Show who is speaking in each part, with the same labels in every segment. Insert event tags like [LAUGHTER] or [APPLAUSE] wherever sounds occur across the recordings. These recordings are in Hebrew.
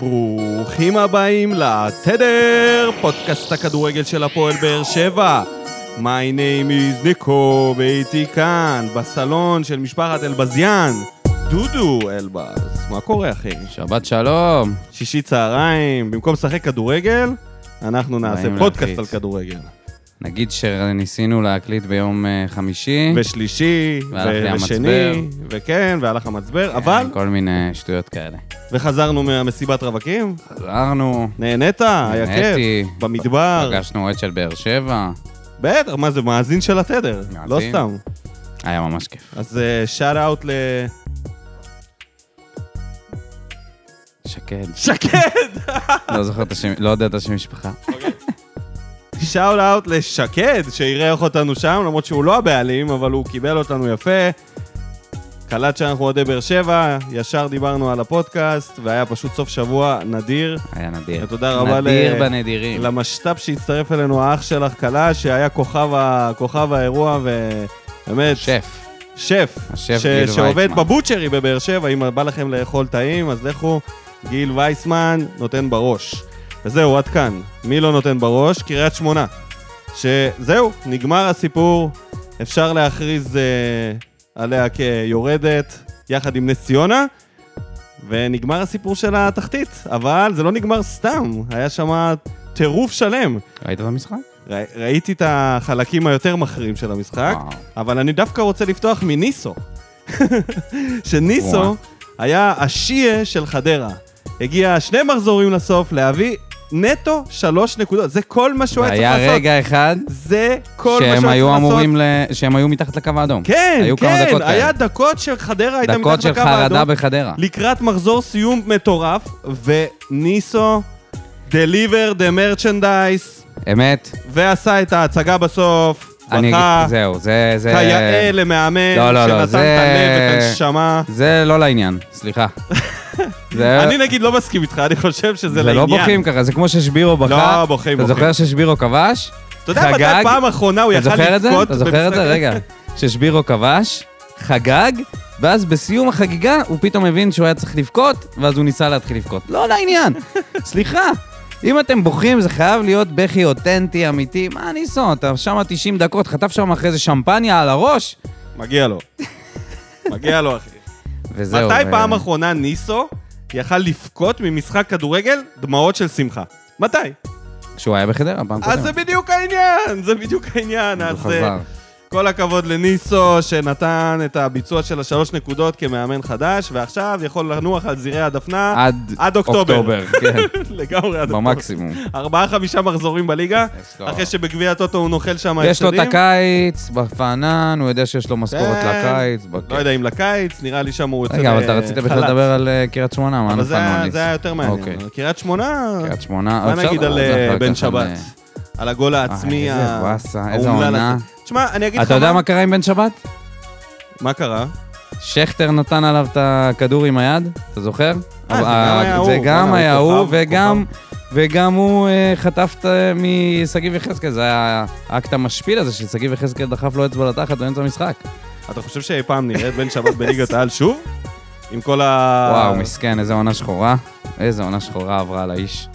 Speaker 1: ברוכים הבאים לתדר, פודקאסט הכדורגל של הפועל באר שבע. My name is ניקו, ואיתי כאן, בסלון של משפחת אלבזיאן, דודו אלבז. מה קורה, אחי?
Speaker 2: שבת שלום.
Speaker 1: שישי צהריים, במקום לשחק כדורגל, אנחנו נעשה
Speaker 2: באים
Speaker 1: פודקאסט על
Speaker 2: להפיץ.
Speaker 1: כדורגל.
Speaker 2: נגיד שניסינו להקליט ביום אה, חמישי.
Speaker 1: ושלישי,
Speaker 2: והלך לי
Speaker 1: ו-
Speaker 2: המצבר. כן,
Speaker 1: ושני, וכן, והלך המצבר, אבל,
Speaker 2: כל מיני שטויות כאלה.
Speaker 1: וחזרנו מהמסיבת רווקים,
Speaker 2: חזרנו,
Speaker 1: נהנית, היה
Speaker 2: נהניתי.
Speaker 1: כיף, במדבר.
Speaker 2: פגשנו אוהד של באר שבע,
Speaker 1: בטח, מה זה מאזין של התדר,
Speaker 2: מאזין.
Speaker 1: לא סתם.
Speaker 2: היה ממש כיף.
Speaker 1: אז שאט אאוט ל...
Speaker 2: שקד.
Speaker 1: שקד!
Speaker 2: לא זוכר את השם, לא יודע את השם משפחה.
Speaker 1: שאט אאוט לשקד, שאירח אותנו שם, למרות שהוא לא הבעלים, אבל הוא קיבל אותנו יפה. קלט שאנחנו אוהדי באר שבע, ישר דיברנו על הפודקאסט, והיה פשוט סוף שבוע נדיר.
Speaker 2: היה נדיר.
Speaker 1: תודה רבה ל-
Speaker 2: נדיר בנדירים.
Speaker 1: למשת"פ שהצטרף אלינו, האח שלך קלה, שהיה כוכב, ה... כוכב האירוע, ובאמת...
Speaker 2: שף.
Speaker 1: שף,
Speaker 2: השף
Speaker 1: ש-
Speaker 2: גיל
Speaker 1: שעובד
Speaker 2: ויצמן.
Speaker 1: בבוצ'רי בבאר שבע, אם בא לכם לאכול טעים, אז לכו, גיל וייסמן נותן בראש. וזהו, עד כאן. מי לא נותן בראש? קריית שמונה. שזהו, נגמר הסיפור, אפשר להכריז אה, עליה כיורדת, יחד עם נס ציונה, ונגמר הסיפור של התחתית. אבל זה לא נגמר סתם, היה שם טירוף שלם.
Speaker 2: ראית את המשחק?
Speaker 1: ר- ראיתי את החלקים היותר מכריעים של המשחק.
Speaker 2: וואו.
Speaker 1: אבל אני דווקא רוצה לפתוח מניסו. [LAUGHS]
Speaker 2: וואה.
Speaker 1: שניסו היה השיעה של חדרה. הגיע שני מחזורים לסוף להביא נטו שלוש נקודות. זה כל מה שהוא היה צריך
Speaker 2: והיה
Speaker 1: לעשות.
Speaker 2: רגע אחד
Speaker 1: זה כל מה
Speaker 2: שהם
Speaker 1: שהוא היה
Speaker 2: היו
Speaker 1: צריך לעשות.
Speaker 2: אמורים, ל- שהם היו מתחת לקו האדום.
Speaker 1: כן,
Speaker 2: היו כמה
Speaker 1: כן,
Speaker 2: דקות
Speaker 1: היה
Speaker 2: כאלה.
Speaker 1: דקות שחדרה הייתה
Speaker 2: דקות
Speaker 1: מתחת
Speaker 2: של
Speaker 1: לקו
Speaker 2: חרדה
Speaker 1: האדום.
Speaker 2: בחדרה.
Speaker 1: לקראת מחזור סיום מטורף, וניסו דליבר דה מרצ'נדייס,
Speaker 2: אמת?
Speaker 1: ועשה את ההצגה בסוף.
Speaker 2: אני אגיד,
Speaker 1: בכה.
Speaker 2: זהו, זה... זה-
Speaker 1: כיאה למאמן
Speaker 2: לא, לא, לא,
Speaker 1: שנתן
Speaker 2: זה-
Speaker 1: את הלב ואת הנשמה.
Speaker 2: זה לא לעניין,
Speaker 1: [LAUGHS]
Speaker 2: סליחה. זה...
Speaker 1: אני נגיד לא מסכים איתך, אני חושב שזה
Speaker 2: זה
Speaker 1: לעניין.
Speaker 2: לא בוכים ככה, זה כמו ששבירו בכה.
Speaker 1: לא, בוכים,
Speaker 2: אתה
Speaker 1: בוכים.
Speaker 2: זוכר ששבירו כבש?
Speaker 1: אתה יודע מתי
Speaker 2: חגג?
Speaker 1: פעם אחרונה הוא
Speaker 2: אתה
Speaker 1: יכל
Speaker 2: זוכר את זה?
Speaker 1: לבכות?
Speaker 2: אתה זוכר את זה?
Speaker 1: במשחק?
Speaker 2: רגע. ששבירו כבש, חגג, ואז בסיום החגיגה הוא פתאום הבין שהוא היה צריך לבכות, ואז הוא ניסה להתחיל לבכות.
Speaker 1: [LAUGHS]
Speaker 2: לא לעניין. סליחה. אם אתם בוכים, זה חייב להיות בכי אותנטי, אמיתי. מה ניסו? אתה שם 90 דקות, חטף שם אחרי זה שמפניה על הראש,
Speaker 1: מגיע
Speaker 2: [LAUGHS]
Speaker 1: לו. מגיע לו, אחי.
Speaker 2: וזהו.
Speaker 1: מתי
Speaker 2: אה,
Speaker 1: פעם אחרונה ניסו יכל לבכות ממשחק כדורגל דמעות של שמחה? מתי?
Speaker 2: כשהוא היה בחדרה, פעם קודמת.
Speaker 1: אז אה, זה בדיוק העניין, זה בדיוק העניין.
Speaker 2: הוא
Speaker 1: אז אה,
Speaker 2: חזר.
Speaker 1: כל הכבוד לניסו שנתן את הביצוע של השלוש נקודות כמאמן חדש, ועכשיו יכול לנוח על זירי הדפנה
Speaker 2: עד
Speaker 1: עד אוקטובר.
Speaker 2: אוקטובר, כן,
Speaker 1: [LAUGHS] לגמרי עד אוקטובר.
Speaker 2: במקסימום.
Speaker 1: ארבעה-חמישה מחזורים בליגה,
Speaker 2: Let's go.
Speaker 1: אחרי שבגביע הטוטו הוא נוכל שם
Speaker 2: יש לו את
Speaker 1: הפסדים.
Speaker 2: הקיץ בפענן, הוא יודע שיש לו משכורת
Speaker 1: כן.
Speaker 2: לקיץ.
Speaker 1: לא
Speaker 2: בכיף.
Speaker 1: יודע אם לקיץ, נראה לי שם הוא יוצא
Speaker 2: רגע, אבל אתה
Speaker 1: לחל"ת.
Speaker 2: רצית בכלל לדבר על אה, קריית שמונה, מה
Speaker 1: אבל זה היה-
Speaker 2: נפלנו על
Speaker 1: זה היה
Speaker 2: ניס?
Speaker 1: יותר מעניין.
Speaker 2: אוקיי.
Speaker 1: קריית שמונה,
Speaker 2: קריית שמונה,
Speaker 1: מה
Speaker 2: אפשר
Speaker 1: נגיד על
Speaker 2: לדבר
Speaker 1: אה,
Speaker 2: אחר
Speaker 1: בן
Speaker 2: כך על,
Speaker 1: שבת?
Speaker 2: אה,
Speaker 1: על הגול העצמי
Speaker 2: איזה
Speaker 1: ה-
Speaker 2: באסה, איזה
Speaker 1: האומלל
Speaker 2: עונה.
Speaker 1: הזה. תשמע, אני אגיד לך
Speaker 2: אתה יודע מה קרה עם בן שבת?
Speaker 1: מה קרה.
Speaker 2: שכטר נתן עליו את הכדור עם היד, אתה זוכר?
Speaker 1: אה, זה גם
Speaker 2: ה-
Speaker 1: היה הוא.
Speaker 2: זה גם
Speaker 1: בואנה,
Speaker 2: היה
Speaker 1: הוא
Speaker 2: הוא,
Speaker 1: כוכב,
Speaker 2: וגם... וגם הוא אה, חטף את, אה, משגיב יחזקאל, זה היה האקט המשפיל הזה ששגיב יחזקאל דחף לו אצבע לתחת באמצע המשחק.
Speaker 1: אתה חושב שאי פעם נראה את בן שבת בליגת העל שוב? עם כל ה...
Speaker 2: וואו, מסכן, איזה עונה שחורה. איזה עונה שחורה עברה על האיש.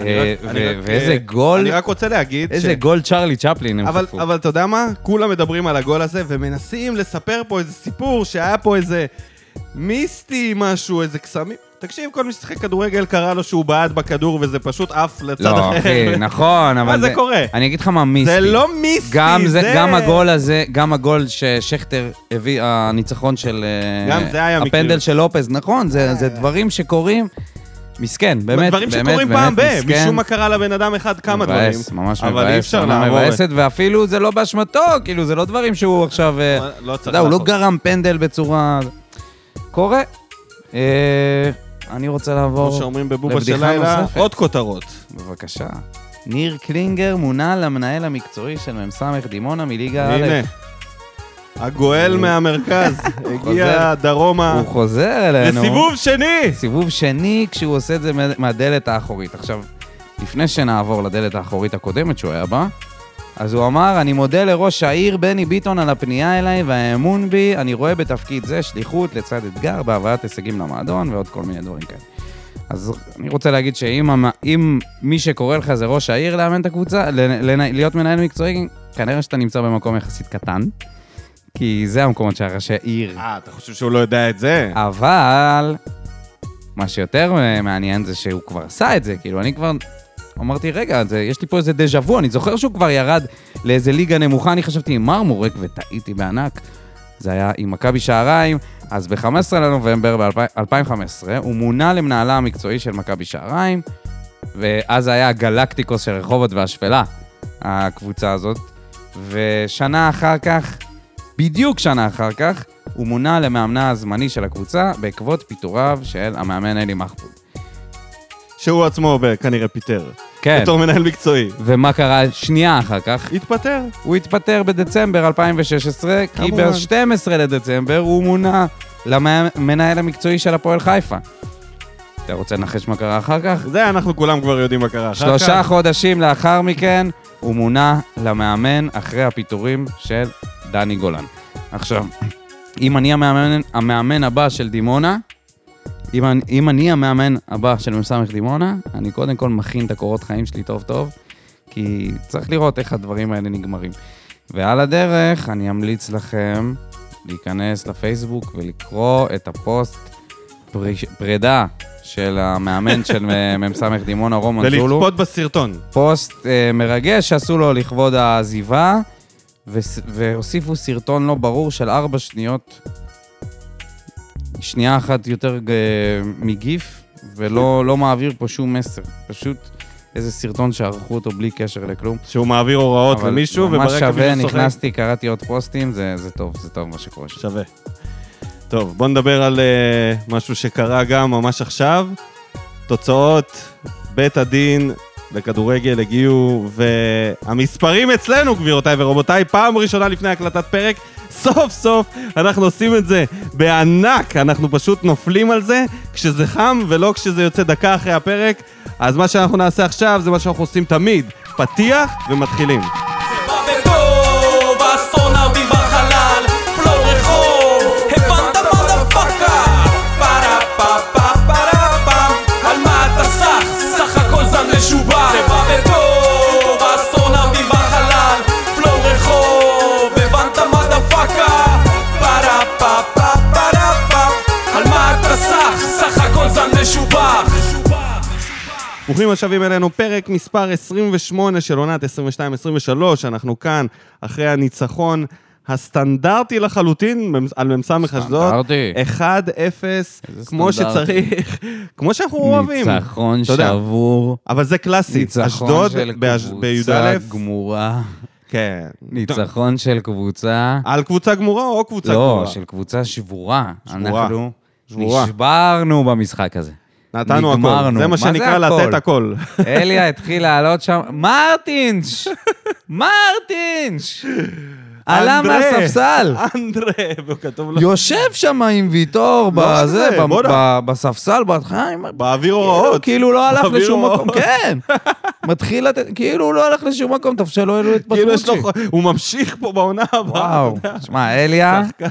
Speaker 1: אני
Speaker 2: אה,
Speaker 1: רק- אני
Speaker 2: ו-
Speaker 1: רק,
Speaker 2: ואיזה
Speaker 1: אה,
Speaker 2: גול,
Speaker 1: אני רק רוצה להגיד...
Speaker 2: איזה
Speaker 1: ש-
Speaker 2: גול צ'רלי צ'פלין הם
Speaker 1: אבל,
Speaker 2: חטפו.
Speaker 1: אבל אתה יודע מה? כולם מדברים על הגול הזה ומנסים לספר פה איזה סיפור שהיה פה איזה מיסטי משהו, איזה קסמים. תקשיב, כל מי ששיחק כדורגל קרא לו שהוא בעט בכדור וזה פשוט עף לצד
Speaker 2: לא,
Speaker 1: אחר. [LAUGHS]
Speaker 2: אחי, נכון, אבל...
Speaker 1: מה זה קורה?
Speaker 2: אני אגיד לך מה מיסטי.
Speaker 1: זה לא מיסטי,
Speaker 2: גם זה,
Speaker 1: זה...
Speaker 2: גם הגול הזה, גם הגול ששכטר הביא, הניצחון של... אה,
Speaker 1: גם זה היה מקרי.
Speaker 2: הפנדל של לופז, נכון, זה זה דברים שקורים. מסכן, באמת, באמת,
Speaker 1: דברים
Speaker 2: באמת,
Speaker 1: שקורים פעם ב...
Speaker 2: מסכן.
Speaker 1: משום מה קרה לבן אדם אחד כמה דברים.
Speaker 2: מבאס, ממש מבאס.
Speaker 1: אבל אי אפשר
Speaker 2: עונה
Speaker 1: לעבור. את-
Speaker 2: מבאסת, ואפילו זה לא באשמתו, כאילו, זה לא דברים שהוא עכשיו... אה,
Speaker 1: לא- לא
Speaker 2: אתה
Speaker 1: צריך
Speaker 2: יודע, הוא לא
Speaker 1: לעשות.
Speaker 2: גרם פנדל בצורה... קורה. אה, אני רוצה
Speaker 1: כמו
Speaker 2: לעבור...
Speaker 1: שאומרים בבובה של
Speaker 2: לבדיחה
Speaker 1: לילה,
Speaker 2: נוספת.
Speaker 1: עוד כותרות.
Speaker 2: בבקשה. ניר קלינגר מונה למנהל המקצועי של מ"ס דימונה מליגה א'.
Speaker 1: הנה, הגואל
Speaker 2: [LAUGHS]
Speaker 1: מהמרכז הגיע
Speaker 2: אה. חוזר.
Speaker 1: דרומה
Speaker 2: הוא חוזר
Speaker 1: אה,
Speaker 2: אלינו.
Speaker 1: לסיבוב שני.
Speaker 2: אוקיי, סיבוב שני, כשהוא עושה את זה מה- מהדלת האחורית. עכשיו, לפני שנעבור לדלת האחורית הקודמת שהוא היה בה, אז הוא אמר, אני מודה לראש העיר בני ביטון על הפנייה אליי והאמון בי, אני רואה בתפקיד זה שליחות לצד אתגר בהבאת הישגים למועדון ועוד כל מיני דברים כאלה. אז אני רוצה להגיד שאם המ- אם מי שקורא לך זה ראש העיר לאמן את הקבוצה, לנ- לנ- להיות מנהל מקצועי, כנראה שאתה נמצא במקום יחסית קטן, כי זה המקומות שהראשי עיר.
Speaker 1: אה, אתה חושב שהוא לא יודע את זה?
Speaker 2: אבל מה שיותר אה, מעניין זה שהוא כבר עשה את זה, כאילו, אני כבר... אמרתי, רגע, זה, יש לי פה איזה דז'ה וו, אני זוכר שהוא כבר ירד לאיזה ליגה נמוכה, אני חשבתי עם מרמורק, וטעיתי בענק. זה היה עם מכבי שעריים, אז ב-15 לנובמבר ב-2015, הוא מונה למנהלה המקצועי של מכבי שעריים, ואז זה היה הגלקטיקוס של רחובות והשפלה, הקבוצה הזאת, ושנה אחר כך, בדיוק שנה אחר כך, הוא מונה למאמנה הזמני של הקבוצה בעקבות פיטוריו של המאמן אלי מחפוד.
Speaker 1: שהוא עצמו ב- כנראה פיטר.
Speaker 2: כן.
Speaker 1: בתור מנהל מקצועי.
Speaker 2: ומה קרה שנייה אחר כך?
Speaker 1: התפטר.
Speaker 2: הוא התפטר בדצמבר 2016, כי
Speaker 1: כמובן.
Speaker 2: ב-12 לדצמבר הוא מונה למנהל המקצועי של הפועל חיפה. אתה רוצה לנחש מה קרה אחר כך?
Speaker 1: זה אנחנו כולם כבר יודעים מה קרה. אחר
Speaker 2: שלושה
Speaker 1: כך.
Speaker 2: חודשים לאחר מכן הוא מונה למאמן אחרי הפיטורים של דני גולן. עכשיו, אם אני המאמן, המאמן הבא של דימונה, אם אני, אם אני המאמן הבא של מ"ס דימונה, אני קודם כל מכין את הקורות חיים שלי טוב טוב, כי צריך לראות איך הדברים האלה נגמרים. ועל הדרך, אני אמליץ לכם להיכנס לפייסבוק ולקרוא את הפוסט פריש- פרידה של המאמן של [LAUGHS] מ"ס דימונה, רומן זולו.
Speaker 1: ולצפות בסרטון.
Speaker 2: פוסט אה, מרגש שעשו לו לכבוד העזיבה, וס- והוסיפו סרטון לא ברור של ארבע שניות, שנייה אחת יותר ג- מגיף, ולא
Speaker 1: כן.
Speaker 2: לא מעביר פה שום מסר. פשוט איזה סרטון שערכו אותו בלי קשר לכלום.
Speaker 1: שהוא מעביר הוראות
Speaker 2: אבל
Speaker 1: למישהו, וברקע
Speaker 2: ממש
Speaker 1: מישהו צוחק.
Speaker 2: שווה, נכנסתי, קראתי עוד פוסטים, זה, זה טוב, זה טוב מה שקורה שם.
Speaker 1: שווה. טוב, בוא נדבר על uh, משהו שקרה גם ממש עכשיו. תוצאות בית הדין לכדורגל הגיעו, והמספרים אצלנו, גבירותיי ורבותיי, פעם ראשונה לפני הקלטת פרק, סוף סוף אנחנו עושים את זה בענק, אנחנו פשוט נופלים על זה כשזה חם ולא כשזה יוצא דקה אחרי הפרק. אז מה שאנחנו נעשה עכשיו זה מה שאנחנו עושים תמיד, פתיח ומתחילים.
Speaker 3: בא בטוב, האסטרונאוטים בחלל, פלואו רחוב, הבנת מה דפקה? פרה פה פה פרה פם, על מה אתה סח? סך הכל זן משובח. זה בא בטוב, האסטרונאוטים בחלל, פלואו רחוב, הבנת מה דפקה? פרה פה פה פרה פם, על מה אתה סח? סך הכל זן משובח.
Speaker 1: ברוכים השבים אלינו, פרק מספר 28 של עונת 22-23. אנחנו כאן אחרי הניצחון הסטנדרטי לחלוטין במ- על מ"ס אשדוד.
Speaker 2: סטנדרטי.
Speaker 1: 1-0,
Speaker 2: איזה
Speaker 1: כמו
Speaker 2: סטנדרטי.
Speaker 1: שצריך, [LAUGHS] כמו שאנחנו אוהבים.
Speaker 2: ניצחון
Speaker 1: אתה יודע,
Speaker 2: שבור,
Speaker 1: אבל זה קלאסי,
Speaker 2: ניצחון
Speaker 1: אשדוד
Speaker 2: של
Speaker 1: באש-
Speaker 2: קבוצה
Speaker 1: בי"א,
Speaker 2: גמורה,
Speaker 1: כן.
Speaker 2: ניצחון של קבוצה
Speaker 1: על קבוצה גמורה או קבוצה גמורה?
Speaker 2: לא, של קבוצה שבורה.
Speaker 1: שבורה.
Speaker 2: אנחנו
Speaker 1: שבורה.
Speaker 2: נשברנו במשחק הזה.
Speaker 1: נתנו הכל,
Speaker 2: נגמרנו.
Speaker 1: זה מה
Speaker 2: מה
Speaker 1: שנקרא
Speaker 2: זה הכל?
Speaker 1: לתת הכל.
Speaker 2: אליה התחיל לעלות שם, מרטינש! מרטינש!
Speaker 1: [LAUGHS]
Speaker 2: עלה
Speaker 1: אנדרה,
Speaker 2: מהספסל!
Speaker 1: אנדרה, וכתוב לו,
Speaker 2: יושב שם עם ויטור
Speaker 1: לא
Speaker 2: בזה,
Speaker 1: זה,
Speaker 2: ב-
Speaker 1: בואנה.
Speaker 2: ב- בספסל בהתחלה, אני אומר,
Speaker 1: באוויר
Speaker 2: כאילו,
Speaker 1: הוראות.
Speaker 2: כאילו לא הלך
Speaker 1: מעביר
Speaker 2: לשום
Speaker 1: הוראות.
Speaker 2: מקום, כן! מתחיל לתת, כאילו הוא לא הלך לשום מקום, טוב שלא העלו את
Speaker 1: כאילו יש לו,
Speaker 2: פטרוצ'י.
Speaker 1: הוא ממשיך פה בעונה הבאה.
Speaker 2: וואו,
Speaker 1: אתה יודע.
Speaker 2: שמע, אליה,
Speaker 1: כן.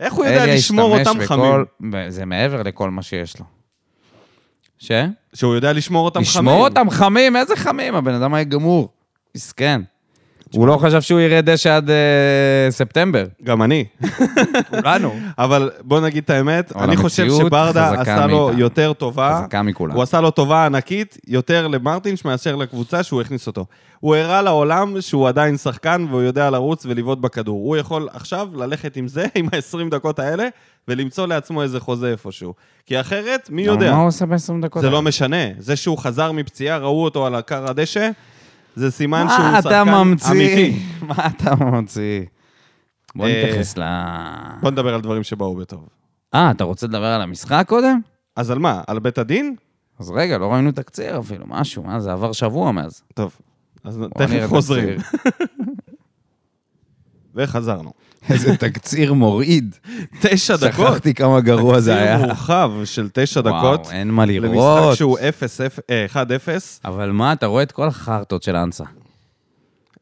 Speaker 1: איך הוא יודע
Speaker 2: אליה
Speaker 1: לשמור
Speaker 2: השתמש
Speaker 1: אותם חמים?
Speaker 2: בכל... זה מעבר לכל מה שיש לו. ש?
Speaker 1: שהוא יודע לשמור אותם חמים.
Speaker 2: לשמור אותם חמים, איזה חמים? הבן אדם היה גמור. מסכן. הוא לא חשב שהוא יראה דשא עד
Speaker 1: [LAUGHS]
Speaker 2: אה, ספטמבר.
Speaker 1: גם אני.
Speaker 2: כולנו.
Speaker 1: אבל בוא נגיד את האמת,
Speaker 2: אבל
Speaker 1: אני חושב
Speaker 2: המציאות
Speaker 1: שברדה
Speaker 2: חזקה
Speaker 1: עשה לו
Speaker 2: מאיתנו.
Speaker 1: יותר טובה.
Speaker 2: חזקה מכולם.
Speaker 1: הוא עשה לו טובה ענקית יותר למרטינש מאשר לקבוצה שהוא הכניס אותו. הוא הראה לעולם שהוא עדיין שחקן והוא יודע לרוץ ולבעוט בכדור. הוא יכול עכשיו ללכת עם זה, עם ה-20 דקות האלה, ולמצוא לעצמו איזה חוזה איפשהו. כי אחרת, מי יודע?
Speaker 2: מה הוא עושה ב-20 דקות?
Speaker 1: זה לא משנה. זה שהוא חזר מפציעה, ראו אותו על עקר הדשא, זה סימן
Speaker 2: מה
Speaker 1: שהוא
Speaker 2: אתה
Speaker 1: שחקן
Speaker 2: ממציא?
Speaker 1: אמיתי.
Speaker 2: [LAUGHS] מה אתה ממציא? בוא
Speaker 1: אה,
Speaker 2: נתייחס ל...
Speaker 1: בוא נדבר על דברים שבאו בטוב.
Speaker 2: אה, אתה רוצה לדבר על המשחק קודם?
Speaker 1: אז על מה? על בית הדין?
Speaker 2: אז רגע, לא ראינו תקציר אפילו, משהו, מה זה, עבר
Speaker 1: [LAUGHS]
Speaker 2: שבוע מאז.
Speaker 1: טוב. אז
Speaker 2: בוא נראה
Speaker 1: תכף חוזרים.
Speaker 2: תקציר.
Speaker 1: [LAUGHS] וחזרנו.
Speaker 2: איזה תקציר מוריד.
Speaker 1: תשע דקות.
Speaker 2: [LAUGHS] שכחתי כמה גרוע זה היה.
Speaker 1: תקציר מורחב של תשע דקות.
Speaker 2: וואו, אין מה
Speaker 1: למשחק
Speaker 2: לראות.
Speaker 1: שהוא 0-0, אה, 1-0.
Speaker 2: אבל מה, אתה רואה את כל החרטות של אנסה.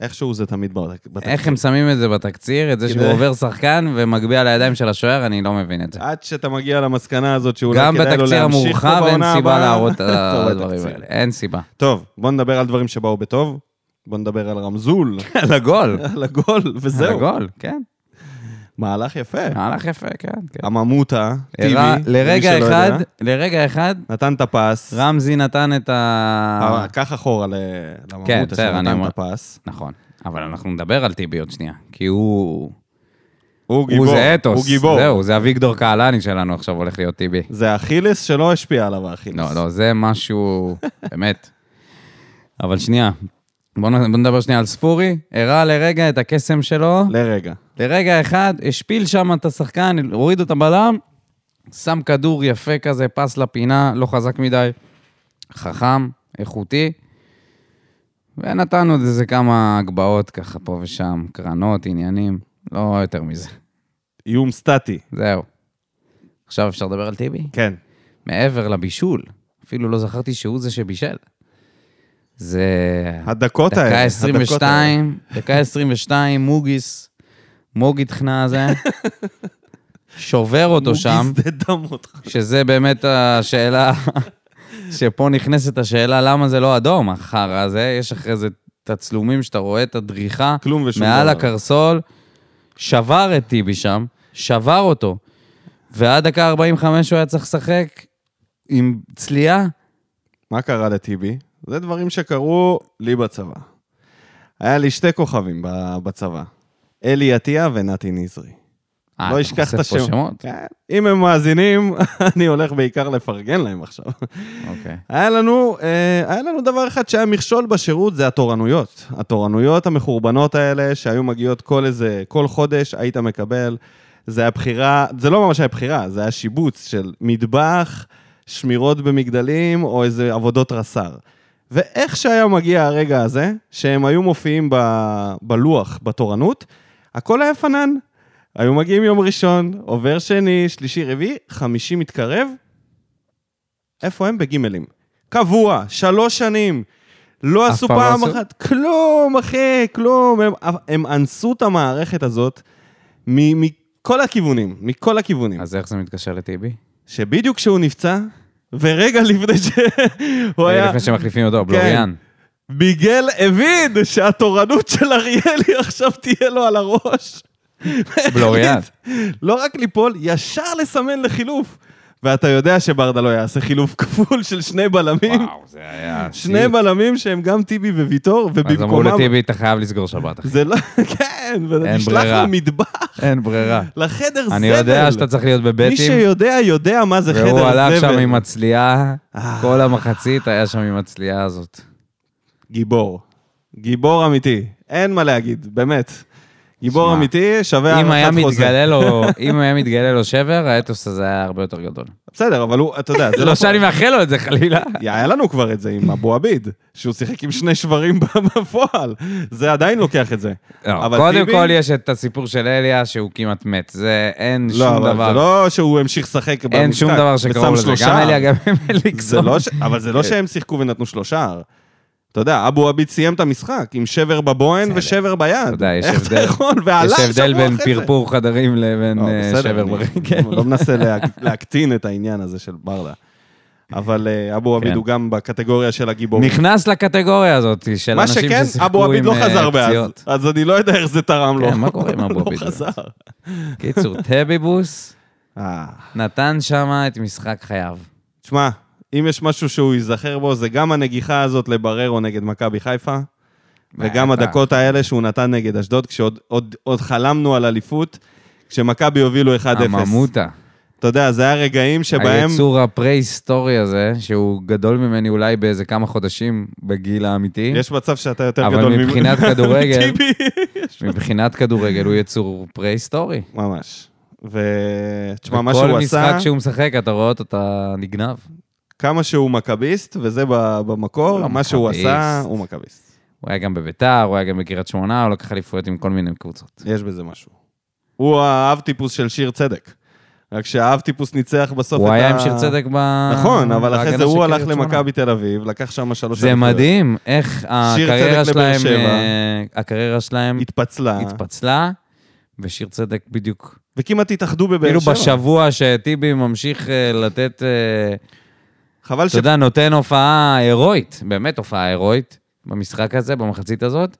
Speaker 1: איכשהו זה תמיד בתק- בתקציב.
Speaker 2: איך הם שמים את זה בתקציר, את זה
Speaker 1: כדי-
Speaker 2: שהוא עובר שחקן ומגביה לידיים של השוער, אני לא מבין את זה.
Speaker 1: עד שאתה מגיע למסקנה הזאת שאולי
Speaker 2: גם
Speaker 1: כדאי לו
Speaker 2: בתקציר
Speaker 1: להמשיך פה
Speaker 2: המורחב אין
Speaker 1: בעונה
Speaker 2: סיבה
Speaker 1: הבאה.
Speaker 2: להראות
Speaker 1: [LAUGHS]
Speaker 2: את
Speaker 1: אתה רואה את
Speaker 2: הדברים
Speaker 1: התקציר.
Speaker 2: האלה. אין סיבה.
Speaker 1: טוב, בוא נדבר על דברים שבאו בטוב. בוא נדבר על רמזול, [LAUGHS]
Speaker 2: על הגול.
Speaker 1: [LAUGHS] על הגול,
Speaker 2: על
Speaker 1: וזהו.
Speaker 2: הגול, אה, כן.
Speaker 1: מהלך יפה.
Speaker 2: מהלך יפה, כן. כן.
Speaker 1: הממותה, טיבי,
Speaker 2: הראה-
Speaker 1: למי
Speaker 2: לרגע
Speaker 1: שלא
Speaker 2: אחד,
Speaker 1: יודע,
Speaker 2: לרגע אחד,
Speaker 1: נתן את הפס.
Speaker 2: רמזי נתן את ה...
Speaker 1: אבל קח אחורה ל-
Speaker 2: כן,
Speaker 1: לממותה
Speaker 2: בסדר, אני
Speaker 1: שנתן
Speaker 2: אומר.
Speaker 1: את הפס.
Speaker 2: נכון. אבל אנחנו נדבר על טיבי עוד שנייה, כי הוא...
Speaker 1: הוא
Speaker 2: הוא
Speaker 1: גיבור,
Speaker 2: זה אתוס.
Speaker 1: הוא גיבור.
Speaker 2: זהו, זה אביגדור קהלני שלנו עכשיו הולך להיות טיבי.
Speaker 1: זה אכילס שלא השפיע עליו האכילס.
Speaker 2: לא, לא, זה משהו... [LAUGHS] באמת. אבל שנייה, בואו נדבר שנייה על ספורי. הראה לרגע את הקסם שלו.
Speaker 1: לרגע.
Speaker 2: לרגע אחד, השפיל שם את השחקן, הוריד את הבלם, שם כדור יפה כזה, פס לפינה, לא חזק מדי, חכם, איכותי, ונתנו עוד איזה כמה הגבהות ככה פה ושם, קרנות, עניינים, לא יותר מזה.
Speaker 1: איום סטטי.
Speaker 2: זהו. עכשיו אפשר לדבר על טיבי?
Speaker 1: כן.
Speaker 2: מעבר לבישול, אפילו לא זכרתי שהוא זה שבישל. זה...
Speaker 1: הדקות האלה.
Speaker 2: דקה
Speaker 1: הדקות
Speaker 2: 22, דקה 22, מוגיס, מוגי תכנה הזה, שובר אותו
Speaker 1: האלה.
Speaker 2: שם,
Speaker 1: הוא גזדה דם אותך.
Speaker 2: שזה באמת השאלה, [LAUGHS] שפה נכנסת השאלה למה זה לא אדום, החרא הזה, יש אחרי זה תצלומים שאתה רואה את הדריכה
Speaker 1: כלום ושום
Speaker 2: מעל
Speaker 1: דבר.
Speaker 2: הקרסול, שבר את טיבי שם, שבר אותו, ועד דקה 45 הוא היה צריך לשחק עם צליעה.
Speaker 1: מה קרה לטיבי? זה דברים שקרו לי בצבא. היה לי שתי כוכבים ב- בצבא. אלי עטיה ונתי נזרי.
Speaker 2: אה,
Speaker 1: לא
Speaker 2: אתה
Speaker 1: אשכח את
Speaker 2: חושף פה
Speaker 1: השם.
Speaker 2: שמות?
Speaker 1: כן. אם הם מאזינים, [LAUGHS] אני הולך בעיקר לפרגן להם עכשיו.
Speaker 2: אוקיי.
Speaker 1: היה לנו, אה, היה לנו דבר אחד שהיה מכשול בשירות, זה התורנויות. התורנויות המחורבנות האלה, שהיו מגיעות כל איזה, כל חודש, היית מקבל. זה היה בחירה, זה לא ממש היה בחירה, זה היה שיבוץ של מטבח, שמירות במגדלים, או איזה עבודות רס"ר. ואיך שהיה מגיע הרגע הזה, שהם היו מופיעים ב, בלוח, בתורנות, הכל היה פנן. היו מגיעים יום ראשון, עובר שני, שלישי, רביעי, חמישי מתקרב, איפה הם? בגימלים. קבוע, שלוש שנים. לא
Speaker 2: אף
Speaker 1: עשו
Speaker 2: פעם לא
Speaker 1: פעם
Speaker 2: עשו?
Speaker 1: אחת, כלום, אחי, כלום. הם, הם אנסו את המערכת הזאת מ- מכל הכיוונים, מכל הכיוונים.
Speaker 2: כן. אז איך זה מתקשר לטיבי?
Speaker 1: שבדיוק כשהוא נפצע, ורגע לפני שהוא היה... כן.
Speaker 2: לפני שמחליפים אותו, בלוריאן.
Speaker 1: מיגל הבין שהתורנות של אריאלי עכשיו תהיה לו על הראש. [LAUGHS]
Speaker 2: בלוריאן.
Speaker 1: החליט לא רק ליפול, ישר לסמן לחילוף. ואתה יודע שברדה לא יעשה חילוף כפול של שני בלמים.
Speaker 2: וואו, זה היה...
Speaker 1: שני בלמים שהם גם טיבי וויטור,
Speaker 2: אז אמרו
Speaker 1: ובמקומם...
Speaker 2: לטיבי, אתה חייב לסגור
Speaker 1: [LAUGHS]
Speaker 2: שבת, אחי.
Speaker 1: זה לא... כן, ונשלח
Speaker 2: ברירה.
Speaker 1: למטבח,
Speaker 2: אין ברירה.
Speaker 1: לחדר זבל.
Speaker 2: אני יודע שאתה צריך להיות
Speaker 1: מי
Speaker 2: בבטים,
Speaker 1: שיודע, יודע מה זה חדר זבל.
Speaker 2: והוא הלך שם עם הצליעה,
Speaker 1: אה.
Speaker 2: כל המחצית היה שם עם הצליעה הזאת.
Speaker 1: גיבור. גיבור אמיתי. אין מה להגיד, באמת. גיבור
Speaker 2: שמע,
Speaker 1: אמיתי, שווה
Speaker 2: אם היה
Speaker 1: הארכת חוזה.
Speaker 2: מתגלה
Speaker 1: [LAUGHS]
Speaker 2: לו, אם היה מתגלה לו שבר, האתוס הזה היה הרבה יותר גדול.
Speaker 1: בסדר, אבל הוא, אתה יודע, זה
Speaker 2: [LAUGHS] לא שאני מאחל לו את זה, חלילה.
Speaker 1: היה לנו כבר את זה עם אבו עביד, שהוא שיחק עם שני שברים [LAUGHS] בפועל. זה עדיין לוקח את זה.
Speaker 2: לא,
Speaker 1: אבל
Speaker 2: קודם
Speaker 1: טיבי-
Speaker 2: כל יש את הסיפור של אליה שהוא כמעט מת, זה אין
Speaker 1: לא,
Speaker 2: שום
Speaker 1: אבל זה
Speaker 2: דבר,
Speaker 1: לא שהוא המשיך לשחק במשחק.
Speaker 2: אין שום דבר
Speaker 1: ושם
Speaker 2: שקרוב לזה,
Speaker 1: שלושה.
Speaker 2: גם אליה, גם
Speaker 1: זה
Speaker 2: אליקסון.
Speaker 1: לא ש... אבל זה לא
Speaker 2: כן.
Speaker 1: שהם שיחקו ונתנו שלושה. אתה יודע, אבו עביד סיים את המשחק עם שבר בבוהן
Speaker 2: בסדר.
Speaker 1: ושבר ביד.
Speaker 2: אתה יודע, יש
Speaker 1: איך אתה
Speaker 2: הבדל-
Speaker 1: יכול? ועלה
Speaker 2: יש
Speaker 1: שבוע
Speaker 2: הבדל בין
Speaker 1: אחרי זה.
Speaker 2: פרפור חדרים לבין
Speaker 1: לא,
Speaker 2: אה,
Speaker 1: בסדר,
Speaker 2: שבר
Speaker 1: אני
Speaker 2: ברגל.
Speaker 1: לא מנסה לה- להקטין את העניין הזה של ברדה. אבל אה, אבו עביד
Speaker 2: כן.
Speaker 1: הוא גם בקטגוריה של הגיבורים.
Speaker 2: [LAUGHS] נכנס לקטגוריה הזאת של
Speaker 1: מה
Speaker 2: אנשים
Speaker 1: שכן, אבו
Speaker 2: ששיחקו
Speaker 1: עביד
Speaker 2: עם
Speaker 1: לא
Speaker 2: אה,
Speaker 1: חזר מאז,
Speaker 2: פציעות.
Speaker 1: אז אני לא יודע איך זה תרם לו.
Speaker 2: כן, מה קורה עם אבו עביד?
Speaker 1: לא חזר.
Speaker 2: קיצור, טביבוס
Speaker 1: אה,
Speaker 2: נתן שם את משחק חייו.
Speaker 1: תשמע, אם יש משהו שהוא ייזכר בו, זה גם הנגיחה הזאת לבררו נגד מכבי חיפה, וגם
Speaker 2: אתה-
Speaker 1: הדקות האלה שהוא נתן נגד אשדוד, כשעוד עוד- עוד חלמנו על אליפות, כשמכבי
Speaker 2: אה,
Speaker 1: הובילו 1-0.
Speaker 2: הממותה.
Speaker 1: אתה יודע, זה היה רגעים שבהם...
Speaker 2: היצור הפרה-היסטורי הזה, שהוא גדול ממני אולי באיזה כמה חודשים בגיל האמיתי.
Speaker 1: יש מצב שאתה יותר
Speaker 2: כן. אבל
Speaker 1: גדול ממ-
Speaker 2: מבחינת כדורגל-
Speaker 1: [LAUGHS] טיבי.
Speaker 2: מבחינת כדורגל הוא יצור פרה-היסטורי.
Speaker 1: ממש. ותשמע, מה שהוא עשה...
Speaker 2: כל משחק שהוא משחק, אתה רואה אותו, אתה נגנב.
Speaker 1: כמה שהוא מכביסט, וזה ב- במקור,
Speaker 2: לא
Speaker 1: מה שהוא
Speaker 2: מכביסט.
Speaker 1: עשה, הוא מכביסט.
Speaker 2: הוא היה גם בביתר, הוא היה גם בקריית שמונה, הוא לקח אליפויות עם כל מיני קבוצות.
Speaker 1: יש בזה משהו. הוא האב טיפוס של שיר צדק. רק שהאב טיפוס ניצח בסוף את
Speaker 2: הוא
Speaker 1: ה...
Speaker 2: היה עם שיר צדק ב...
Speaker 1: נכון, אבל אחרי
Speaker 2: בהגנה
Speaker 1: זה
Speaker 2: של
Speaker 1: הוא
Speaker 2: קריית
Speaker 1: הלך
Speaker 2: שמונה.
Speaker 1: למכבי תל אביב, לקח שם שלוש...
Speaker 2: זה
Speaker 1: אליפויות.
Speaker 2: מדהים איך הקריירה
Speaker 1: צדק לבאר
Speaker 2: שלהם,
Speaker 1: שבע.
Speaker 2: אה, הקריירה שלהם
Speaker 1: התפצלה,
Speaker 2: התפצלה, ושיר צדק בדיוק.
Speaker 1: וכמעט התאחדו בבאר
Speaker 2: כאילו
Speaker 1: שבע.
Speaker 2: בשבוע שטיבי ממשיך אה, לתת, אה,
Speaker 1: חבל ש...
Speaker 2: אתה יודע, נותן הופעה הירואית, באמת הופעה הירואית, במשחק הזה, במחצית הזאת,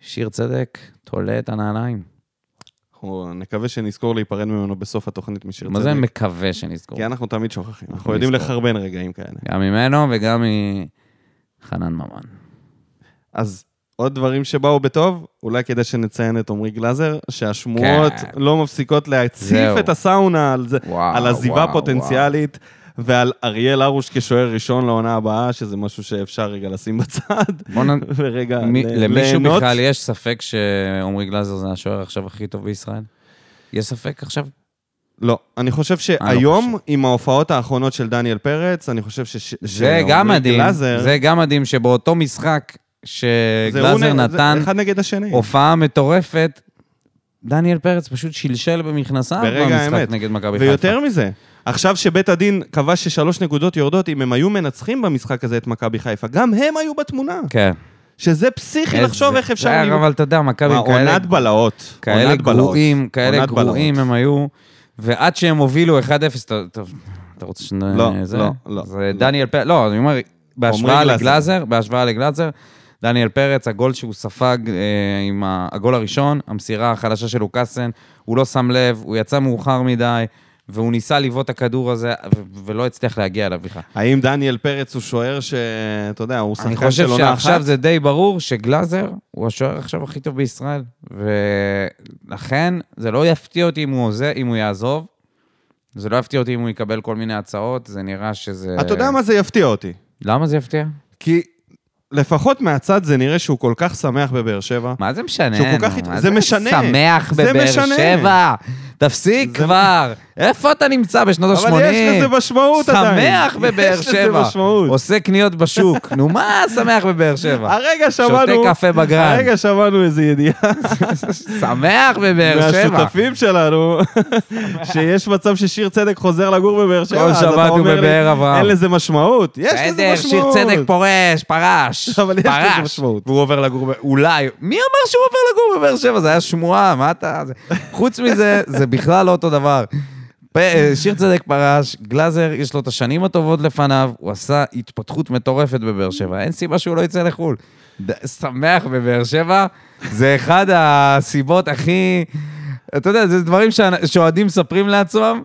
Speaker 2: שיר צדק תולה את הנעליים.
Speaker 1: אנחנו נקווה שנזכור להיפרד ממנו בסוף התוכנית משיר צדק. כן.
Speaker 2: מה זה מקווה שנזכור?
Speaker 1: כי אנחנו תמיד שוכחים, אנחנו
Speaker 2: אנחנו
Speaker 1: יודעים
Speaker 2: נזכור.
Speaker 1: לחרבן רגעים כאלה.
Speaker 2: גם ממנו וגם מחנן ממן.
Speaker 1: אז עוד דברים שבאו בטוב, אולי כדאי שנציין את עמרי גלאזר, שהשמועות
Speaker 2: כן.
Speaker 1: לא מפסיקות להציף
Speaker 2: זהו.
Speaker 1: את הסאונה על זה,
Speaker 2: וואו,
Speaker 1: על עזיבה
Speaker 2: וואו,
Speaker 1: פוטנציאלית. ועל אריאל הרוש כשוער ראשון לעונה הבאה, שזה משהו שאפשר רגע לשים בצד, [LAUGHS]
Speaker 2: בוא נ...
Speaker 1: ורגע
Speaker 2: מי-
Speaker 1: ל-
Speaker 2: למישהו
Speaker 1: ליהנות.
Speaker 2: בכלל יש ספק שעומרי גלאזר זה השוער עכשיו הכי טוב בישראל? יש ספק עכשיו?
Speaker 1: לא, אני חושב שהיום, עם ההופעות האחרונות של דניאל פרץ, אני חושב ש...
Speaker 2: זה
Speaker 1: שעמרי
Speaker 2: גם מדהים,
Speaker 1: גלאזר-
Speaker 2: זה גם מדהים שבאותו משחק
Speaker 1: זה הוא
Speaker 2: שגלאזר
Speaker 1: נ- זה
Speaker 2: נתן
Speaker 1: אחד נגד השני.
Speaker 2: כן. הופעה מטורפת, דניאל פרץ פשוט שלשל במכנסיו
Speaker 1: ברגע
Speaker 2: אה, במשחק
Speaker 1: האמת.
Speaker 2: נגד מכבי חיפה.
Speaker 1: ויותר מזה, עכשיו שבית הדין קבע ששלוש נקודות יורדות, אם הם היו מנצחים במשחק הזה את מכבי חיפה, גם הם היו בתמונה.
Speaker 2: כן. אה,
Speaker 1: שזה פסיכי לחשוב איך אפשר...
Speaker 2: זה
Speaker 1: להיות-
Speaker 2: היה, אבל אתה יודע, מכבי
Speaker 1: מה,
Speaker 2: כאלה
Speaker 1: עונת בלהות.
Speaker 2: כאלה
Speaker 1: עונת בלהות.
Speaker 2: גרועים, כאלה
Speaker 1: עונת
Speaker 2: גרועים
Speaker 1: בלהות.
Speaker 2: הם היו, ועד שהם הובילו 1-0, אתה- אתה- אתה רוצה ש...
Speaker 1: לא,
Speaker 2: זה-
Speaker 1: לא, לא.
Speaker 2: זה דניאל פרץ, לא, אני אומר, בהשוואה
Speaker 1: גלאזר.
Speaker 2: לגלאזר, בהשוואה לגלאזר, דניאל פרץ, הגול שהוא ספג אה, עם ה- הגול הראשון, המסירה החלשה של לוקאסן, הוא לא שם לב, הוא יצא מאוחר מדי, והוא ניסה לבעוט את הכדור הזה, ו- ולא הצליח להגיע אליו בכלל.
Speaker 1: האם דניאל פרץ הוא שוער ש... אתה יודע, הוא
Speaker 2: אני
Speaker 1: שחקן
Speaker 2: חושב
Speaker 1: של עונה אחת?
Speaker 2: שעכשיו זה די ברור שגלאזר הוא השוער עכשיו הכי טוב בישראל, ולכן זה לא יפתיע אותי אם הוא, עוזב, אם הוא יעזוב, זה לא יפתיע אותי אם הוא יקבל כל מיני הצעות, זה נראה שזה...
Speaker 1: אתה יודע מה זה יפתיע אותי.
Speaker 2: למה זה יפתיע?
Speaker 1: כי לפחות מהצד זה נראה שהוא כל כך שמח בבאר שבע.
Speaker 2: מה זה משנה?
Speaker 1: שהוא כל
Speaker 2: נו?
Speaker 1: כך הת-
Speaker 2: מה
Speaker 1: זה משנה.
Speaker 2: שמח
Speaker 1: זה
Speaker 2: בבאר
Speaker 1: משנה.
Speaker 2: שבע. תפסיק
Speaker 1: זה-
Speaker 2: כבר. איפה אתה נמצא בשנות ה-80?
Speaker 1: אבל יש לזה משמעות עדיין.
Speaker 2: שמח בבאר
Speaker 1: [LAUGHS] יש לזה
Speaker 2: שבע.
Speaker 1: משמעות.
Speaker 2: עושה קניות בשוק. נו, מה שמח בבאר
Speaker 1: [LAUGHS]
Speaker 2: שבע?
Speaker 1: הרגע שמענו...
Speaker 2: קפה בגרן.
Speaker 1: הרגע שמענו איזו ידיעה
Speaker 2: שמח בבאר שבע.
Speaker 1: מהשותפים שלנו, שיש מצב ששיר צדק חוזר לגור בבאר שבע. אז אתה
Speaker 2: שבת הוא
Speaker 1: אומר לי,
Speaker 2: בבאר אברהם.
Speaker 1: אין לזה משמעות. יש לזה
Speaker 2: בסדר, שיר
Speaker 1: משמעות.
Speaker 2: צדק פורש, פרש.
Speaker 1: [LAUGHS] אבל יש לזה
Speaker 2: פרש.
Speaker 1: משמעות.
Speaker 2: והוא עובר לגור, ב- אולי, מי אמר שהוא עובר לגור בבאר שבע? זה היה שמועה, מה אתה... זה- חוץ מזה, זה בכלל לא אותו דבר. פ- אה, שיר צדק פרש, גלאזר, יש לו את השנים הטובות לפניו, הוא עשה התפתחות מטורפת בבאר שבע, אין סיבה שהוא לא יצא לחו"ל. ד- שמח בבאר שבע, זה אחד הסיבות הכי... אתה יודע, זה דברים שאנ- שאוהדים מספרים לעצמם.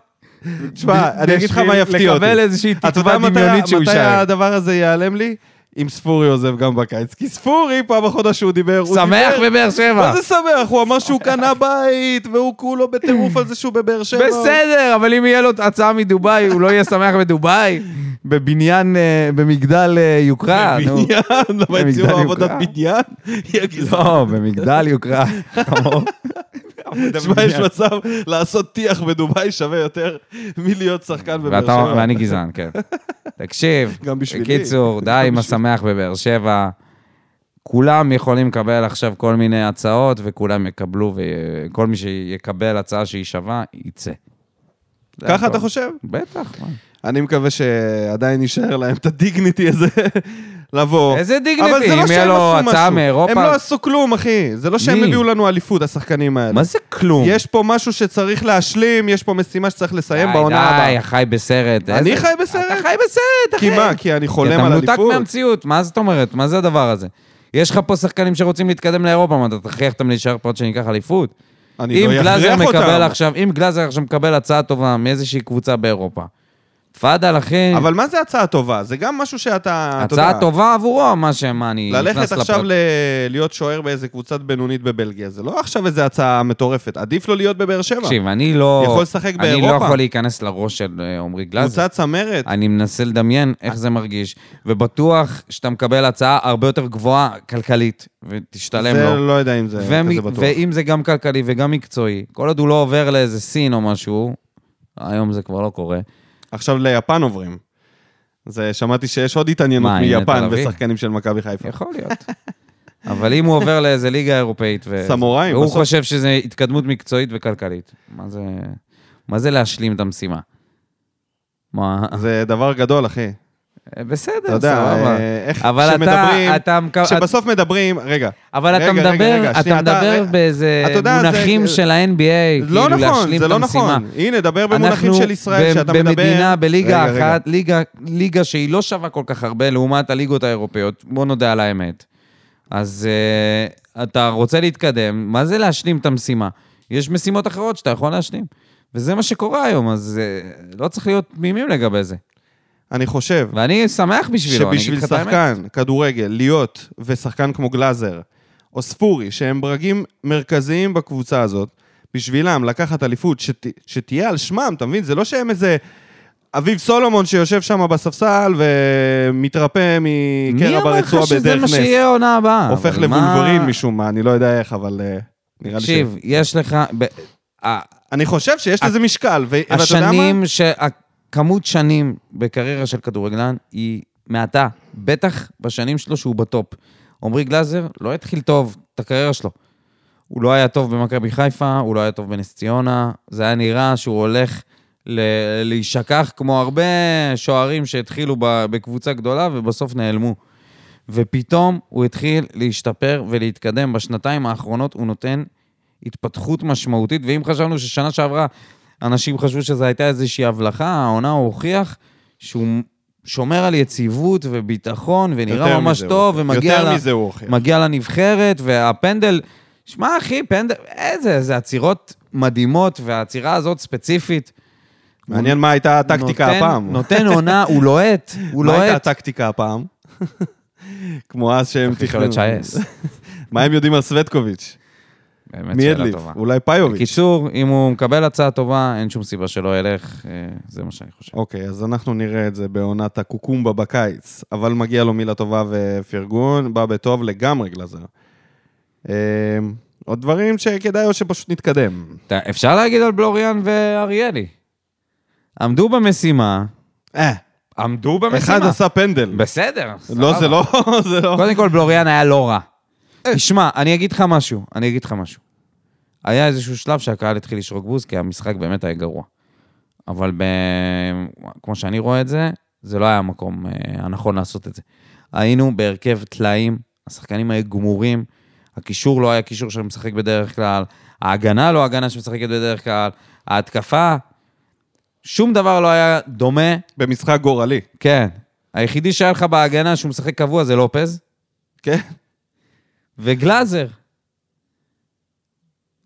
Speaker 1: תשמע,
Speaker 2: ב-
Speaker 1: אני אגיד לך מה
Speaker 2: בשביל
Speaker 1: יפתיע אותי.
Speaker 2: לקבל איזושהי
Speaker 1: אתה יודע
Speaker 2: תקווה
Speaker 1: מתי-
Speaker 2: דמיונית שהוא
Speaker 1: מתי
Speaker 2: יישאר.
Speaker 1: הדבר הזה ייעלם לי? אם ספורי עוזב גם בקיץ. כי ספורי, פעם בחודש שהוא דיבר, הוא
Speaker 2: שמח
Speaker 1: דיבר-
Speaker 2: בבאר שבע.
Speaker 1: מה זה שמח? הוא אמר שהוא קנה בית, והוא כולו בטירוף על זה שהוא בבאר שבע.
Speaker 2: בסדר, אבל אם יהיה לו הצעה מדובאי, הוא לא יהיה שמח בדובאי? בבניין, אה, במגדל אה, יוקרה, נו.
Speaker 1: בניין, למה
Speaker 2: במגדל
Speaker 1: הציעו לו עבודת
Speaker 2: יוקרה. [LAUGHS]
Speaker 1: בניין?
Speaker 2: לא, במגדל יוקרה. חמור.
Speaker 1: תשמע, יש מצב לעשות טיח בדובאי שווה יותר [LAUGHS] מלהיות שחקן בבאר
Speaker 2: ואתה-
Speaker 1: שבע.
Speaker 2: ואני גזען, כן. תקשיב,
Speaker 1: גם בשבילי.
Speaker 2: בקיצור, די עם השמח בבאר שבע. כולם יכולים לקבל עכשיו כל מיני הצעות, וכולם יקבלו, וכל מי שיקבל הצעה שהיא שווה, יצא. זה
Speaker 1: ככה
Speaker 2: הכל.
Speaker 1: אתה חושב?
Speaker 2: בטח, מה.
Speaker 1: אני מקווה שעדיין יישאר להם את הדיגניטי הזה [LAUGHS] לבוא.
Speaker 2: איזה דיגניטי?
Speaker 1: אבל זה לא
Speaker 2: אם יהיה
Speaker 1: שהם
Speaker 2: לו
Speaker 1: עשו
Speaker 2: הצעה
Speaker 1: משהו.
Speaker 2: מאירופה-
Speaker 1: הם לא עשו כלום, אחי. זה לא שהם
Speaker 2: מי?
Speaker 1: הביאו לנו אליפות, השחקנים האלה.
Speaker 2: מה זה כלום?
Speaker 1: יש פה משהו שצריך להשלים, יש פה משימה שצריך לסיים
Speaker 2: די,
Speaker 1: בעונה
Speaker 2: די,
Speaker 1: הבאה.
Speaker 2: חי בסרט.
Speaker 1: אני
Speaker 2: איזה-
Speaker 1: חי בסרט?
Speaker 2: אתה חי בסרט, אחי.
Speaker 1: כי מה? כי אני
Speaker 2: כי
Speaker 1: חולם
Speaker 2: אתה
Speaker 1: על
Speaker 2: מנותק
Speaker 1: אליפות?
Speaker 2: מהמציאות, מה זאת אומרת? מה זה הדבר הזה? יש לך פה שחקנים שרוצים להתקדם לאירופה, מה, אתה תכריח אותם להישאר פה עד שניקח אליפות?
Speaker 1: אני
Speaker 2: אם
Speaker 1: לא
Speaker 2: גלאזר
Speaker 1: אכריח
Speaker 2: מקבל
Speaker 1: אותם.
Speaker 2: עכשיו, אם גלאזר עכשיו מקבל הצעה טובה מאיזושהי קבוצה באירופה, תפאדל, אחי,
Speaker 1: [LAUGHS] אבל מה זה הצעה טובה? זה גם משהו שאתה... אתה יודע,
Speaker 2: הצעה טובה עבורו, מה שמה, אני נכנס
Speaker 1: ללכת עכשיו
Speaker 2: לפרק.
Speaker 1: ל... להיות שוער באיזה קבוצת בינונית בבלגיה, זה לא עכשיו איזו הצעה מטורפת. עדיף לו להיות בבאר שבע.
Speaker 2: תקשיב, אני לא...
Speaker 1: יכול לשחק
Speaker 2: אני לא
Speaker 1: באירופה.
Speaker 2: יכול להיכנס לראש של אה, עמרי גלאזר.
Speaker 1: קבוצת צמרת.
Speaker 2: אני מנסה לדמיין איך זה מרגיש, ובטוח שאתה מקבל הצעה הרבה יותר גבוהה כלכלית, ותשתלם
Speaker 1: זה
Speaker 2: לו.
Speaker 1: לא יודע אם זה
Speaker 2: ומ-
Speaker 1: כזה בטוח.
Speaker 2: ואם זה גם כלכלי וגם מקצועי, כל עוד הוא לא עובר לאיזה סין או משהו, היום זה כבר לא קורה.
Speaker 1: עכשיו ליפן עוברים. זה, שמעתי שיש עוד התעניינות
Speaker 2: מה, הנה תל
Speaker 1: מיפן
Speaker 2: אביב?
Speaker 1: בשחקנים של מכבי חיפה.
Speaker 2: יכול
Speaker 1: [LAUGHS]
Speaker 2: להיות. אבל אם הוא עובר לאיזה ליגה אירופאית, ו...
Speaker 1: סמוראים,
Speaker 2: והוא
Speaker 1: בסוף-
Speaker 2: חושב שזה התקדמות מקצועית וכלכלית, מה זה... מה זה להשלים את המשימה? מה?
Speaker 1: זה דבר גדול, אחי. אתה
Speaker 2: בסדר,
Speaker 1: יודע,
Speaker 2: סבבה.
Speaker 1: אה, איך
Speaker 2: אבל אתה-
Speaker 1: כשמדברים,
Speaker 2: אתה מקו-
Speaker 1: כשבסוף מדברים, רגע,
Speaker 2: אבל אתה
Speaker 1: רגע, רגע,
Speaker 2: מדבר,
Speaker 1: רגע,
Speaker 2: אתה
Speaker 1: שנייה, אתה-
Speaker 2: מדבר
Speaker 1: אה,
Speaker 2: באיזה
Speaker 1: אתה יודע, זה-
Speaker 2: מונחים של ה-NBA,
Speaker 1: לא
Speaker 2: כאילו
Speaker 1: נכון,
Speaker 2: להשלים
Speaker 1: זה
Speaker 2: את
Speaker 1: לא
Speaker 2: המשימה.
Speaker 1: נכון. הנה, דבר במונחים
Speaker 2: אנחנו
Speaker 1: של ישראל, שאתה מדבר...
Speaker 2: במדינה, בליגה
Speaker 1: רגע, רגע.
Speaker 2: אחת, ליגה, ליגה שהיא לא שווה כל כך הרבה לעומת הליגות האירופאיות, בוא נודה על האמת. אז uh, אתה רוצה להתקדם, מה זה להשלים את המשימה? יש משימות אחרות שאתה יכול להשלים. וזה מה שקורה היום, אז uh, לא צריך להיות תמימים לגבי זה.
Speaker 1: אני חושב
Speaker 2: ואני שמח בשבילו, אני אגיד
Speaker 1: שבשביל
Speaker 2: לך את האמת.
Speaker 1: שחקן כדורגל להיות ושחקן כמו גלאזר או ספורי, שהם ברגים מרכזיים בקבוצה הזאת, בשבילם לקחת אליפות שת, שתהיה על שמם, אתה מבין? זה לא שהם איזה אביב סולומון שיושב שם בספסל ומתרפא
Speaker 2: מי
Speaker 1: מקרע
Speaker 2: אמר
Speaker 1: ברצועה
Speaker 2: לך שזה
Speaker 1: כן, בדרך
Speaker 2: מה
Speaker 1: נס.
Speaker 2: שיהיה העונה הבאה?
Speaker 1: הופך
Speaker 2: אבל מה-
Speaker 1: לבולברין משום מה, אני לא יודע איך, אבל אה, נראה לי ש...
Speaker 2: תקשיב, יש לך... ב- ה-
Speaker 1: אני חושב שיש לזה משקל, ו- ואתה יודע מה?
Speaker 2: השנים, ש- הכמות שנים בקריירה של כדורגלן היא מעטה, בטח בשנים שלו שהוא בטופ. עמרי גלאזר לא התחיל טוב את הקריירה שלו. הוא לא היה טוב במכבי חיפה, הוא לא היה טוב בנס ציונה, זה היה נראה שהוא הולך ל- להישכח כמו הרבה שוערים שהתחילו ב- בקבוצה גדולה ובסוף נעלמו. ופתאום הוא התחיל להשתפר ולהתקדם. בשנתיים האחרונות הוא נותן התפתחות משמעותית, ואם חשבנו ששנה שעברה אנשים חשבו שזו הייתה איזושהי הבלחה, העונה הוא הוכיח שהוא שומר על יציבות וביטחון, ונראה
Speaker 1: יותר
Speaker 2: ממש
Speaker 1: מזה הוא
Speaker 2: טוב,
Speaker 1: הוכיח.
Speaker 2: ומגיע
Speaker 1: יותר
Speaker 2: ל-
Speaker 1: מזה הוא הוכיח.
Speaker 2: מגיע לנבחרת, והפנדל... שמע, אחי, פנדל... איזה, זה עצירות מדהימות, והעצירה הזאת ספציפית...
Speaker 1: מעניין מה הייתה הטקטיקה
Speaker 2: נותן-
Speaker 1: הפעם.
Speaker 2: נותן עונה, הוא לוהט, הוא לא
Speaker 1: מה הייתה
Speaker 2: לוהט.
Speaker 1: הטקטיקה הפעם? [LAUGHS] כמו אז שהם
Speaker 2: צריך לשאול
Speaker 1: תכננו.
Speaker 2: את שייס.
Speaker 1: מה הם יודעים על סווטקוביץ'?
Speaker 2: באמת
Speaker 1: מי
Speaker 2: שאלה
Speaker 1: הדליף?
Speaker 2: טובה.
Speaker 1: אולי פיוביץ'.
Speaker 2: בקיצור, אם הוא מקבל הצעה טובה, אין שום סיבה שלא ילך, אה, זה מה שאני חושב.
Speaker 1: אוקיי, אז אנחנו נראה את זה בעונת הקוקומבה בקיץ, אבל מגיע לו מילה טובה ופרגון, בא בטוב לגמרי גלזר. אה, עוד דברים שכדאי או שפשוט נתקדם.
Speaker 2: אתה- אפשר להגיד על בלוריאן ואריאלי. עמדו במשימה,
Speaker 1: אה,
Speaker 2: עמדו
Speaker 1: אחד
Speaker 2: במשימה.
Speaker 1: עשה פנדל.
Speaker 2: בסדר,
Speaker 1: לא,
Speaker 2: סבבה.
Speaker 1: זה לא, [LAUGHS] זה לא.
Speaker 2: קודם כל, בלוריאן היה לא רע. תשמע, אני אגיד לך משהו, אני אגיד לך משהו. היה איזשהו שלב שהקהל התחיל לשרוק בוז, כי המשחק באמת היה גרוע. אבל ב... כמו שאני רואה את זה, זה לא היה המקום אה, הנכון לעשות את זה. היינו בהרכב טלאים, השחקנים היו גמורים, הקישור לא היה קישור שמשחק בדרך כלל, ההגנה לא הגנה שמשחקת בדרך כלל, ההתקפה, שום דבר לא היה דומה
Speaker 1: במשחק גורלי.
Speaker 2: כן. היחידי שהיה לך בהגנה שהוא משחק קבוע זה לופז,
Speaker 1: כן?
Speaker 2: וגלאזר.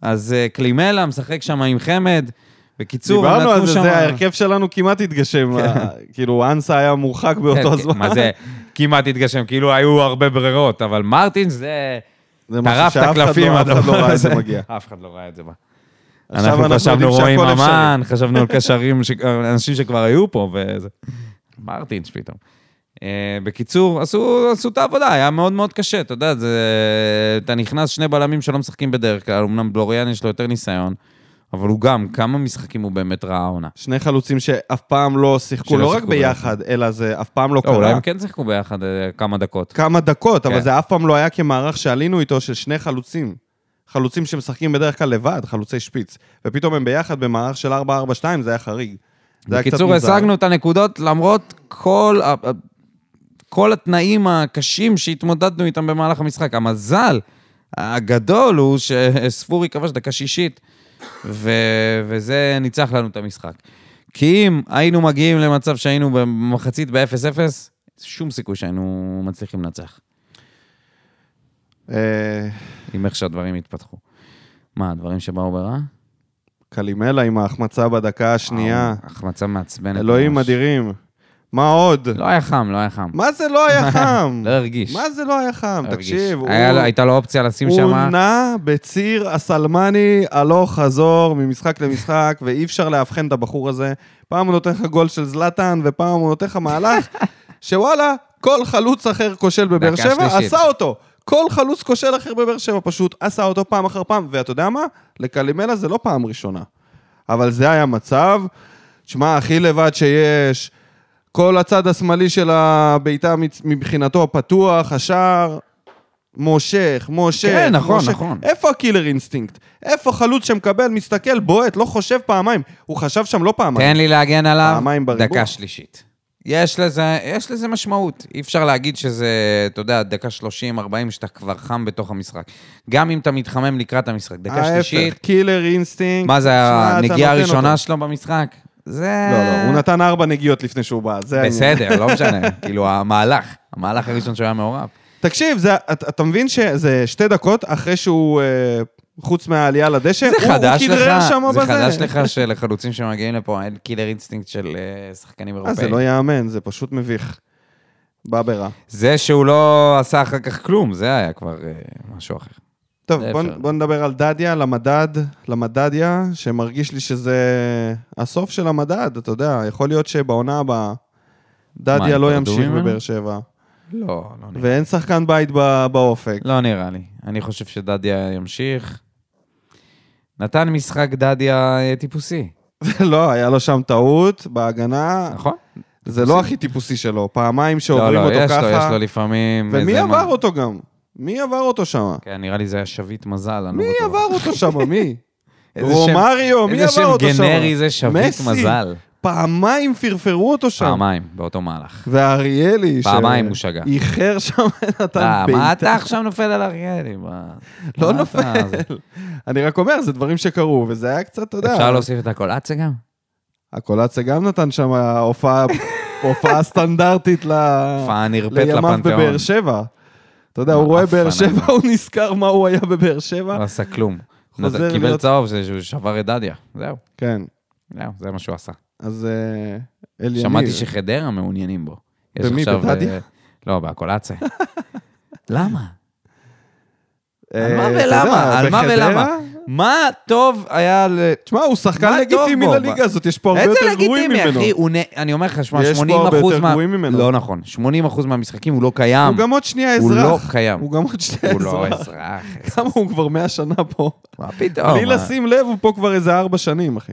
Speaker 2: אז אה, קלימלה משחק שם עם חמד. בקיצור, הם
Speaker 1: דיברנו
Speaker 2: נתנו
Speaker 1: על זה,
Speaker 2: שם-
Speaker 1: זה ההרכב שלנו כמעט התגשם. ה- כאילו, אנסה היה מורחק באותו
Speaker 2: כן,
Speaker 1: זמן.
Speaker 2: מה זה כמעט התגשם, כאילו היו הרבה ברירות, אבל מרטינס זה...
Speaker 1: זה
Speaker 2: טרף את
Speaker 1: משהו שאף אחד
Speaker 2: הקלפים,
Speaker 1: לא- אף אחד לא
Speaker 2: הדבר
Speaker 1: ראה את זה
Speaker 2: הזה.
Speaker 1: מגיע.
Speaker 2: [LAUGHS] אף אחד לא ראה את זה בא.
Speaker 1: עכשיו
Speaker 2: אנחנו
Speaker 1: אנחנו
Speaker 2: חשבנו
Speaker 1: יודעים שהכל
Speaker 2: רואים
Speaker 1: אפשרי.
Speaker 2: אמן, חשבנו על קשרים, ש- אנשים שכבר היו פה, וזה. מרטינס פתאום. אה, בקיצור, עשו, עשו את העבודה, היה מאוד מאוד קשה, אתה יודע, זה... אתה נכנס שני בלמים שלא משחקים בדרך כלל, אמנם בלוריאן יש לו יותר ניסיון, אבל הוא גם, כמה משחקים הוא באמת ראה העונה.
Speaker 1: שני חלוצים שאף פעם לא שיחקו,
Speaker 2: שלא
Speaker 1: לא רק
Speaker 2: שיחקו ביחד.
Speaker 1: ביחד, אלא זה אף פעם לא
Speaker 2: לא, אולי
Speaker 1: קרה.
Speaker 2: הם כן שיחקו ביחד אה, כמה דקות.
Speaker 1: כמה דקות, אבל
Speaker 2: כן.
Speaker 1: זה אף פעם לא היה כמערך שעלינו איתו של שני חלוצים. חלוצים שמשחקים בדרך כלל לבד, חלוצי שפיץ. ופתאום הם ביחד במערך של 4-4-2, זה היה חריג. זה היה קצת
Speaker 2: בקיצור,
Speaker 1: מוזר.
Speaker 2: השגנו את הנקודות למרות כל, ה- ה- כל התנאים הקשים שהתמודדנו איתם במהלך המשחק. המזל הגדול הוא שספורי כבש דקה שישית, ו... וזה ניצח לנו את המשחק. כי אם היינו מגיעים למצב שהיינו במחצית ב-0-0, שום סיכוי שהיינו מצליחים לנצח,
Speaker 1: אה,
Speaker 2: עם איך שהדברים התפתחו. מה, הדברים שבאו ברע?
Speaker 1: קלימלה עם ההחמצה בדקה השנייה.
Speaker 2: וואו, החמצה מעצבנת.
Speaker 1: אלוהים
Speaker 2: ממש.
Speaker 1: אדירים. מה עוד?
Speaker 2: לא היה חם, לא היה חם.
Speaker 1: מה זה לא
Speaker 2: [LAUGHS]
Speaker 1: היה חם?
Speaker 2: לא הרגיש.
Speaker 1: מה זה לא היה חם?
Speaker 2: הרגיש.
Speaker 1: תקשיב,
Speaker 2: היה
Speaker 1: הוא-
Speaker 2: לו- הייתה לו אופציה לשים
Speaker 1: הוא
Speaker 2: שם...
Speaker 1: נע בציר הסלמני הלוך חזור ממשחק למשחק, [LAUGHS] ואי אפשר לאבחן את הבחור הזה. פעם הוא נותן לך גול של זלאטן, ופעם הוא נותן לך
Speaker 2: [LAUGHS]
Speaker 1: מהלך, שוואלה, כל חלוץ אחר כושל בבאר
Speaker 2: דקה
Speaker 1: שבע,
Speaker 2: שלישית.
Speaker 1: עשה אותו. כל חלוץ כושל אחר בבאר שבע פשוט עשה אותו פעם אחר פעם, ואתה יודע מה? לקלימלה זה לא פעם ראשונה. אבל זה היה מצב, שמע, הכי לבד שיש, כל הצד השמאלי של הבעיטה מצ- מבחינתו פתוח, השער, מושך, מושך.
Speaker 2: כן, נכון,
Speaker 1: מושך.
Speaker 2: נכון.
Speaker 1: איפה הקילר אינסטינקט? איפה חלוץ שמקבל, מסתכל, בועט, לא חושב פעמיים? הוא חשב שם לא פעמיים.
Speaker 2: תן לי להגן עליו.
Speaker 1: פעמיים בריבוע.
Speaker 2: דקה שלישית. יש לזה, יש לזה משמעות. אי אפשר להגיד שזה, אתה יודע, דקה 30-40 שאתה כבר חם בתוך המשחק. גם אם אתה מתחמם לקראת המשחק. דקה שלישית,
Speaker 1: ההפך, קילר אינסטינקט.
Speaker 2: מה זה
Speaker 1: שמע, אתה
Speaker 2: הנגיעה
Speaker 1: נותן
Speaker 2: הראשונה
Speaker 1: אותו.
Speaker 2: שלו במשחק? זה...
Speaker 1: לא, לא, הוא נתן ארבע נגיעות לפני שהוא בא, זה העניין.
Speaker 2: בסדר, לא משנה. [LAUGHS] כאילו, המהלך, המהלך הראשון שהוא היה מעורב.
Speaker 1: תקשיב, זה, אתה, אתה מבין שזה שתי דקות אחרי שהוא, אה, חוץ מהעלייה לדשא,
Speaker 2: זה
Speaker 1: הוא,
Speaker 2: חדש
Speaker 1: הוא
Speaker 2: לך,
Speaker 1: כדרר שם
Speaker 2: זה
Speaker 1: בזה.
Speaker 2: חדש לך שלחלוצים שמגיעים לפה אין קילר אינסטינקט של אה, שחקנים
Speaker 1: אה,
Speaker 2: אירופאים.
Speaker 1: זה לא יאמן, זה פשוט מביך. בא ברע.
Speaker 2: זה שהוא לא עשה אחר כך כלום, זה היה כבר אה, משהו אחר.
Speaker 1: טוב,
Speaker 2: זה
Speaker 1: בוא,
Speaker 2: אפשר.
Speaker 1: בוא נדבר על דדיה, למדד, למדדיה, שמרגיש לי שזה הסוף של המדד, אתה יודע, יכול להיות שבעונה הבאה
Speaker 2: מה,
Speaker 1: דדיה
Speaker 2: הם
Speaker 1: לא
Speaker 2: ירדו
Speaker 1: ימשיך
Speaker 2: ממנו?
Speaker 1: בבאר שבע,
Speaker 2: לא, לא נראה.
Speaker 1: ואין שחקן בית ב- באופק.
Speaker 2: לא נראה לי. אני חושב שדדיה ימשיך. נתן משחק דדיה אה, טיפוסי,
Speaker 1: [LAUGHS] לא, היה לו שם טעות בהגנה,
Speaker 2: נכון?
Speaker 1: זה לא הכי טיפוסי שלו, פעמיים
Speaker 2: לא,
Speaker 1: שעוברים
Speaker 2: לא,
Speaker 1: אותו
Speaker 2: יש
Speaker 1: ככה.
Speaker 2: לו, יש לו לפעמים...
Speaker 1: ומי
Speaker 2: איזה
Speaker 1: עבר
Speaker 2: מה-
Speaker 1: אותו גם? מי עבר אותו שם?
Speaker 2: כן, נראה לי זה היה שביט מזל. אני לא
Speaker 1: מי
Speaker 2: בטוח.
Speaker 1: עבר אותו שם?
Speaker 2: [LAUGHS]
Speaker 1: מי?
Speaker 2: איזה שם-
Speaker 1: רומריו, מי עבר אותו שם?
Speaker 2: איזה שם גנרי זה שביט
Speaker 1: מסי.
Speaker 2: מזל.
Speaker 1: פעמיים פרפרו אותו שם.
Speaker 2: פעמיים, באותו מהלך.
Speaker 1: ואריאלי,
Speaker 2: פעמיים הוא שגה.
Speaker 1: איחר שם, [LAUGHS] נתן
Speaker 2: אה, מה
Speaker 1: בעיטה.
Speaker 2: אתה עכשיו נופל על אריאלי? מה-
Speaker 1: לא
Speaker 2: מה אתה-
Speaker 1: נופל. אני רק אומר, זה דברים שקרו, וזה היה קצת, אתה יודע.
Speaker 2: אפשר להוסיף את הקולאצה גם?
Speaker 1: הקולציה גם נתן שם הופעה
Speaker 2: [LAUGHS]
Speaker 1: הופעה סטנדרטית ל...
Speaker 2: הופעה נרפית
Speaker 1: לימיו
Speaker 2: לפנתיאון.
Speaker 1: אה, בבאר שבע. אתה יודע,
Speaker 2: מה,
Speaker 1: הוא רואה באר
Speaker 2: הפנן.
Speaker 1: שבע, הוא נזכר מה הוא היה בבאר שבע.
Speaker 2: לא עשה כלום.
Speaker 1: חוזר
Speaker 2: נת- קיבל
Speaker 1: להיות-
Speaker 2: צהוב, זה שהוא שבר את דדיה. זהו,
Speaker 1: כן,
Speaker 2: זהו, זה מה שהוא עשה.
Speaker 1: אז אה, אל יניב.
Speaker 2: שמעתי שחדרה מעוניינים בו. יש
Speaker 1: במי,
Speaker 2: עכשיו,
Speaker 1: בדדיה?
Speaker 2: אה, לא,
Speaker 1: [LAUGHS]
Speaker 2: בהקולאציה. למה?
Speaker 1: אה,
Speaker 2: על מה
Speaker 1: אתה יודע,
Speaker 2: ולמה? על מה
Speaker 1: בחדרה?
Speaker 2: ולמה? מה טוב היה ל...
Speaker 1: תשמע, הוא שחקן
Speaker 2: מה
Speaker 1: לגיטימי
Speaker 2: טוב בו?
Speaker 1: לליגה הזאת, יש פה הרבה
Speaker 2: איזה
Speaker 1: יותר גרועים
Speaker 2: לגיטימי,
Speaker 1: ממנו.
Speaker 2: אחי? הוא נ... אני אומר לך, שמע, 80%
Speaker 1: יש פה הרבה יותר
Speaker 2: מה...
Speaker 1: גרועים ממנו.
Speaker 2: לא נכון. 80% מהמשחקים הוא לא קיים.
Speaker 1: הוא גם עוד שנייה
Speaker 2: הוא
Speaker 1: אזרח.
Speaker 2: לא קיים.
Speaker 1: הוא גם עוד שנייה
Speaker 2: הוא לא
Speaker 1: אזרח.
Speaker 2: אזרח.
Speaker 1: כמה הוא כבר 100 שנה פה.
Speaker 2: מה פתאום?
Speaker 1: בלי
Speaker 2: מה-
Speaker 1: לשים לב, הוא פה כבר איזה ארבע שנים, אחי.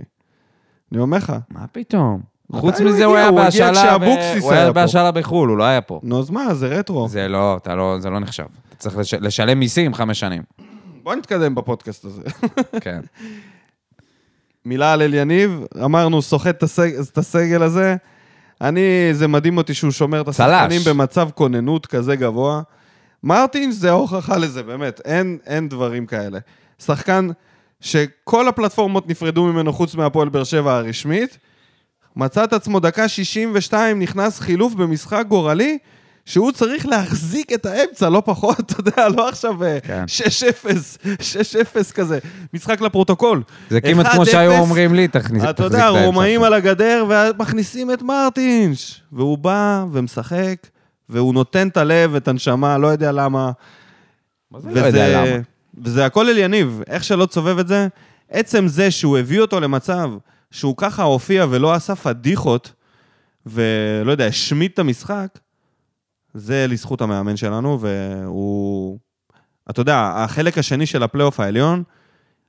Speaker 1: אני אומר לך.
Speaker 2: מה פתאום? חוץ
Speaker 1: מתי הוא
Speaker 2: מזה הוא
Speaker 1: הגיע?
Speaker 2: היה
Speaker 1: הוא הגיע
Speaker 2: בהשאלה...
Speaker 1: כשאבוקסיס
Speaker 2: הוא
Speaker 1: היה
Speaker 2: היה
Speaker 1: פה.
Speaker 2: בהשאלה בחו"ל, הוא לא היה פה.
Speaker 1: נו, אז מה, זה רטרו.
Speaker 2: זה לא, אתה לא, זה לא נחשב. אתה צריך לש- לשלם מיסים
Speaker 1: [LAUGHS]
Speaker 2: חמש שנים.
Speaker 1: בוא נתקדם בפודקאסט הזה.
Speaker 2: כן.
Speaker 1: מילה על אל יניב, אמרנו, סוחט את הסג- את הסגל הזה. אני, זה מדהים אותי שהוא שומר את השחקנים במצב כוננות כזה גבוה. מרטינש זה ההוכחה לזה, באמת, אין, אין דברים כאלה. שחקן שכל הפלטפורמות נפרדו ממנו חוץ מהפועל באר שבע הרשמית, מצא את עצמו דקה 62, נכנס חילוף במשחק גורלי, שהוא צריך להחזיק את האמצע, לא פחות, [LAUGHS] אתה יודע, לא עכשיו אה,
Speaker 2: כן.
Speaker 1: 6-0, 6-0 כזה. משחק לפרוטוקול.
Speaker 2: זה כמעט כמו
Speaker 1: 1-0.
Speaker 2: שהיו אומרים לי, תכניס...
Speaker 1: אתה
Speaker 2: תחזיק
Speaker 1: יודע,
Speaker 2: את האמצע
Speaker 1: הרומאים
Speaker 2: שלך.
Speaker 1: על הגדר ומכניסים את מרטינש. והוא בא ומשחק, והוא נותן את הלב, את הנשמה, לא יודע למה.
Speaker 2: מה זה לא יודע למה.
Speaker 1: וזה הכל אל יניב, איך שלא תסובב את זה. עצם זה שהוא הביא אותו למצב שהוא ככה הופיע ולא עשה פדיחות, ולא יודע, השמיט את המשחק, זה לזכות המאמן שלנו, והוא... אתה יודע, החלק השני של הפלייאוף העליון,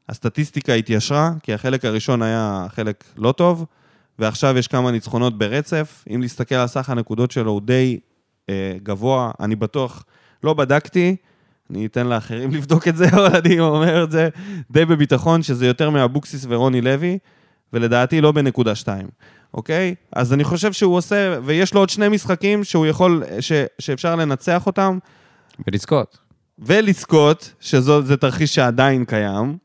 Speaker 1: הסטטיסטיקה התיישרה, כי החלק הראשון היה חלק לא טוב, ועכשיו יש כמה ניצחונות ברצף. אם להסתכל על סך הנקודות שלו, הוא די אה, גבוה, אני בטוח, לא בדקתי, אני אתן לאחרים [LAUGHS] לבדוק את זה, אבל אני אומר את זה די בביטחון, שזה יותר מאבוקסיס ורוני לוי, ולדעתי לא בנקודה שתיים, אוקיי? אז אני חושב שהוא עושה, ויש לו עוד שני משחקים שהוא יכול, ש, שאפשר לנצח אותם,
Speaker 2: ולזכות.
Speaker 1: ולזכות, שזה תרחיש שעדיין קיים.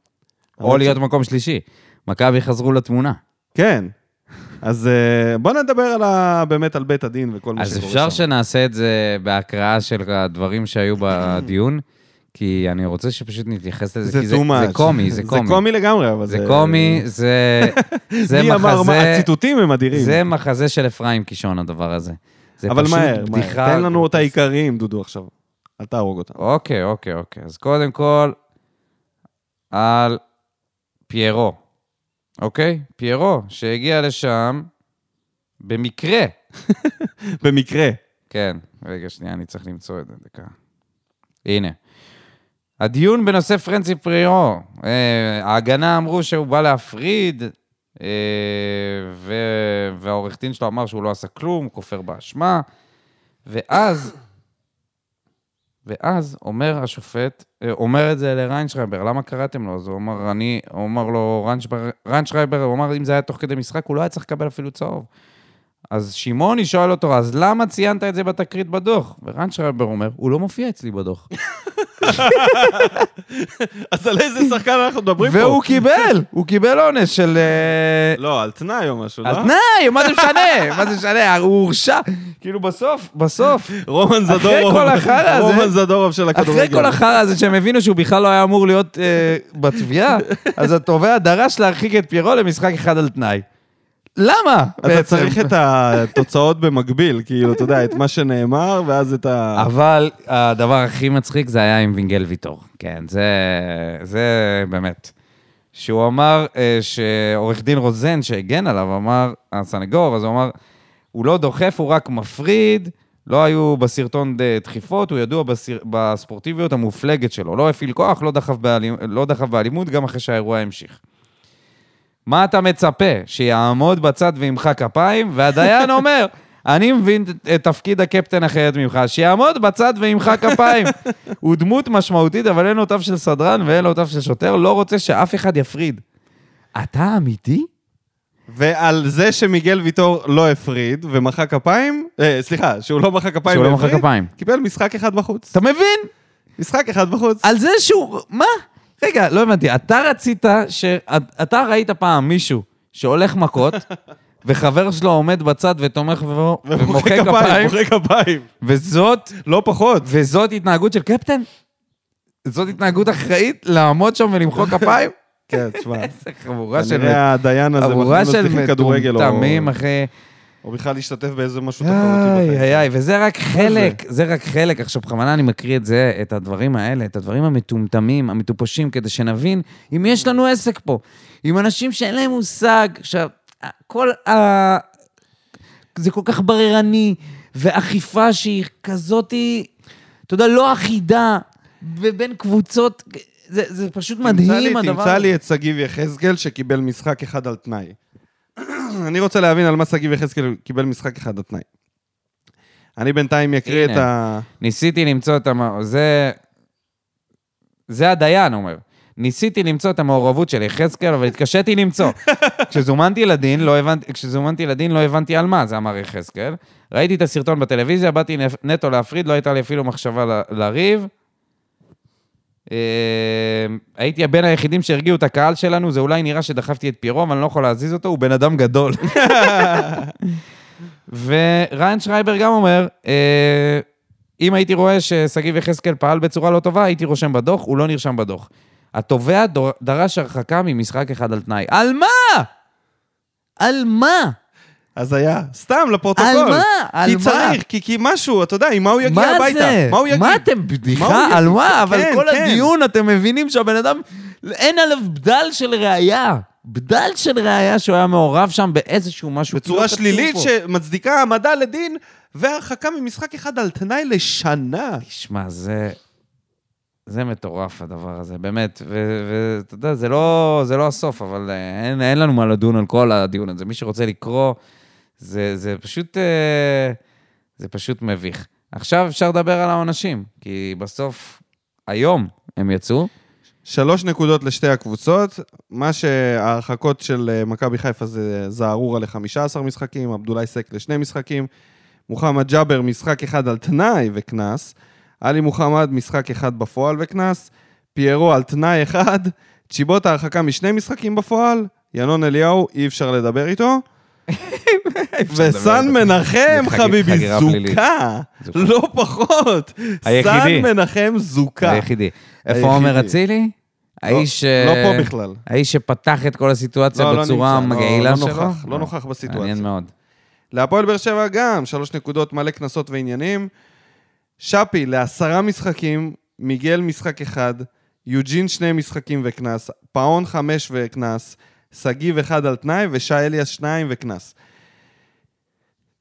Speaker 2: או להיות מקום שלישי. מכבי חזרו לתמונה.
Speaker 1: כן. אז אה, בוא נדבר על ה... באמת על בית הדין וכל מה
Speaker 2: אז
Speaker 1: שקורה
Speaker 2: אפשר
Speaker 1: שם.
Speaker 2: שנעשה את זה בהקראה של הדברים שהיו בדיון, כי אני רוצה שפשוט נתייחס לזה, כי זה
Speaker 1: too much.
Speaker 2: זה קומי, זה
Speaker 1: זה קומי
Speaker 2: קומי.
Speaker 1: לגמרי, אבל זה...
Speaker 2: זה קומי, זה
Speaker 1: [LAUGHS]
Speaker 2: זה
Speaker 1: מי אמר מה?
Speaker 2: מחזה...
Speaker 1: הציטוטים הם אדירים. [LAUGHS]
Speaker 2: זה מחזה של אפרים קישון, הדבר הזה. זה
Speaker 1: אבל
Speaker 2: פשוט
Speaker 1: מהר, מהר.
Speaker 2: בדיחה-
Speaker 1: תן לנו את העיקריים, דודו, עכשיו. אל תהרוג אותם.
Speaker 2: אוקיי, אוקיי, אוקיי. אז קודם כל, על פיירו, אוקיי? פיירו, שהגיע לשם במקרה.
Speaker 1: במקרה.
Speaker 2: כן, רגע, שנייה, אני צריך למצוא את זה, דקה. הנה. הדיון בנושא פרנסי פריאו, אה, ההגנה אמרו שהוא בא להפריד, אה, ו... והעורך דין שלו אמר שהוא לא עשה כלום, כופר באשמה, ואז ואז אומר השופט, אה, אומר את זה לריינשרייבר, למה קראתם לו? אז הוא אמר, אני, הוא אמר לו, "ריינשבר- ריינשרייבר, הוא אמר, אם זה היה תוך כדי משחק, הוא לא היה צריך לקבל אפילו צהוב. אז שמעוני שואל אותו, אז למה ציינת את זה בתקרית בדוח? וריינשרייבר אומר, הוא לא מופיע אצלי
Speaker 1: [LAUGHS]
Speaker 2: בדוח.
Speaker 1: אז על איזה שחקן אנחנו מדברים פה?
Speaker 2: והוא קיבל, הוא קיבל עונש של... אה,
Speaker 1: לא, על תנאי או משהו, לא?
Speaker 2: על תנאי, מה זה
Speaker 1: [LAUGHS]
Speaker 2: משנה? מה זה משנה? הוא הורשע. כאילו בסוף,
Speaker 1: [LAUGHS]
Speaker 2: בסוף,
Speaker 1: רומן
Speaker 2: אחרי
Speaker 1: זדורוב.
Speaker 2: כל החרא הזה-
Speaker 1: רומן זדורוב של הכדורגל.
Speaker 2: אחרי כל החרא הזה שהם הבינו שהוא בכלל לא היה אמור להיות אה, בתביעה, אז התובע דרש להרחיק את פיירו למשחק אחד על תנאי. למה
Speaker 1: אתה
Speaker 2: בעצם?
Speaker 1: צריך את התוצאות במקביל, כאילו, אתה יודע, את מה שנאמר, ואז את ה...
Speaker 2: אבל הדבר הכי מצחיק זה היה עם וינגל ויטור. כן, זה, זה באמת. שהוא אמר אה, שעורך דין רוזן שהגן עליו, אמר, הסנגור, אז הוא אמר, הוא לא דוחף, הוא רק מפריד, לא היו בסרטון אה, דחיפות, הוא ידוע בסיר, בספורטיביות המופלגת שלו. לא הפעיל כוח, לא דחף, באלימ, לא דחף באלימות, גם אחרי שהאירוע המשיך. מה אתה מצפה? שיעמוד בצד וימחא כפיים? [LAUGHS] והדיין אומר, אני מבין את תפקיד הקפטן אחרת ממך, שיעמוד בצד וימחא [LAUGHS] כפיים. הוא דמות משמעותית, אבל אין לו תו של סדרן ואין לו תו של שוטר, לא רוצה שאף אחד יפריד. אתה אמיתי?
Speaker 1: ועל זה שמיגל ויטור לא הפריד ומחא כפיים, אה, סליחה, שהוא לא מחא כפיים
Speaker 2: שהוא לא
Speaker 1: והפריד,
Speaker 2: מחא כפיים.
Speaker 1: קיבל משחק אחד בחוץ.
Speaker 2: אתה מבין?
Speaker 1: משחק אחד בחוץ.
Speaker 2: על זה שהוא... מה? רגע, לא הבנתי. אתה רצית ש... אתה ראית פעם מישהו שהולך [LAUGHS] מכות, וחבר שלו עומד בצד ותומך ו- ומוחא כפיים,
Speaker 1: מוחא כפיים.
Speaker 2: וזאת
Speaker 1: לא פחות.
Speaker 2: [LAUGHS] וזאת התנהגות של קפטן? זאת התנהגות אחראית? לעמוד שם ולמחוא כפיים?
Speaker 1: כן, תשמע.
Speaker 2: איזה חבורה של...
Speaker 1: כנראה הדיין הזה
Speaker 2: חבורה
Speaker 1: מחזיר
Speaker 2: של
Speaker 1: לשחק כדורגל, או-
Speaker 2: מטומטמים, אחי.
Speaker 1: או בכלל להשתתף באיזה משהו תחרותי
Speaker 2: איי,
Speaker 1: בחיים.
Speaker 2: איי, איי, וזה רק חלק, זה רק חלק. עכשיו, בכוונה אני מקריא את זה, את הדברים האלה, את הדברים המטומטמים, המטופשים, כדי שנבין אם יש לנו עסק פה, עם אנשים שאין להם מושג. עכשיו, כל ה... זה כל כך בררני, ואכיפה שהיא כזאתי, אתה יודע, לא אחידה, ובין קבוצות, זה, זה פשוט
Speaker 1: תמצא
Speaker 2: מדהים
Speaker 1: לי-
Speaker 2: הדבר.
Speaker 1: תמצא לי את שגיב יחזקאל שקיבל משחק אחד על תנאי. [CLEARS THROAT] אני רוצה להבין על מה שגיב יחזקאל קיבל משחק אחד על תנאי. אני בינתיים אקריא
Speaker 2: הנה.
Speaker 1: את ה...
Speaker 2: ניסיתי למצוא את המ... זה... זה הדיין אומר. ניסיתי למצוא את המעורבות של יחזקאל, אבל התקשיתי למצוא. כשזומנתי לדין, לא הבנתי, כשזומנתי לדין, לא הבנתי על מה, זה אמר יחזקאל. ראיתי את הסרטון בטלוויזיה, באתי נפ- נטו להפריד, לא הייתה לי אפילו מחשבה ל- לריב. אה, הייתי בין היחידים שהרגיעו את הקהל שלנו, זה אולי נראה שדחפתי את פירו, אבל אני לא יכול להזיז אותו, הוא בן אדם גדול. [LAUGHS] וריין שרייבר גם אומר, אה, אם הייתי רואה ששגיב יחזקאל פעל בצורה לא טובה, הייתי רושם בדוח, הוא לא נרשם בדוח. התובע דור- דרש הרחקה ממשחק אחד על תנאי. על מה? על מה?
Speaker 1: אז היה, סתם, לפרוטוקול.
Speaker 2: על מה? על
Speaker 1: כי
Speaker 2: מה?
Speaker 1: צריך, כי, כי משהו, אתה יודע, עם מה הוא יגיע
Speaker 2: מה
Speaker 1: הביתה?
Speaker 2: זה?
Speaker 1: מה הוא יגיד?
Speaker 2: מה אתם,
Speaker 1: מה הוא
Speaker 2: בדיחה?
Speaker 1: יגיד?
Speaker 2: על מה? אבל
Speaker 1: כן,
Speaker 2: כל
Speaker 1: כן.
Speaker 2: הדיון, אתם מבינים שהבן אדם, אין עליו בדל של ראייה. בדל של ראייה שהוא היה מעורב שם באיזשהו משהו.
Speaker 1: בצורה
Speaker 2: לא כתוב
Speaker 1: שלילית
Speaker 2: פה.
Speaker 1: שמצדיקה העמדה לדין והרחקה ממשחק אחד על תנאי לשנה.
Speaker 2: תשמע, זה... זה מטורף הדבר הזה, באמת. ו- ואתה יודע, זה לא, זה לא הסוף, אבל אה, אין, אין לנו מה לדון על כל הדיון הזה. מי שרוצה לקרוא, זה, זה פשוט... אה, זה פשוט מביך. עכשיו אפשר לדבר על העונשים, כי בסוף, היום הם יצאו.
Speaker 1: שלוש נקודות לשתי הקבוצות. מה שההרחקות של אה, מכבי חיפה זה זערורה ל-15 משחקים, עבדולאי סק לשני משחקים, מוחמד ג'אבר משחק אחד על תנאי וקנס, עלי מוחמד משחק אחד בפועל וקנס, פיירו על תנאי אחד, צ'יבוט ההרחקה משני משחקים בפועל, ינון אליהו, אי אפשר לדבר איתו. וסן מנחם,
Speaker 2: חג-
Speaker 1: חביבי,
Speaker 2: חגירה פלילית.
Speaker 1: זוכה,
Speaker 2: זוכה.
Speaker 1: לא פחות. סן
Speaker 2: היחידי.
Speaker 1: מנחם זוכה.
Speaker 2: היחידי.
Speaker 1: היחידי.
Speaker 2: איפה עומר אצילי?
Speaker 1: לא-
Speaker 2: האיש...
Speaker 1: לא
Speaker 2: אה,
Speaker 1: פה בכלל.
Speaker 2: האיש שפתח את כל הסיטואציה
Speaker 1: לא, לא
Speaker 2: בצורה
Speaker 1: נמצא, לא-
Speaker 2: המגעילה
Speaker 1: לא
Speaker 2: שלו? אה,
Speaker 1: נוכח, לא נוכח בסיטואציה.
Speaker 2: מעניין מאוד.
Speaker 1: להפועל באר שבע גם, שלוש נקודות, מלא קנסות ועניינים. שפי, לעשרה משחקים, מיגל משחק אחד, יוג'ין שני משחקים וקנס, פאון חמש וקנס, שגיב אחד על תנאי ושי אליאס שניים וקנס.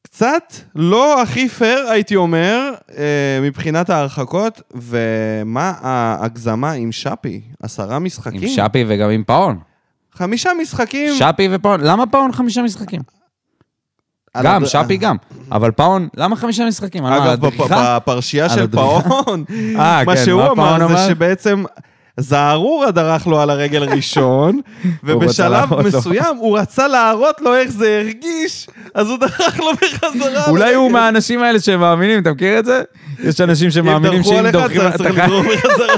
Speaker 1: קצת לא הכי פייר, הייתי אומר, אה, מבחינת ההרחקות, ומה ההגזמה עם שפי? עשרה משחקים?
Speaker 2: עם שפי וגם עם פאון.
Speaker 1: חמישה משחקים.
Speaker 2: שפי ופאון, למה פאון חמישה משחקים?
Speaker 1: על
Speaker 2: גם,
Speaker 1: הד- אה,
Speaker 2: שפי גם. אבל פאון, למה חמישה משחקים? על
Speaker 1: אגב,
Speaker 2: מה,
Speaker 1: בפ-
Speaker 2: הדריכה?
Speaker 1: בפרשייה
Speaker 2: על
Speaker 1: של
Speaker 2: הדריכה?
Speaker 1: פאון,
Speaker 2: אה,
Speaker 1: מה
Speaker 2: כן,
Speaker 1: שהוא
Speaker 2: מה פאון
Speaker 1: אמר
Speaker 2: אמר?
Speaker 1: זה שבעצם זערורה דרך לו על הרגל
Speaker 2: [LAUGHS]
Speaker 1: ראשון,
Speaker 2: רצה
Speaker 1: ובשלב
Speaker 2: להראות לו.
Speaker 1: מסוים הוא רצה להראות לו איך זה הרגיש, אז הוא דרך לו בחזרה. על
Speaker 2: אולי הוא
Speaker 1: הרגל.
Speaker 2: מהאנשים האלה שמאמינים, אתה מכיר את זה? יש אנשים שמאמינים שאם דורכים...
Speaker 1: אם דרכו על אחד,
Speaker 2: אתה חי-
Speaker 1: צריך לדרום בחזרה.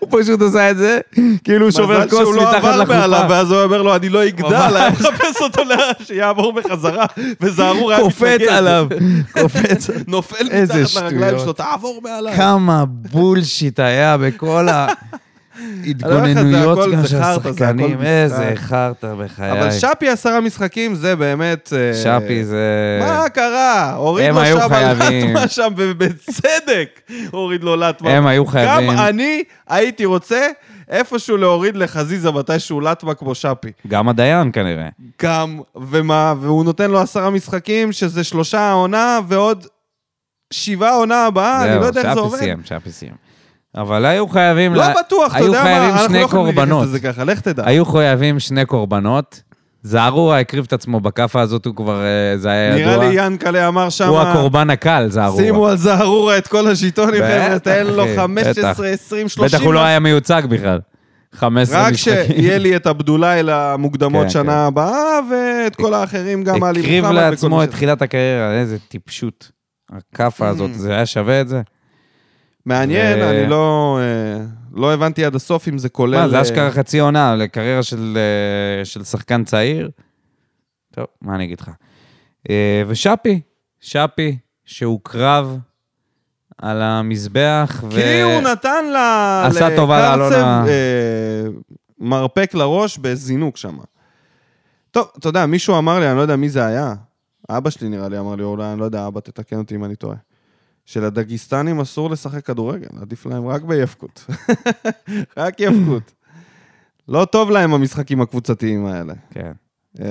Speaker 2: הוא פשוט עושה את זה, כאילו הוא [LAUGHS] שובר
Speaker 1: מזל
Speaker 2: כוס
Speaker 1: שהוא לא
Speaker 2: מתחת
Speaker 1: עבר מעליו,
Speaker 2: לחופה.
Speaker 1: ואז הוא אומר לו, אני לא אגדל,
Speaker 2: ממש.
Speaker 1: היה מחפש אותו לה- שיעבור בחזרה, וזערור היה
Speaker 2: [LAUGHS] קופץ
Speaker 1: מתנגד. [LAUGHS]
Speaker 2: עליו, קופץ.
Speaker 1: נופל
Speaker 2: איזה
Speaker 1: מתחת לרגליים
Speaker 2: שטויות.
Speaker 1: שלו, תעבור מעליו.
Speaker 2: כמה בולשיט היה בכל
Speaker 1: [LAUGHS]
Speaker 2: ההתגוננויות
Speaker 1: הכל
Speaker 2: גם
Speaker 1: זה
Speaker 2: של
Speaker 1: חרטא, זה
Speaker 2: השחקנים.
Speaker 1: הכל
Speaker 2: איזה
Speaker 1: משחק.
Speaker 2: חרטא בחיי.
Speaker 1: אבל שפי עשרה משחקים זה באמת... אה,
Speaker 2: שפי זה...
Speaker 1: מה קרה? הוריד
Speaker 2: אה, הם
Speaker 1: לו
Speaker 2: היו
Speaker 1: שם
Speaker 2: חייבים.
Speaker 1: לטמה שם, ובצדק הוריד לו לטמה.
Speaker 2: הם היו חייבים.
Speaker 1: גם אני הייתי רוצה איפשהו להוריד לחזיזה מתישהו לטמה כמו שפי.
Speaker 2: גם הדיין כנראה.
Speaker 1: גם, ומה, והוא נותן לו עשרה משחקים, שזה שלושה העונה ועוד שבעה העונה הבאה, אני
Speaker 2: זהו,
Speaker 1: לא יודע איך זה
Speaker 2: שפי
Speaker 1: עובד.
Speaker 2: סיים, שפי סיים. אבל היו חייבים...
Speaker 1: לא
Speaker 2: לה-
Speaker 1: בטוח, אתה
Speaker 2: היו
Speaker 1: יודע מה,
Speaker 2: חייבים
Speaker 1: אנחנו לא
Speaker 2: שני
Speaker 1: יכולים להתייחס
Speaker 2: קורבנות.
Speaker 1: לזה ככה, לך תדע.
Speaker 2: היו חייבים שני קורבנות. זערורה הקריב את עצמו בכאפה הזאת, הוא כבר... אה, זה היה ידוע.
Speaker 1: נראה לי ינקלה אמר שם,
Speaker 2: הוא הקורבן הקל, זערורה.
Speaker 1: שימו על זערורה את כל הז'יטונים,
Speaker 2: בטח,
Speaker 1: חבר'ה, תן לו
Speaker 2: אחי,
Speaker 1: 15,
Speaker 2: בטח.
Speaker 1: 20, 30.
Speaker 2: בטח הוא לא היה מיוצג בכלל. 15
Speaker 1: רק
Speaker 2: משחקים.
Speaker 1: שיהיה לי את הבדולאי למוקדמות
Speaker 2: כן,
Speaker 1: שנה הבאה, ואת כל האחרים גם עלי
Speaker 2: [LAUGHS] הקריב
Speaker 1: מוחמד וכל
Speaker 2: לעצמו
Speaker 1: מי
Speaker 2: את
Speaker 1: ש-
Speaker 2: תחילת הקריירה, איזה טיפשות.
Speaker 1: Mm.
Speaker 2: הכאפה הזאת, זה היה שווה את זה?
Speaker 1: מעניין,
Speaker 2: ו-
Speaker 1: אני לא... אה, לא הבנתי עד הסוף אם זה כולל...
Speaker 2: מה, זה
Speaker 1: אה,
Speaker 2: אשכרה חצי עונה לקריירה של, אה, של שחקן צעיר? טוב, מה אני אגיד לך? אה, ושאפי, שאפי, שהוקרב על המזבח, ו...
Speaker 1: כי כאילו הוא נתן ל...
Speaker 2: עשה טובה
Speaker 1: לקרצב,
Speaker 2: לאלונה.
Speaker 1: אה, מרפק לראש בזינוק שם. טוב, אתה יודע, מישהו אמר לי, אני לא יודע מי זה היה. אבא שלי נראה לי אמר לי, אולי, אני לא יודע, אבא, תתקן אותי אם אני טועה. שלדגיסטנים אסור לשחק כדורגל, עדיף להם רק ביפקות. [LAUGHS] רק יפקות. לא טוב להם המשחקים הקבוצתיים האלה.
Speaker 2: כן.
Speaker 1: אה,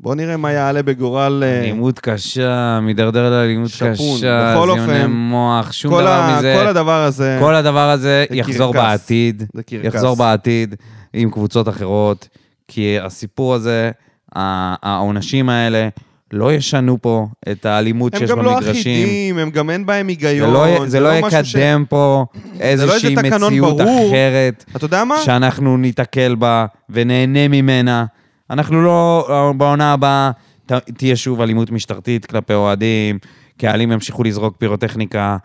Speaker 1: בוא נראה מה יעלה בגורל... אה,
Speaker 2: אלימות קשה, מידרדר לאלימות
Speaker 1: שפון.
Speaker 2: קשה,
Speaker 1: בכל
Speaker 2: זיוני
Speaker 1: אופן,
Speaker 2: מוח, שום
Speaker 1: כל
Speaker 2: דבר
Speaker 1: ה-
Speaker 2: מזה.
Speaker 1: כל הדבר הזה...
Speaker 2: כל הדבר הזה יחזור
Speaker 1: קרקס.
Speaker 2: בעתיד,
Speaker 1: זה קרקס.
Speaker 2: יחזור בעתיד עם קבוצות אחרות, כי הסיפור הזה, ה- העונשים האלה, לא ישנו פה את האלימות
Speaker 1: הם
Speaker 2: שיש
Speaker 1: גם לא
Speaker 2: במגרשים.
Speaker 1: אחידים, הם גם אין בהם
Speaker 2: זה
Speaker 1: היגיון.
Speaker 2: לא י- זה לא
Speaker 1: משהו ש-
Speaker 2: יקדם פה
Speaker 1: לא
Speaker 2: איזושהי
Speaker 1: איזה תקנון
Speaker 2: מציאות
Speaker 1: ברור.
Speaker 2: אחרת,
Speaker 1: אתה יודע מה?
Speaker 2: שאנחנו ניתקל בה ונהנה ממנה. אנחנו לא, בעונה הבאה ת- תהיה שוב אלימות משטרתית כלפי אוהדים, קהלים ימשיכו לזרוק פירוטכניקה,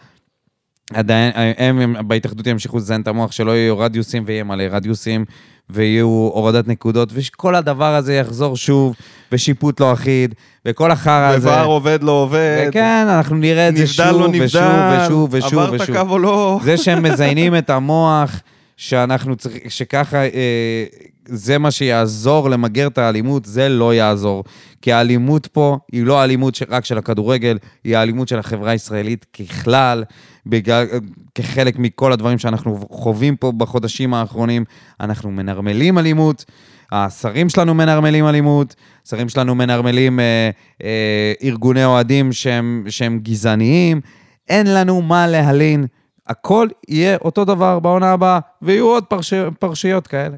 Speaker 2: עדיין, הם, הם בהתאחדות ימשיכו לזיין את המוח, שלא יהיו רדיוסים ויהיה מלא רדיוסים, ויהיו הורדת נקודות, וכל הדבר הזה יחזור שוב, ושיפוט לא אחיד, וכל החרא הזה.
Speaker 1: ובר עובד לא עובד,
Speaker 2: וכן, אנחנו נראה את זה
Speaker 1: נבדל
Speaker 2: שוב,
Speaker 1: לא
Speaker 2: ושוב,
Speaker 1: נבדל,
Speaker 2: ושוב, ושוב,
Speaker 1: עברת
Speaker 2: ושוב.
Speaker 1: קו או לא.
Speaker 2: זה שהם מזיינים את המוח, שאנחנו צריכים, שככה, אה, זה מה שיעזור למגר את האלימות, זה לא יעזור. כי האלימות פה היא לא האלימות ש- רק של הכדורגל, היא האלימות של החברה הישראלית ככלל, בגלל, אה, כחלק מכל הדברים שאנחנו חווים פה בחודשים האחרונים. אנחנו מנרמלים אלימות, השרים שלנו מנרמלים אלימות, השרים שלנו מנרמלים אה, אה, ארגוני אוהדים שהם, שהם גזעניים. אין לנו מה להלין, הכל יהיה אותו דבר בעונה הבאה, ויהיו עוד פרש... פרשיות כאלה.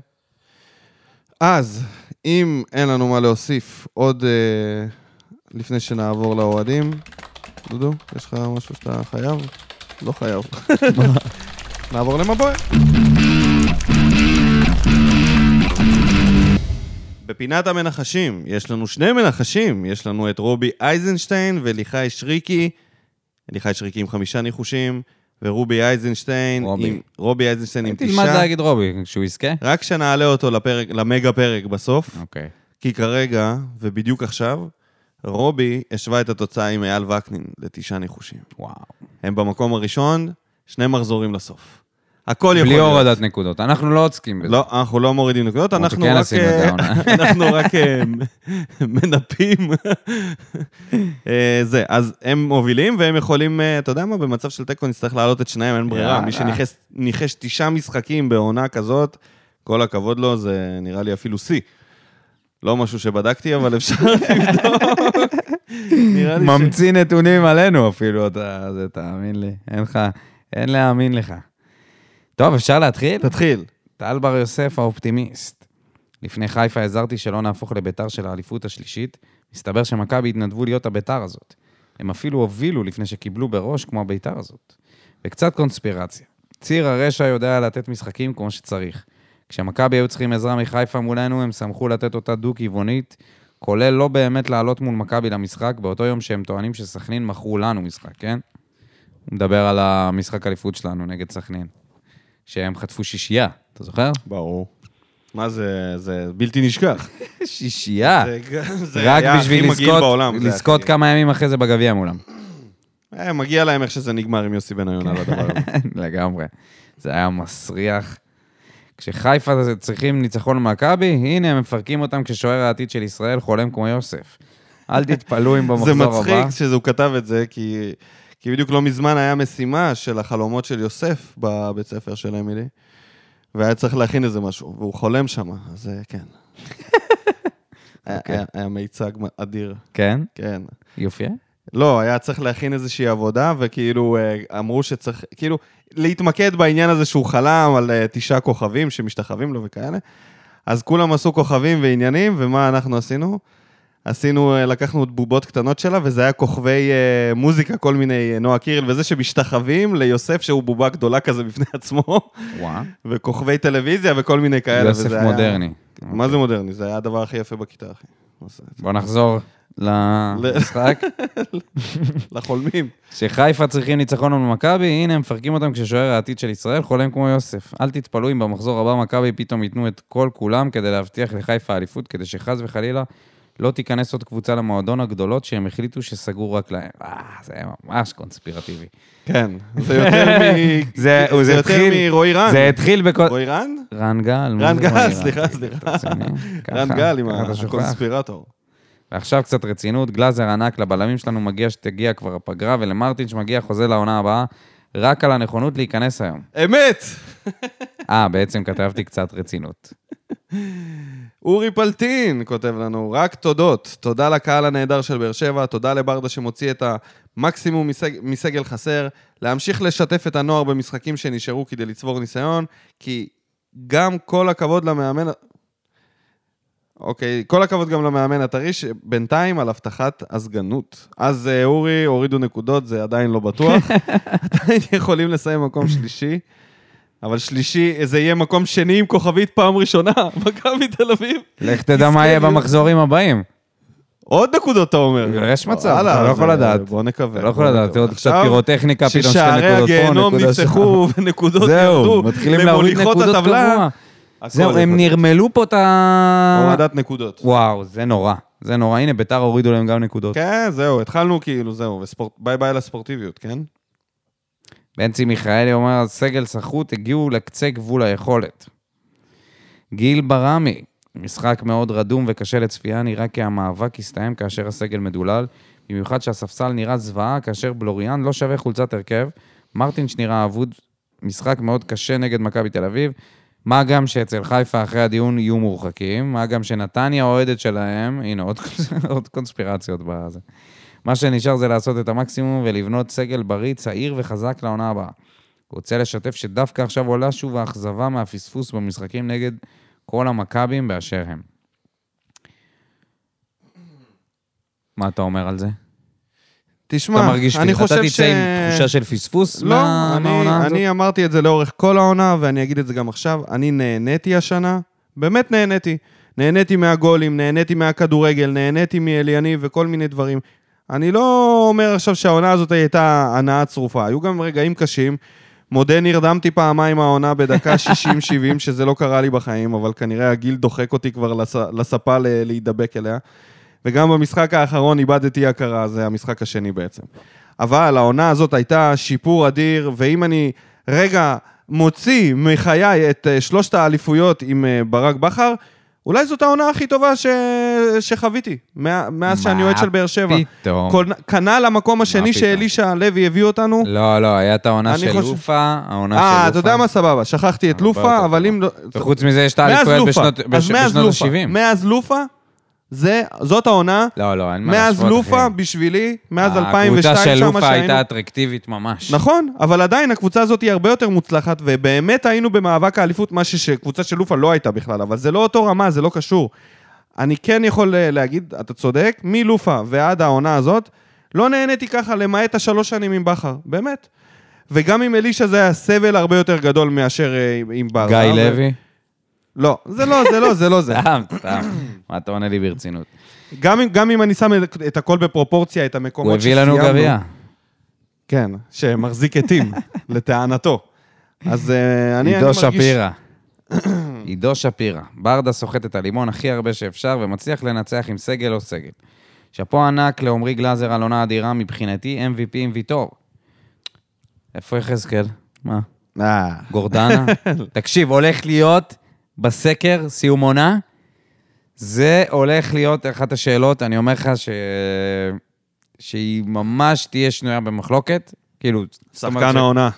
Speaker 1: אז, אם אין לנו מה להוסיף עוד אה, לפני שנעבור לאוהדים, דודו, יש לך משהו שאתה חייב? לא
Speaker 2: [LAUGHS]
Speaker 1: חייב. נעבור למבוי. בפינת המנחשים, יש לנו שני מנחשים, יש לנו את רובי אייזנשטיין וליחי שריקי, ליחי שריקי עם חמישה ניחושים, ורובי אייזנשטיין
Speaker 2: רובי.
Speaker 1: עם... רובי אייזנשטיין עם
Speaker 2: תלמד
Speaker 1: תשעה.
Speaker 2: להגיד רובי, כשהוא יזכה.
Speaker 1: רק שנעלה אותו לפרק, למגה פרק בסוף,
Speaker 2: אוקיי.
Speaker 1: כי כרגע, ובדיוק עכשיו, רובי השווה את התוצאה עם אייל וקנין לתשעה ניחושים.
Speaker 2: וואו.
Speaker 1: הם במקום הראשון, שני מחזורים לסוף. הכל יכול
Speaker 2: בלי
Speaker 1: להיות.
Speaker 2: הורדת נקודות, אנחנו לא עוסקים בזה.
Speaker 1: לא, אנחנו לא מורידים נקודות,
Speaker 2: למרות
Speaker 1: אנחנו
Speaker 2: שכן
Speaker 1: רק...
Speaker 2: כן עשינו את
Speaker 1: אה,
Speaker 2: העונה.
Speaker 1: [LAUGHS] אנחנו רק אה, מנפים. אה, זה, אז הם מובילים והם יכולים, אה, אתה יודע מה, במצב של תיקו נצטרך להעלות את שניהם, אין ברירה. מי
Speaker 2: יאללה.
Speaker 1: שניחש ניחש תשעה משחקים בעונה כזאת, כל הכבוד לו, זה נראה לי אפילו שיא. לא משהו שבדקתי, אבל אפשר [LAUGHS] לבדוק. נראה לי ש-
Speaker 2: ממציא נתונים עלינו אפילו, אתה... זה, תאמין לי. אין לך... אין להאמין לך. טוב, אפשר להתחיל?
Speaker 1: תתחיל.
Speaker 2: טל בר יוסף האופטימיסט. לפני חיפה הזהרתי שלא נהפוך לביתר של האליפות השלישית, מסתבר שמכבי התנדבו להיות הביתר הזאת. הם אפילו הובילו לפני שקיבלו בראש כמו הביתר הזאת. וקצת קונספירציה. ציר הרשע יודע לתת משחקים כמו שצריך. כשמכבי היו צריכים עזרה מחיפה מולנו, הם שמחו לתת אותה דו-כיוונית, כולל לא באמת לעלות מול מכבי למשחק, באותו יום שהם טוענים שסכנין מכרו לנו משחק, כן? הוא מדבר על המשחק אליפות שלנו נגד סכנין. שהם חטפו שישייה, אתה זוכר?
Speaker 1: ברור. מה זה, זה בלתי נשכח.
Speaker 2: שישייה.
Speaker 1: זה גם- זה
Speaker 2: אה, רק
Speaker 1: היה
Speaker 2: בשביל
Speaker 1: הכי מגעיל
Speaker 2: לזכות,
Speaker 1: בעולם, זה
Speaker 2: לזכות
Speaker 1: הכי-
Speaker 2: כמה ימים אחרי זה בגביע מולם. [LAUGHS]
Speaker 1: אה, מגיע להם איך שזה נגמר עם יוסי בניון על
Speaker 2: [LAUGHS]
Speaker 1: הדבר הזה.
Speaker 2: לגמרי. זה היה מסריח. כשחיפה זה- צריכים ניצחון במכבי, הנה הם מפרקים אותם כששוער העתיד של ישראל חולם כמו יוסף. אל תתפלאו אם במחזור
Speaker 1: [LAUGHS] זה
Speaker 2: הבא...
Speaker 1: מצחיק שהוא כתב את זה, כי, כי בדיוק לא מזמן היה משימה של החלומות של יוסף בבית ספר של אמילי, והיה צריך להכין איזה משהו, והוא חולם שם, אז אה,
Speaker 2: [LAUGHS]
Speaker 1: כן. היה,
Speaker 2: אוקיי.
Speaker 1: היה, היה מיצג אדיר,
Speaker 2: כן?
Speaker 1: כן. [LAUGHS]
Speaker 2: יופי.
Speaker 1: לא, היה צריך להכין איזושהי עבודה, וכאילו אה, אמרו שצריך, כאילו, להתמקד בעניין הזה שהוא חלם על אה, תשעה כוכבים שמשתחווים לו וכאלה. אז כולם עשו כוכבים ועניינים, ומה אנחנו עשינו? עשינו, אה, לקחנו בובות קטנות שלה, וזה היה כוכבי אה, מוזיקה, כל מיני, אה, נועה קירל וזה, שמשתחווים ליוסף, שהוא בובה גדולה כזה בפני [LAUGHS] עצמו,
Speaker 2: וואה.
Speaker 1: וכוכבי טלוויזיה וכל מיני כאלה.
Speaker 2: יוסף
Speaker 1: וזה היה-
Speaker 2: מודרני.
Speaker 1: מה זה מודרני? זה היה הדבר הכי יפה בכיתה, אחי.
Speaker 2: בואו אוקיי. נחזור למשחק.
Speaker 1: לחולמים.
Speaker 2: שחיפה צריכים ניצחון על מכבי, הנה הם מפרקים אותם כששוער העתיד של ישראל חולם כמו יוסף. אל תתפלאו אם במחזור הבא מכבי פתאום ייתנו את כל כולם כדי להבטיח לחיפה אליפות, כדי שחס וחלילה לא תיכנס עוד קבוצה למועדון הגדולות שהם החליטו שסגרו רק להם. אה, זה היה ממש קונספירטיבי.
Speaker 1: כן, זה יותר מ...
Speaker 2: [LAUGHS] זה, הוא- זה
Speaker 1: זה יותר
Speaker 2: התחיל,
Speaker 1: מרועי רן.
Speaker 2: זה התחיל בכל...
Speaker 1: רועי רן?
Speaker 2: רן גל. מה
Speaker 1: רן
Speaker 2: זה
Speaker 1: גל,
Speaker 2: רועי רן?
Speaker 1: סליחה, סליחה.
Speaker 2: אתה רציני?
Speaker 1: רן
Speaker 2: ככה,
Speaker 1: גל עם
Speaker 2: ככה אתה שוכח.
Speaker 1: הקונספירטור.
Speaker 2: ועכשיו קצת רצינות, גלאזר ענק, לבלמים שלנו מגיע שתגיע כבר הפגרה, ולמרטינש מגיע חוזה לעונה הבאה, רק על הנכונות להיכנס היום. [LAUGHS]
Speaker 1: אמת!
Speaker 2: אה, בעצם כתבתי קצת רצינות.
Speaker 1: אורי פלטין כותב לנו, רק תודות. תודה לקהל הנהדר של באר שבע, תודה לברדה שמוציא את המקסימום מסג, מסגל חסר, להמשיך לשתף את הנוער במשחקים שנשארו כדי לצבור ניסיון, כי גם כל הכבוד למאמן... אוקיי, כל הכבוד גם למאמן הטרי, שבינתיים על הבטחת הסגנות. אז אה, אורי, הורידו נקודות, זה עדיין לא
Speaker 2: [LAUGHS]
Speaker 1: בטוח. עדיין יכולים לסיים מקום שלישי. אבל שלישי, זה יהיה מקום שני עם כוכבית פעם ראשונה, [LAUGHS] מכבי תל אביב.
Speaker 2: לך תדע מה יהיה במחזורים הבאים.
Speaker 1: עוד נקודות, אתה אומר.
Speaker 2: יש מצב,
Speaker 1: וואלה,
Speaker 2: אתה לא יכול
Speaker 1: אז,
Speaker 2: לדעת.
Speaker 1: בוא נקווה.
Speaker 2: אתה לא יכול
Speaker 1: בוא
Speaker 2: לדעת,
Speaker 1: נקווה.
Speaker 2: עוד קצת
Speaker 1: עכשיו,
Speaker 2: פירוטכניקה, פתאום שתי
Speaker 1: ששערי
Speaker 2: נקודות פה,
Speaker 1: הגיהנום
Speaker 2: נקודה שם.
Speaker 1: נפתחו [LAUGHS] ונקודות
Speaker 2: זהו,
Speaker 1: ירדו
Speaker 2: מתחילים להוריד
Speaker 1: למוליכות
Speaker 2: נקודות
Speaker 1: הטבלה.
Speaker 2: קבוע.
Speaker 1: הכל
Speaker 2: זהו,
Speaker 1: יכול
Speaker 2: הם
Speaker 1: להיות.
Speaker 2: נרמלו פה את ה...
Speaker 1: הורדת נקודות.
Speaker 2: וואו, זה נורא. זה נורא. הנה, ביתר הורידו להם גם נקודות.
Speaker 1: כן, זהו, התחלנו כאילו, זהו, וספורט- ביי ביי לספורטיביות, כן?
Speaker 2: בנצי מיכאלי אומר, סגל סחוט הגיעו לקצה גבול היכולת. גיל ברמי, משחק מאוד רדום וקשה לצפייה, נראה כי המאבק הסתיים כאשר הסגל מדולל, במיוחד שהספסל נראה זוועה כאשר בלוריאן לא שווה חולצת הרכב, מרטינש נראה אבוד, משחק מאוד קשה נגד מכבי תל אביב, מה גם שאצל חיפה אחרי הדיון יהיו מורחקים, מה גם שנתניה אוהדת שלהם, הנה עוד, [LAUGHS] עוד קונספירציות בזה. מה שנשאר זה לעשות את המקסימום ולבנות סגל בריא, צעיר וחזק לעונה הבאה. רוצה לשתף שדווקא עכשיו עולה שוב האכזבה מהפספוס במשחקים נגד כל המכבים באשר הם. מה אתה אומר על זה?
Speaker 1: תשמע,
Speaker 2: אתה מרגיש, כאילו,
Speaker 1: אני
Speaker 2: אתה
Speaker 1: חושב ש...
Speaker 2: תצא עם תחושה של פספוס
Speaker 1: לא,
Speaker 2: מה-
Speaker 1: אני-
Speaker 2: מהעונה הזאת?
Speaker 1: אני אמרתי את זה לאורך כל העונה, ואני אגיד את זה גם עכשיו. אני נהניתי השנה, באמת נהניתי. נהניתי מהגולים, נהניתי מהכדורגל, נהניתי מאליניב וכל מיני דברים. אני לא אומר עכשיו שהעונה הזאת הייתה הנאה צרופה. היו גם רגעים קשים. מודה, נרדמתי פעמיים העונה בדקה
Speaker 2: [LAUGHS]
Speaker 1: 60-70, שזה לא קרה לי בחיים, אבל כנראה הגיל דוחק אותי כבר לס... לספה ל... להידבק אליה. וגם במשחק האחרון איבדתי הכרה, זה המשחק השני בעצם. אבל העונה הזאת הייתה שיפור אדיר, ואם אני רגע מוציא מחיי את אה, שלושת האליפויות עם אה, ברק בכר, אולי זאת העונה הכי טובה ש... שחוויתי, מה... מאז שאני
Speaker 2: מה
Speaker 1: אוהד של באר שבע.
Speaker 2: פתאום.
Speaker 1: כל- כנ"ל המקום השני
Speaker 2: פתאום?
Speaker 1: שאלישע לוי הביא אותנו.
Speaker 2: לא, לא, היה את העונה
Speaker 1: אני
Speaker 2: של
Speaker 1: חושב-
Speaker 2: לופה, העונה של לופה.
Speaker 1: אה, אתה יודע מה? סבבה, שכחתי את
Speaker 2: הרבה יותר
Speaker 1: לופה, אבל
Speaker 2: טובה.
Speaker 1: אם לא...
Speaker 2: וחוץ מזה יש את
Speaker 1: מאז
Speaker 2: האליפויות
Speaker 1: לופה,
Speaker 2: בשנות
Speaker 1: אז
Speaker 2: בש-
Speaker 1: מאז
Speaker 2: בשנות
Speaker 1: לופה,
Speaker 2: ה-70.
Speaker 1: מאז לופה, זה- זאת העונה
Speaker 2: לא, לא, אין מה
Speaker 1: מאז
Speaker 2: להשוות, אחי.
Speaker 1: לופה בשבילי, מאז 2002
Speaker 2: הקבוצה
Speaker 1: שמה
Speaker 2: של
Speaker 1: שהיינו...
Speaker 2: לופה הייתה אטרקטיבית ממש.
Speaker 1: נכון, אבל עדיין הקבוצה הזאת היא הרבה יותר מוצלחת, ובאמת היינו במאבק האליפות, מה שקבוצה של לופה לא הייתה בכלל, אבל זה לא אותו רמה, זה לא קשור. אני כן יכול אה, להגיד, אתה צודק, מלופה ועד העונה הזאת, לא נהניתי ככה, למעט השלוש שנים עם בכר, באמת. וגם עם אלישע זה היה סבל הרבה יותר גדול מאשר אה, עם- עם ברדה.
Speaker 2: גיא
Speaker 1: ו-
Speaker 2: לוי?
Speaker 1: לא, זה לא, זה לא, זה לא
Speaker 2: [LAUGHS]
Speaker 1: זה.
Speaker 2: [COUGHS] סתם, [COUGHS] סתם. מה אתה עונה לי ברצינות?
Speaker 1: גם אם, גם אם אני שם את- את הכל בפרופורציה, את המקומות
Speaker 2: הוא הביא לנו גביע.
Speaker 1: כן, שמחזיק
Speaker 2: [LAUGHS]
Speaker 1: עטים, לטענתו. אז אה, אני, אני
Speaker 2: עידו
Speaker 1: מרגיש... [COUGHS]
Speaker 2: שפירא. עידו שפירא. ברדה סוחט את הלימון הכי הרבה שאפשר ומצליח לנצח עם סגל או סגל. שאפו ענק לעומרי גלאזר על עונה אדירה מבחינתי, MVP עם ויטור. איפה יחזקאל? מה?
Speaker 1: אה, [LAUGHS]
Speaker 2: גורדנה? תקשיב, הולך להיות בסקר סיום עונה, זה הולך להיות אחת השאלות, אני אומר לך ש... שהיא ממש תהיה שנויה במחלוקת. כאילו, זאת אומרת
Speaker 1: שחקן
Speaker 2: ש-
Speaker 1: העונה.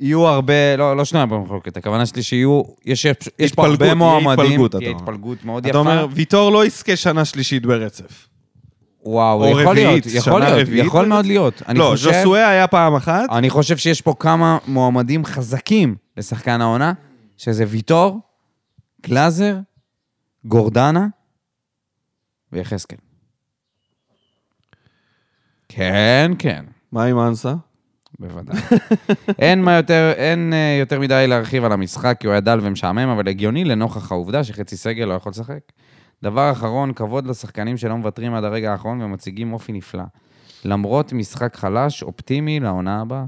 Speaker 2: יהיו הרבה, לא, לא שנויה במחלוקת, הכוונה שלי שיהיו, יש, יש פה
Speaker 1: התפלגות,
Speaker 2: הרבה
Speaker 1: תהיה
Speaker 2: מועמדים,
Speaker 1: התפלגות, אתה
Speaker 2: תהיה
Speaker 1: אומר.
Speaker 2: התפלגות מאוד
Speaker 1: אתה
Speaker 2: יפה.
Speaker 1: אומר, ויטור לא יזכה שנה שלישית ברצף.
Speaker 2: וואו,
Speaker 1: או
Speaker 2: יכול
Speaker 1: רביעית,
Speaker 2: להיות, יכול
Speaker 1: שנה
Speaker 2: להיות,
Speaker 1: רביעית
Speaker 2: יכול
Speaker 1: בטח?
Speaker 2: מאוד להיות. אני
Speaker 1: לא,
Speaker 2: חושב,
Speaker 1: ז'וסואה היה פעם אחת,
Speaker 2: [LAUGHS] אני חושב שיש פה כמה מועמדים חזקים לשחקן העונה, שזה ויטור, גלאזר, גורדנה ויחזקאל. כן, כן.
Speaker 1: מה עם אנסה?
Speaker 2: בוודאי. אין מה יותר, אין אה, יותר מדי להרחיב על המשחק, כי הוא היה דל ומשעמם, אבל הגיוני לנוכח העובדה שחצי סגל לא יכול לשחק. דבר אחרון, כבוד לשחקנים שלא מוותרים עד הרגע האחרון ומציגים אופי נפלא. למרות משחק חלש, אופטימי לעונה הבאה.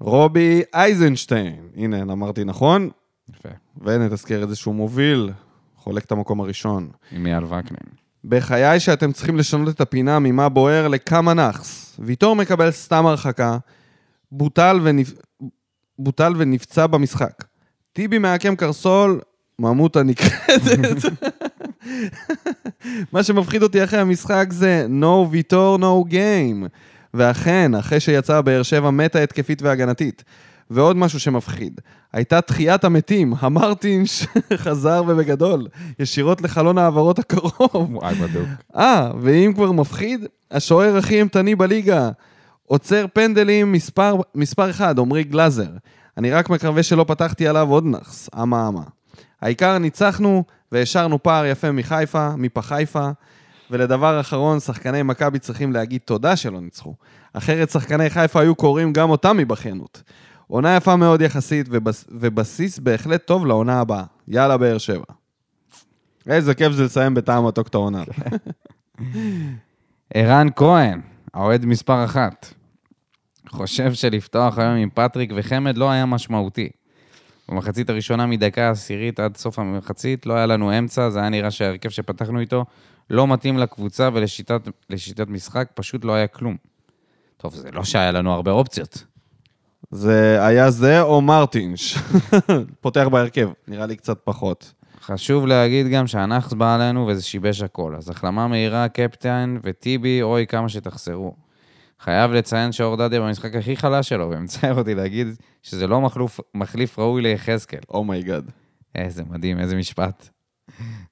Speaker 1: רובי אייזנשטיין. הנה, אמרתי נכון,
Speaker 2: יפה.
Speaker 1: ונתזכר את זה שהוא מוביל, חולק את המקום הראשון.
Speaker 2: עם אייל וקנין.
Speaker 1: בחיי שאתם צריכים לשנות את הפינה ממה בוער לכמה נאחס. ויטור מקבל סתם הרחקה, בוטל, ונפ... בוטל ונפצע במשחק. טיבי מעקם קרסול, ממותה נקרדת. מה שמפחיד אותי אחרי המשחק זה no ויטור, no game. ואכן, אחרי שיצאה באר שבע מתה התקפית והגנתית. ועוד משהו שמפחיד, הייתה תחיית המתים, המרטין [LAUGHS] שחזר ובגדול, ישירות לחלון ההעברות הקרוב.
Speaker 2: וואי, בדוק.
Speaker 1: אה, ואם כבר מפחיד, השוער הכי אימתני בליגה. עוצר פנדלים מספר, מספר אחד, עמרי גלאזר. אני רק מקווה שלא פתחתי עליו עוד נאחס, אמה אמה. העיקר ניצחנו והשארנו פער יפה מחיפה, מפחיפה. ולדבר אחרון, שחקני מכבי צריכים להגיד תודה שלא ניצחו. אחרת שחקני חיפה היו קוראים גם אותם מבכיינות. עונה יפה מאוד יחסית, ובס... ובסיס בהחלט טוב לעונה הבאה. יאללה, באר שבע. איזה כיף זה לסיים בטעם מתוק את העונה.
Speaker 2: [LAUGHS] ערן כהן, האוהד מספר אחת, חושב שלפתוח היום עם פטריק וחמד לא היה משמעותי. במחצית הראשונה מדקה עשירית עד סוף המחצית לא היה לנו אמצע, זה היה נראה שההרכב שפתחנו איתו לא מתאים לקבוצה ולשיטת לשיטת משחק, פשוט לא היה כלום. טוב, זה לא שהיה לנו הרבה אופציות.
Speaker 1: זה היה זה או מרטינש? [LAUGHS] פותח בהרכב, נראה לי קצת פחות.
Speaker 2: חשוב להגיד גם שהנאחס בא עלינו וזה שיבש הכל. אז החלמה מהירה, קפטן וטיבי, אוי כמה שתחסרו. חייב לציין שאור דדיה במשחק הכי חלש שלו, ומצער אותי להגיד שזה לא מחלוף, מחליף ראוי ליחזקאל.
Speaker 1: Oh אומייגאד.
Speaker 2: איזה מדהים, איזה משפט.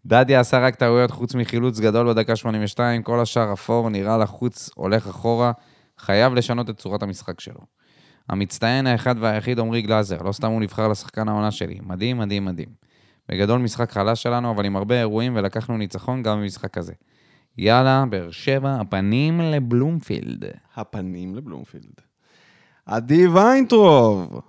Speaker 2: דדיה עשה רק טעויות חוץ מחילוץ גדול בדקה 82, כל השאר אפור, נראה לחוץ, הולך אחורה, חייב לשנות את צורת המשחק שלו. המצטיין האחד והיחיד עמרי גלאזר, לא סתם הוא נבחר לשחקן העונה שלי. מדהים, מדהים, מדהים. בגדול משחק חלש שלנו, אבל עם הרבה אירועים, ולקחנו ניצחון גם במשחק הזה. יאללה, באר שבע, הפנים לבלומפילד.
Speaker 1: הפנים לבלומפילד. עדי ויינטרוב!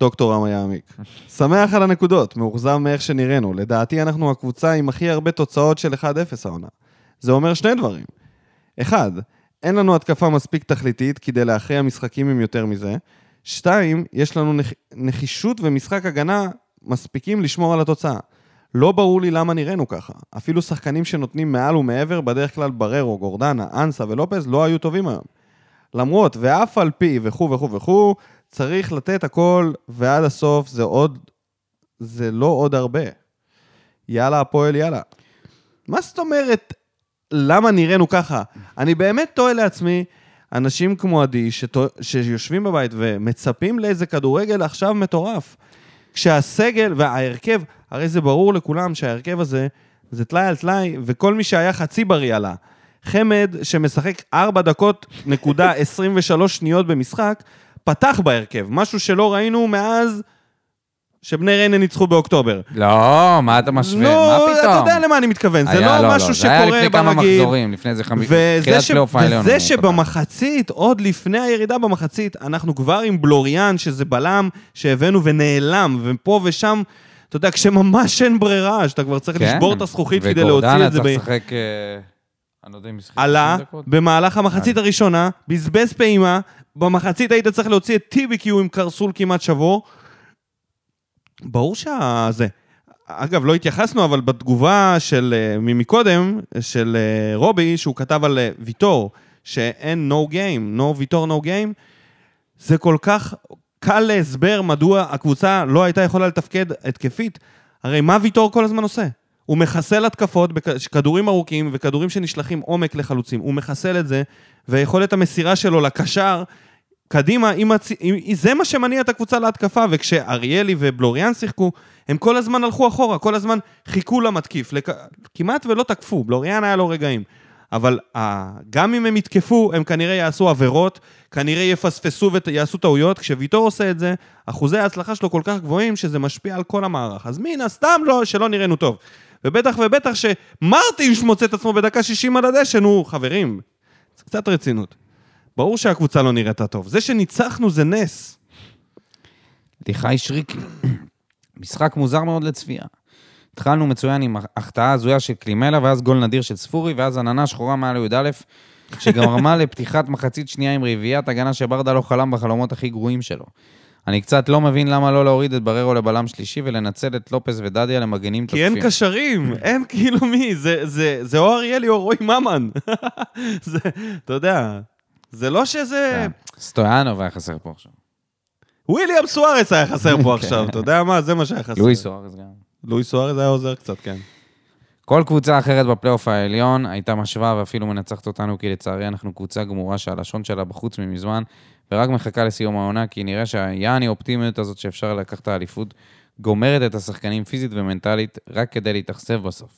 Speaker 1: דוקטור רם יעמיק. שמח על הנקודות, מאוכזב מאיך שנראינו. לדעתי אנחנו הקבוצה עם הכי הרבה תוצאות של 1-0 העונה. זה אומר שני דברים. אחד, אין לנו התקפה מספיק תכליתית כדי להכריע משחקים עם יותר מזה. שתיים, יש לנו נח... נחישות ומשחק הגנה מספיקים לשמור על התוצאה. לא ברור לי למה נראינו ככה. אפילו שחקנים שנותנים מעל ומעבר, בדרך כלל בררו, גורדנה, אנסה ולופז, לא היו טובים היום. למרות, ואף על פי, וכו' וכו' וכו', צריך לתת הכל, ועד הסוף זה עוד... זה לא עוד הרבה. יאללה, הפועל, יאללה. מה זאת אומרת, למה נראינו ככה? אני באמת תוהה לעצמי, אנשים כמו עדי, שתו... שיושבים בבית ומצפים לאיזה כדורגל עכשיו מטורף. כשהסגל וההרכב, הרי זה ברור לכולם שההרכב הזה זה טלאי על טלאי, וכל מי שהיה חצי בריא עלה. חמד, שמשחק 4 דקות
Speaker 2: [LAUGHS]
Speaker 1: נקודה 23 שניות במשחק, פתח בהרכב, משהו שלא ראינו מאז שבני ריינה ניצחו באוקטובר.
Speaker 2: לא, מה אתה משווה? מה
Speaker 1: לא,
Speaker 2: פתאום?
Speaker 1: אתה יודע למה אני מתכוון, זה
Speaker 2: היה-
Speaker 1: לא משהו
Speaker 2: זה היה
Speaker 1: שקורה
Speaker 2: לפני כמה
Speaker 1: במגעיל.
Speaker 2: מחזורים, לפני איזה חמישה,
Speaker 1: וזה,
Speaker 2: תחילת
Speaker 1: ש...
Speaker 2: פלייאוף העליון.
Speaker 1: וזה
Speaker 2: הוא
Speaker 1: שבמחצית, עוד לפני הירידה במחצית, אנחנו כבר עם בלוריאן, שזה בלם שהבאנו ונעלם, ופה ושם, אתה יודע, כשממש אין ברירה, שאתה כבר צריך
Speaker 2: פתח. כן.
Speaker 1: לשבור את הזכוכית כדי להוציא את זה.
Speaker 2: וגורדנה צריך
Speaker 1: ב...
Speaker 2: לשחק... אה, אני לא יודע אם ישחק
Speaker 1: עלה
Speaker 2: 20 דקות.
Speaker 1: במהלך המחצית הראשונה, בזבז פעימה, במחצית היית צריך להוציא את טיבי כי הוא עם קרסול כמעט שבור. ברור שזה. אגב, לא התייחסנו, אבל בתגובה של אה, ממקודם, של אה, רובי, שהוא כתב על אה, ויטור, שאין no game, no ויטור no game, זה כל כך קל להסבר מדוע הקבוצה לא הייתה יכולה לתפקד התקפית. הרי מה ויטור כל הזמן עושה? הוא מחסל התקפות, בכ- כדורים ארוכים וכדורים שנשלחים עומק לחלוצים. הוא מחסל את זה, ויכולת המסירה שלו לקשר, קדימה, עם הצ... עם... זה מה שמניע את הקבוצה להתקפה, וכשאריאלי ובלוריאן שיחקו, הם כל הזמן הלכו אחורה, כל הזמן חיכו למתקיף, לק... כמעט ולא תקפו, בלוריאן היה לו רגעים. אבל ה... גם אם הם יתקפו, הם כנראה יעשו עבירות, כנראה יפספסו ויעשו טעויות, כשוויטור עושה את זה, אחוזי ההצלחה שלו כל כך גבוהים, שזה משפיע על כל המערך. אז מן הסתם לא, שלא נראינו טוב. ובטח ובטח שמרטינש מוצא את עצמו בדקה 60 על הדשא, נו, חברים, זה קצת רצינות. ברור שהקבוצה לא נראתה טוב. זה שניצחנו זה נס.
Speaker 2: ליחי שריקי. [CLEARS THROAT] משחק מוזר מאוד לצפייה. התחלנו מצוין עם החטאה הזויה של קלימלה, ואז גול נדיר של ספורי, ואז עננה שחורה מעל י"א,
Speaker 1: [LAUGHS]
Speaker 2: שגרמה לפתיחת מחצית שנייה עם רביעיית הגנה שברדה לא חלם בחלומות הכי גרועים שלו. אני קצת לא מבין למה לא להוריד את בררו לבלם שלישי ולנצל את לופס ודדיה למגנים
Speaker 1: כי אין
Speaker 2: תוקפים.
Speaker 1: קשרים,
Speaker 2: [LAUGHS]
Speaker 1: אין כאילו מי, זה- זה זה או אריאלי או רועי ממן. [LAUGHS] זה, אתה יודע, זה לא שזה...
Speaker 2: כן. סטויאנוב היה חסר פה עכשיו.
Speaker 1: וויליאם סוארץ היה חסר
Speaker 2: [LAUGHS]
Speaker 1: פה עכשיו, אתה יודע מה? זה מה שהיה חסר.
Speaker 2: כן. לואי סוארז גם.
Speaker 1: לואי סוארץ היה עוזר קצת, כן.
Speaker 2: כל קבוצה אחרת בפלייאוף העליון הייתה משווה ואפילו מנצחת אותנו, כי לצערי אנחנו קבוצה גמורה שהלשון שלה בחוץ ממזמן, ורק מחכה לסיום העונה, כי נראה שהיעני אופטימיות הזאת שאפשר לקחת את האליפות, גומרת את השחקנים פיזית ומנטלית, רק כדי להתאכזב בסוף.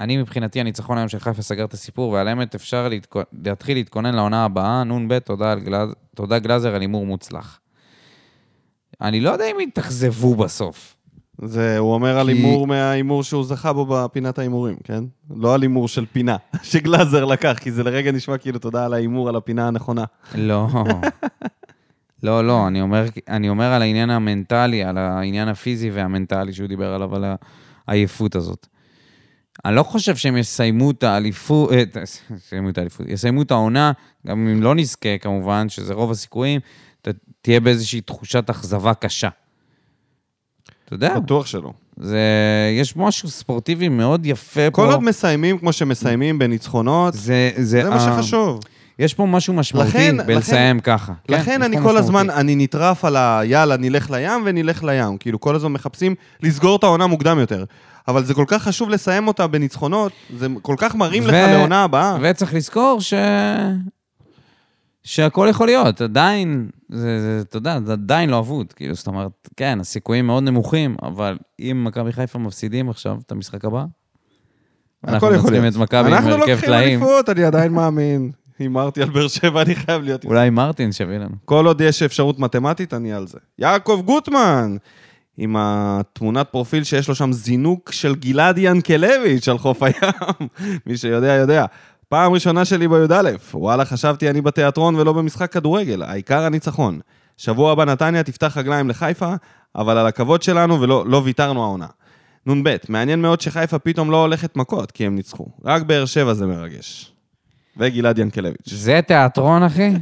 Speaker 2: אני מבחינתי, הניצחון היום של חיפה סגר את הסיפור, ועל האמת אפשר להתכו... להתחיל להתכונן לעונה הבאה. נ"ב, תודה, על גלז... תודה גלאזר על הימור מוצלח. אני לא יודע אם יתאכזבו בסוף.
Speaker 1: זה, הוא אומר על
Speaker 2: כי-
Speaker 1: הימור מההימור שהוא זכה בו בפינת ההימורים, כן? לא על הימור של פינה, [LAUGHS] שגלאזר לקח, כי זה לרגע נשמע כאילו תודה על ההימור על הפינה הנכונה.
Speaker 2: לא. לא, לא, אני אומר, אני אומר על העניין המנטלי, על העניין הפיזי והמנטלי שהוא דיבר עליו, על העייפות הזאת. אני לא חושב שהם יסיימו את האליפות, אה, את- יסיימו את האליפות, יסיימו את העונה, גם אם לא נזכה כמובן, שזה רוב הסיכויים, אתה תהיה באיזושהי תחושת אכזבה קשה. אתה יודע,
Speaker 1: בטוח
Speaker 2: לא.
Speaker 1: שלא.
Speaker 2: זה, יש משהו ספורטיבי מאוד יפה פה.
Speaker 1: כל עוד מסיימים כמו שמסיימים בניצחונות,
Speaker 2: זה, זה,
Speaker 1: זה מה
Speaker 2: אה,
Speaker 1: שחשוב.
Speaker 2: יש פה משהו משמעותי
Speaker 1: לכן- לכן-
Speaker 2: בלסיים ככה. כן,
Speaker 1: לכן
Speaker 2: יש
Speaker 1: אני
Speaker 2: פה
Speaker 1: כל
Speaker 2: משמעותי.
Speaker 1: הזמן, אני נטרף על ה... יאללה, נלך לים ונלך לים. כאילו, כל הזמן מחפשים לסגור את העונה מוקדם יותר. אבל זה כל כך חשוב לסיים אותה בניצחונות, זה כל כך מרים לך
Speaker 2: ו-
Speaker 1: לעונה הבאה.
Speaker 2: וצריך לזכור ש... שהכל יכול להיות, עדיין, זה, זה, אתה יודע, זה עדיין לא אבוד, כאילו, זאת אומרת, כן, הסיכויים מאוד נמוכים, אבל אם מכבי חיפה מפסידים עכשיו את המשחק הבא, אנחנו
Speaker 1: הכל יכול
Speaker 2: מנצחים
Speaker 1: להיות.
Speaker 2: את מכבי עם
Speaker 1: אנחנו
Speaker 2: הרכב
Speaker 1: לוקחים
Speaker 2: טלאים,
Speaker 1: אליפות, אני עדיין מאמין. הימרתי על באר שבע, אני חייב להיות... עם זה.
Speaker 2: אולי מרטין שווה לנו.
Speaker 1: כל עוד יש אפשרות מתמטית, אני על זה. יעקב גוטמן, עם התמונת פרופיל שיש לו שם זינוק של גלעד ינקלביץ' על חוף הים. [LAUGHS] מי שיודע, יודע. פעם ראשונה שלי בי"א, וואלה, חשבתי אני בתיאטרון ולא במשחק כדורגל, העיקר הניצחון. שבוע הבא נתניה תפתח רגליים לחיפה, אבל על הכבוד שלנו ולא לא ויתרנו העונה. נ"ב, מעניין מאוד שחיפה פתאום לא הולכת מכות, כי הם ניצחו. רק באר שבע זה מרגש. וגלעד ינקלביץ'. [LAUGHS]
Speaker 2: זה תיאטרון, אחי?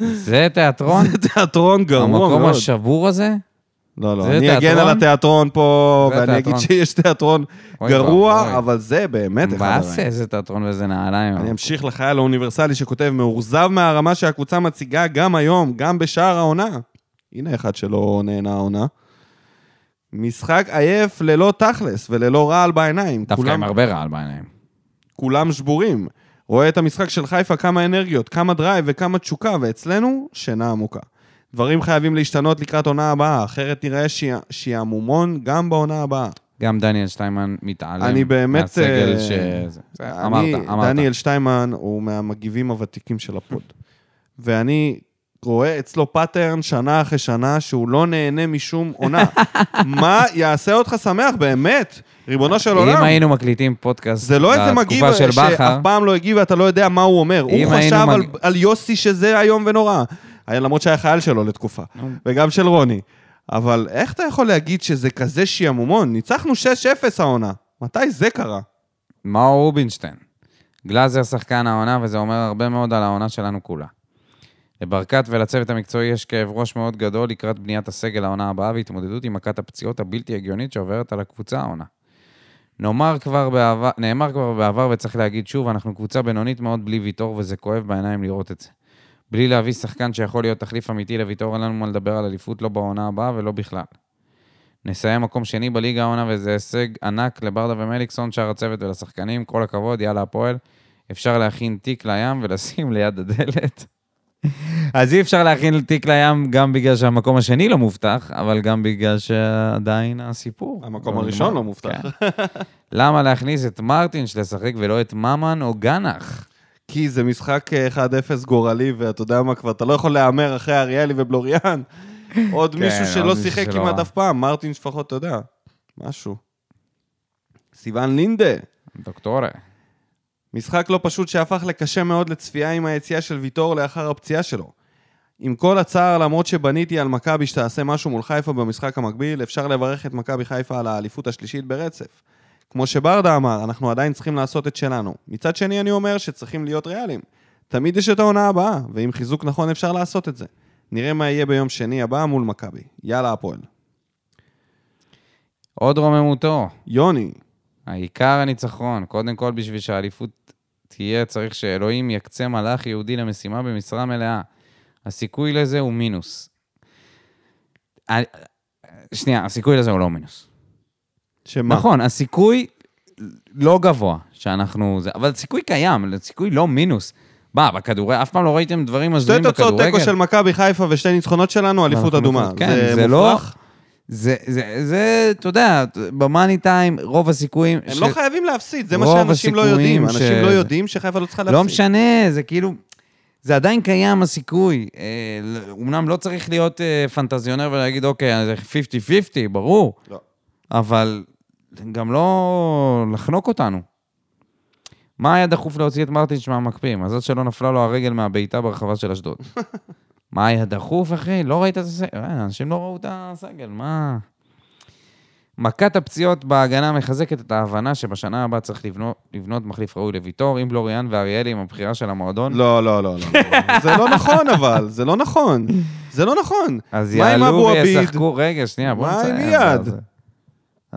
Speaker 2: זה תיאטרון?
Speaker 1: זה תיאטרון גרוע מאוד.
Speaker 2: המקום השבור הזה?
Speaker 1: לא, לא,
Speaker 2: זה
Speaker 1: אני
Speaker 2: תיאטרון?
Speaker 1: אגן על התיאטרון פה,
Speaker 2: זה
Speaker 1: ואני אגיד
Speaker 2: תיאטרון.
Speaker 1: שיש תיאטרון
Speaker 2: אוי ואבוי.
Speaker 1: גרוע, אבל זה באמת אחד
Speaker 2: מבאס
Speaker 1: הרעים.
Speaker 2: איזה תיאטרון ואיזה נעליים.
Speaker 1: אני אמשיך לחייל האוניברסלי שכותב, מאוכזב מהרמה שהקבוצה מציגה גם היום, גם בשער העונה. הנה אחד שלא נהנה העונה. משחק עייף ללא תכלס וללא רעל בעיניים.
Speaker 2: דווקא
Speaker 1: כולם-
Speaker 2: עם הרבה רעל בעיניים.
Speaker 1: כולם שבורים. רואה את המשחק של חיפה, כמה אנרגיות, כמה דרייב וכמה תשוקה, ואצלנו, שינה עמוקה. דברים חייבים להשתנות לקראת עונה הבאה, אחרת נראה שעמומון גם בעונה הבאה.
Speaker 2: גם דניאל שטיימן מתעלם
Speaker 1: אני באמת,
Speaker 2: מהסגל
Speaker 1: אה,
Speaker 2: ש... זה- זה-
Speaker 1: אני-
Speaker 2: אמרת, אמרת.
Speaker 1: דניאל שטיימן הוא מהמגיבים הוותיקים של הפוד. ואני רואה אצלו פאטרן שנה אחרי שנה שהוא לא נהנה משום
Speaker 2: [LAUGHS]
Speaker 1: עונה. מה יעשה אותך שמח באמת, ריבונו של עולם?
Speaker 2: אם היינו מקליטים פודקאסט
Speaker 1: זה לא איזה מגיב
Speaker 2: בתקופה של בכר,
Speaker 1: שאף פעם לא הגיב ואתה לא יודע מה הוא אומר.
Speaker 2: אם
Speaker 1: הוא
Speaker 2: היינו
Speaker 1: חשב על,
Speaker 2: מג-
Speaker 1: על יוסי שזה איום ונורא. היה- למרות שהיה חייל שלו לתקופה, וגם של רוני. אבל איך אתה יכול להגיד שזה כזה שיעמומון? ניצחנו 6-0 העונה. מתי זה קרה?
Speaker 2: מאור רובינשטיין. גלאזר שחקן העונה, וזה אומר הרבה מאוד על העונה שלנו כולה. לברקת ולצוות המקצועי יש כאב ראש מאוד גדול לקראת בניית הסגל העונה הבאה והתמודדות עם מכת הפציעות הבלתי הגיונית שעוברת על הקבוצה העונה. נאמר כבר בעבר, נאמר כבר בעבר וצריך להגיד שוב, אנחנו קבוצה בינונית מאוד בלי ויטור וזה כואב בעיניים לראות את זה. בלי להביא שחקן שיכול להיות תחליף אמיתי לויטור, אין לנו מה לדבר על אליפות לא בעונה הבאה ולא בכלל. נסיים מקום שני בליגה העונה, וזה הישג ענק לברדה ומליקסון, שאר הצוות ולשחקנים. כל הכבוד, יאללה הפועל. אפשר להכין תיק לים ולשים ליד הדלת. אז אי אפשר להכין תיק לים גם בגלל שהמקום השני לא מובטח, אבל גם בגלל שעדיין הסיפור.
Speaker 1: המקום
Speaker 2: לא
Speaker 1: הראשון
Speaker 2: נגמר.
Speaker 1: לא מובטח.
Speaker 2: כן. למה להכניס את מרטינש לשחק ולא את ממן או גנח?
Speaker 1: כי זה משחק אה, 1-0 גורלי, ואתה יודע מה, כבר אתה לא יכול להמר אחרי אריאלי
Speaker 2: [LAUGHS]
Speaker 1: ובלוריאן. עוד
Speaker 2: כן,
Speaker 1: מישהו
Speaker 2: עוד
Speaker 1: שלא
Speaker 2: מישהו
Speaker 1: שיחק
Speaker 2: שלא
Speaker 1: כמעט
Speaker 2: ראה.
Speaker 1: אף פעם, מרטין שפחות, אתה יודע, משהו. סיוון לינדה.
Speaker 2: דוקטורה.
Speaker 1: משחק לא פשוט שהפך לקשה מאוד לצפייה עם היציאה של ויטור לאחר הפציעה שלו. עם כל הצער, למרות שבניתי על מכבי שתעשה משהו מול חיפה במשחק המקביל, אפשר לברך את מכבי חיפה על האליפות השלישית ברצף. כמו שברדה אמר, אנחנו עדיין צריכים לעשות את שלנו. מצד שני, אני אומר שצריכים להיות ריאליים. תמיד יש את העונה הבאה, ועם חיזוק נכון אפשר לעשות את זה. נראה מה יהיה ביום שני הבא מול מכבי. יאללה, הפועל.
Speaker 2: עוד רוממותו.
Speaker 1: יוני,
Speaker 2: העיקר הניצחון. קודם כל, בשביל שהאליפות תהיה, צריך שאלוהים יקצה מלאך יהודי למשימה במשרה מלאה. הסיכוי לזה הוא מינוס. אה, שנייה, הסיכוי לזה הוא לא מינוס.
Speaker 1: שמה?
Speaker 2: נכון, הסיכוי לא גבוה שאנחנו... זה- אבל הסיכוי קיים, הסיכוי לא מינוס. מה, בכדורי, אף פעם לא ראיתם דברים
Speaker 1: שתי
Speaker 2: הזויים בכדורגל?
Speaker 1: תוצאות תיקו של מכבי חיפה ושתי ניצחונות שלנו, אליפות
Speaker 2: אנחנו
Speaker 1: אדומה.
Speaker 2: מחו- כן, זה לא- זה, זה, זה, אתה יודע, במאני טיים, רוב הסיכויים...
Speaker 1: הם
Speaker 2: ש-
Speaker 1: לא חייבים להפסיד, זה מה
Speaker 2: רוב
Speaker 1: שאנשים לא יודעים.
Speaker 2: הסיכויים
Speaker 1: אנשים
Speaker 2: ש-
Speaker 1: לא יודעים שחיפה לא צריכה להפסיד.
Speaker 2: לא משנה, זה כאילו... זה עדיין קיים הסיכוי. אה, ל- אומנם לא צריך להיות אה, פנטזיונר ולהגיד, אוקיי, זה 50-50, ברור,
Speaker 1: לא.
Speaker 2: אבל גם לא לחנוק אותנו. מה היה דחוף להוציא את מרטינש מהמקפים? הזאת שלא נפלה לו הרגל מהבעיטה ברחבה של אשדוד. מה היה דחוף, אחי? לא ראית את הסגל? אנשים לא ראו את הסגל, מה... מכת הפציעות בהגנה מחזקת את ההבנה שבשנה הבאה צריך לבנות, לבנות מחליף ראוי לוויטור, עם בלוריאן ואריאלי עם הבחירה של המועדון.
Speaker 1: לא, לא, לא, לא. לא. זה לא נכון, אבל. זה לא נכון. זה לא נכון.
Speaker 2: אז
Speaker 1: מה עם
Speaker 2: יעלו
Speaker 1: אבו עביד?
Speaker 2: וישחקו... רגע, שנייה, בוא
Speaker 1: מה
Speaker 2: נציין.
Speaker 1: עם
Speaker 2: את
Speaker 1: יד?
Speaker 2: זה.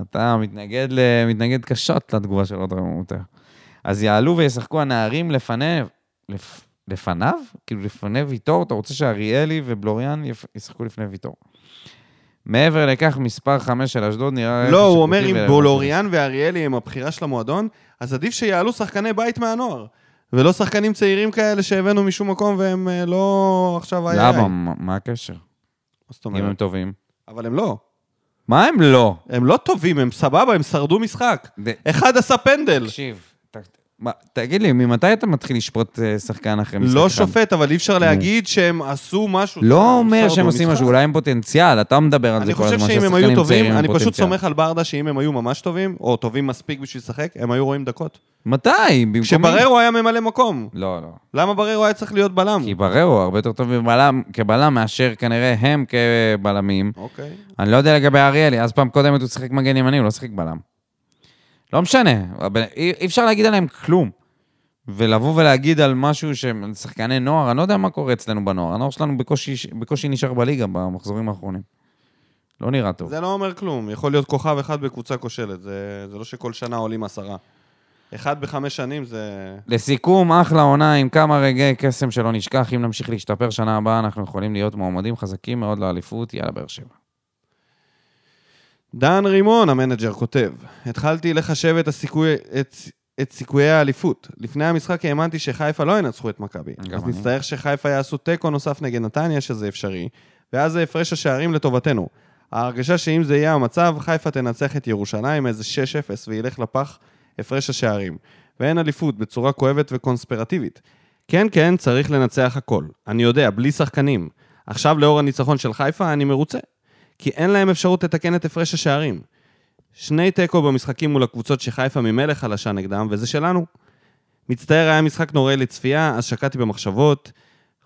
Speaker 2: אתה מתנגד, ל... מתנגד קשות לתגובה של עוד רמותה. אז יעלו וישחקו הנערים לפניו. לפ... לפניו? כאילו לפני ויטור? אתה רוצה שאריאלי ובלוריאן יפ... ישחקו לפני ויטור. מעבר לכך, מספר 5 של אשדוד נראה...
Speaker 1: לא,
Speaker 2: רכש
Speaker 1: הוא אומר,
Speaker 2: שיפוטי
Speaker 1: אם
Speaker 2: אה, ו-
Speaker 1: בולוריאן ואריאלי הם הבחירה של המועדון, אז עדיף שיעלו שחקני בית מהנוער. ולא שחקנים צעירים כאלה שהבאנו משום מקום והם אה, לא עכשיו איי איי.
Speaker 2: למה? מה- מה הקשר?
Speaker 1: מה זאת
Speaker 2: אם הם
Speaker 1: אומרת?
Speaker 2: טובים.
Speaker 1: אבל הם לא.
Speaker 2: מה הם לא?
Speaker 1: הם לא טובים, הם סבבה, הם שרדו משחק.
Speaker 2: ד-
Speaker 1: אחד עשה פנדל.
Speaker 2: תקשיב, ת- מה- תגיד לי, ממתי אתה מתחיל לשפוט אה, שחקן אחרי משחק?
Speaker 1: לא
Speaker 2: אחד?
Speaker 1: שופט, אבל אי אפשר להגיד שהם עשו משהו.
Speaker 2: לא אומר
Speaker 1: שרדו
Speaker 2: שהם עושים
Speaker 1: משחק.
Speaker 2: משהו, אולי הם פוטנציאל, אתה מדבר על
Speaker 1: אה, אני
Speaker 2: זה כל
Speaker 1: חושב
Speaker 2: הזמן,
Speaker 1: שאם הם היו
Speaker 2: צעירים
Speaker 1: טובים,
Speaker 2: הם
Speaker 1: אני פשוט
Speaker 2: פוטנציאל.
Speaker 1: סומך על ברדה שאם הם היו ממש טובים, או טובים מספיק בשביל לשחק, הם היו רואים דקות.
Speaker 2: מתי? במקומי?
Speaker 1: כשבררו היה ממלא מקום.
Speaker 2: לא, לא.
Speaker 1: למה בררו היה צריך להיות בלם?
Speaker 2: כי בררו הרבה יותר טוב בבלם- כבלם מאשר כנראה הם כבלמים.
Speaker 1: אוקיי.
Speaker 2: אני לא יודע לגבי אריאלי, אז פעם קודמת הוא שיחק מגן ימני, הוא לא שיחק בלם. לא משנה, אבל אי אי אפשר להגיד עליהם כלום. ולבוא ולהגיד על משהו שהם על שחקני נוער, אני לא יודע מה קורה אצלנו בנוער. הנוער שלנו בקושי, בקושי נשאר בליגה במחזורים האחרונים. לא נראה טוב.
Speaker 1: זה לא אומר כלום, יכול להיות כוכב אחד בקבוצה כושלת, זה זה לא שכל שנה עולים עשרה. אחד בחמש שנים זה...
Speaker 2: לסיכום, אחלה עונה עם כמה רגעי קסם שלא נשכח. אם נמשיך להשתפר שנה הבאה, אנחנו יכולים להיות מועמדים חזקים מאוד לאליפות. יאללה, באר שבע.
Speaker 1: דן רימון, המנג'ר, כותב: התחלתי לחשב את, הסיכוי, את, את סיכויי האליפות. לפני המשחק האמנתי שחיפה לא ינצחו את מכבי.
Speaker 2: גם
Speaker 1: אז
Speaker 2: אני.
Speaker 1: נצטרך שחיפה יעשו תיקו נוסף נגד נתניה, שזה אפשרי, ואז זה הפרש השערים לטובתנו. ההרגשה שאם זה יהיה המצב, חיפה תנצח את ירושלים איזה 6-0 וילך לפח הפרש השערים. ואין אליפות בצורה כואבת וקונספירטיבית. כן, כן, צריך לנצח הכל. אני יודע, בלי שחקנים. עכשיו לאור הניצחון של חיפה, אני מרוצה. כי אין להם אפשרות לתקן את הפרש השערים. שני תיקו במשחקים מול הקבוצות שחיפה ממילא חלשה נגדם, וזה שלנו. מצטער, היה משחק נוראי לצפייה, אז שקעתי במחשבות.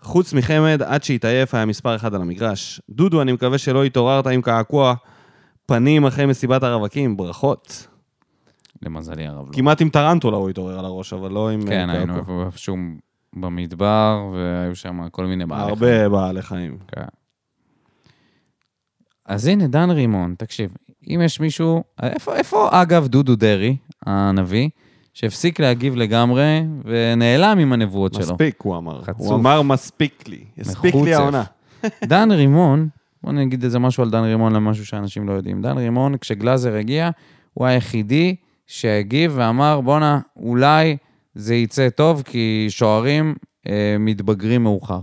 Speaker 1: חוץ מחמד, עד שהתעייף, היה מספר אחד על המגרש. דודו, אני מקווה שלא התעוררת עם קעקוע פנים אחרי מסיבת הרווקים, ברכות.
Speaker 2: למזלי הרב. לא.
Speaker 1: כמעט עם טרנטולה הוא התעורר על הראש, אבל לא עם...
Speaker 2: כן,
Speaker 1: אה,
Speaker 2: היינו
Speaker 1: קעקוע.
Speaker 2: איפה- איפשהו במדבר, והיו שם כל מיני בעלי חיים.
Speaker 1: הרבה בעלי חיים.
Speaker 2: כן. אז הנה, דן רימון, תקשיב, אם יש מישהו... איפה, איפה אגב, דודו דרעי, הנביא, שהפסיק להגיב לגמרי ונעלם עם הנבואות שלו?
Speaker 1: מספיק, הוא אמר.
Speaker 2: חצוף.
Speaker 1: הוא אמר, מספיק לי. הספיק לי
Speaker 2: מחוצף.
Speaker 1: העונה.
Speaker 2: דן רימון, בוא נגיד איזה משהו על דן רימון, למשהו שאנשים לא יודעים. דן רימון, כשגלאזר הגיע, הוא היחידי שהגיב ואמר, בואנה, אולי זה יצא טוב, כי שוערים אה, מתבגרים מאוחר.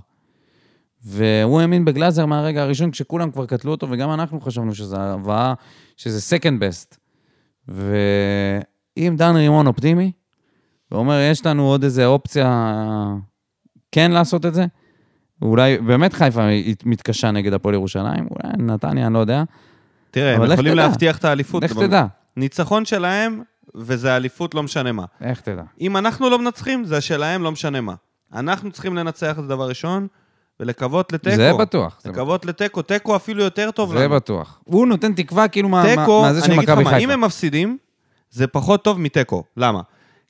Speaker 2: והוא האמין בגלאזר מהרגע הראשון, כשכולם כבר קטלו אותו, וגם אנחנו חשבנו שזה הבאה, שזה second best. ואם דן רימון אופטימי, ואומר, יש לנו עוד איזה אופציה כן לעשות את זה, אולי באמת חיפה מתקשה נגד הפועל ירושלים, אולי נתניה, אני לא יודע.
Speaker 1: תראה,
Speaker 2: אבל
Speaker 1: הם
Speaker 2: לך
Speaker 1: יכולים
Speaker 2: תדע.
Speaker 1: להבטיח את האליפות.
Speaker 2: איך
Speaker 1: זה ממש-
Speaker 2: תדע?
Speaker 1: ניצחון שלהם, וזה אליפות לא משנה מה.
Speaker 2: איך תדע?
Speaker 1: אם אנחנו לא מנצחים, זה שלהם לא משנה מה. אנחנו צריכים לנצח זה דבר ראשון, ולקוות לתיקו.
Speaker 2: זה בטוח. זה
Speaker 1: לקוות לתיקו. תיקו אפילו יותר טוב
Speaker 2: זה
Speaker 1: לנו.
Speaker 2: בטוח. הוא נותן תקווה כאילו מה- מה-
Speaker 1: תיקו,
Speaker 2: מהזה של
Speaker 1: אני אגיד לך
Speaker 2: מכבי
Speaker 1: מה, אם
Speaker 2: חיפה.
Speaker 1: הם מפסידים, זה פחות טוב מתיקו. למה?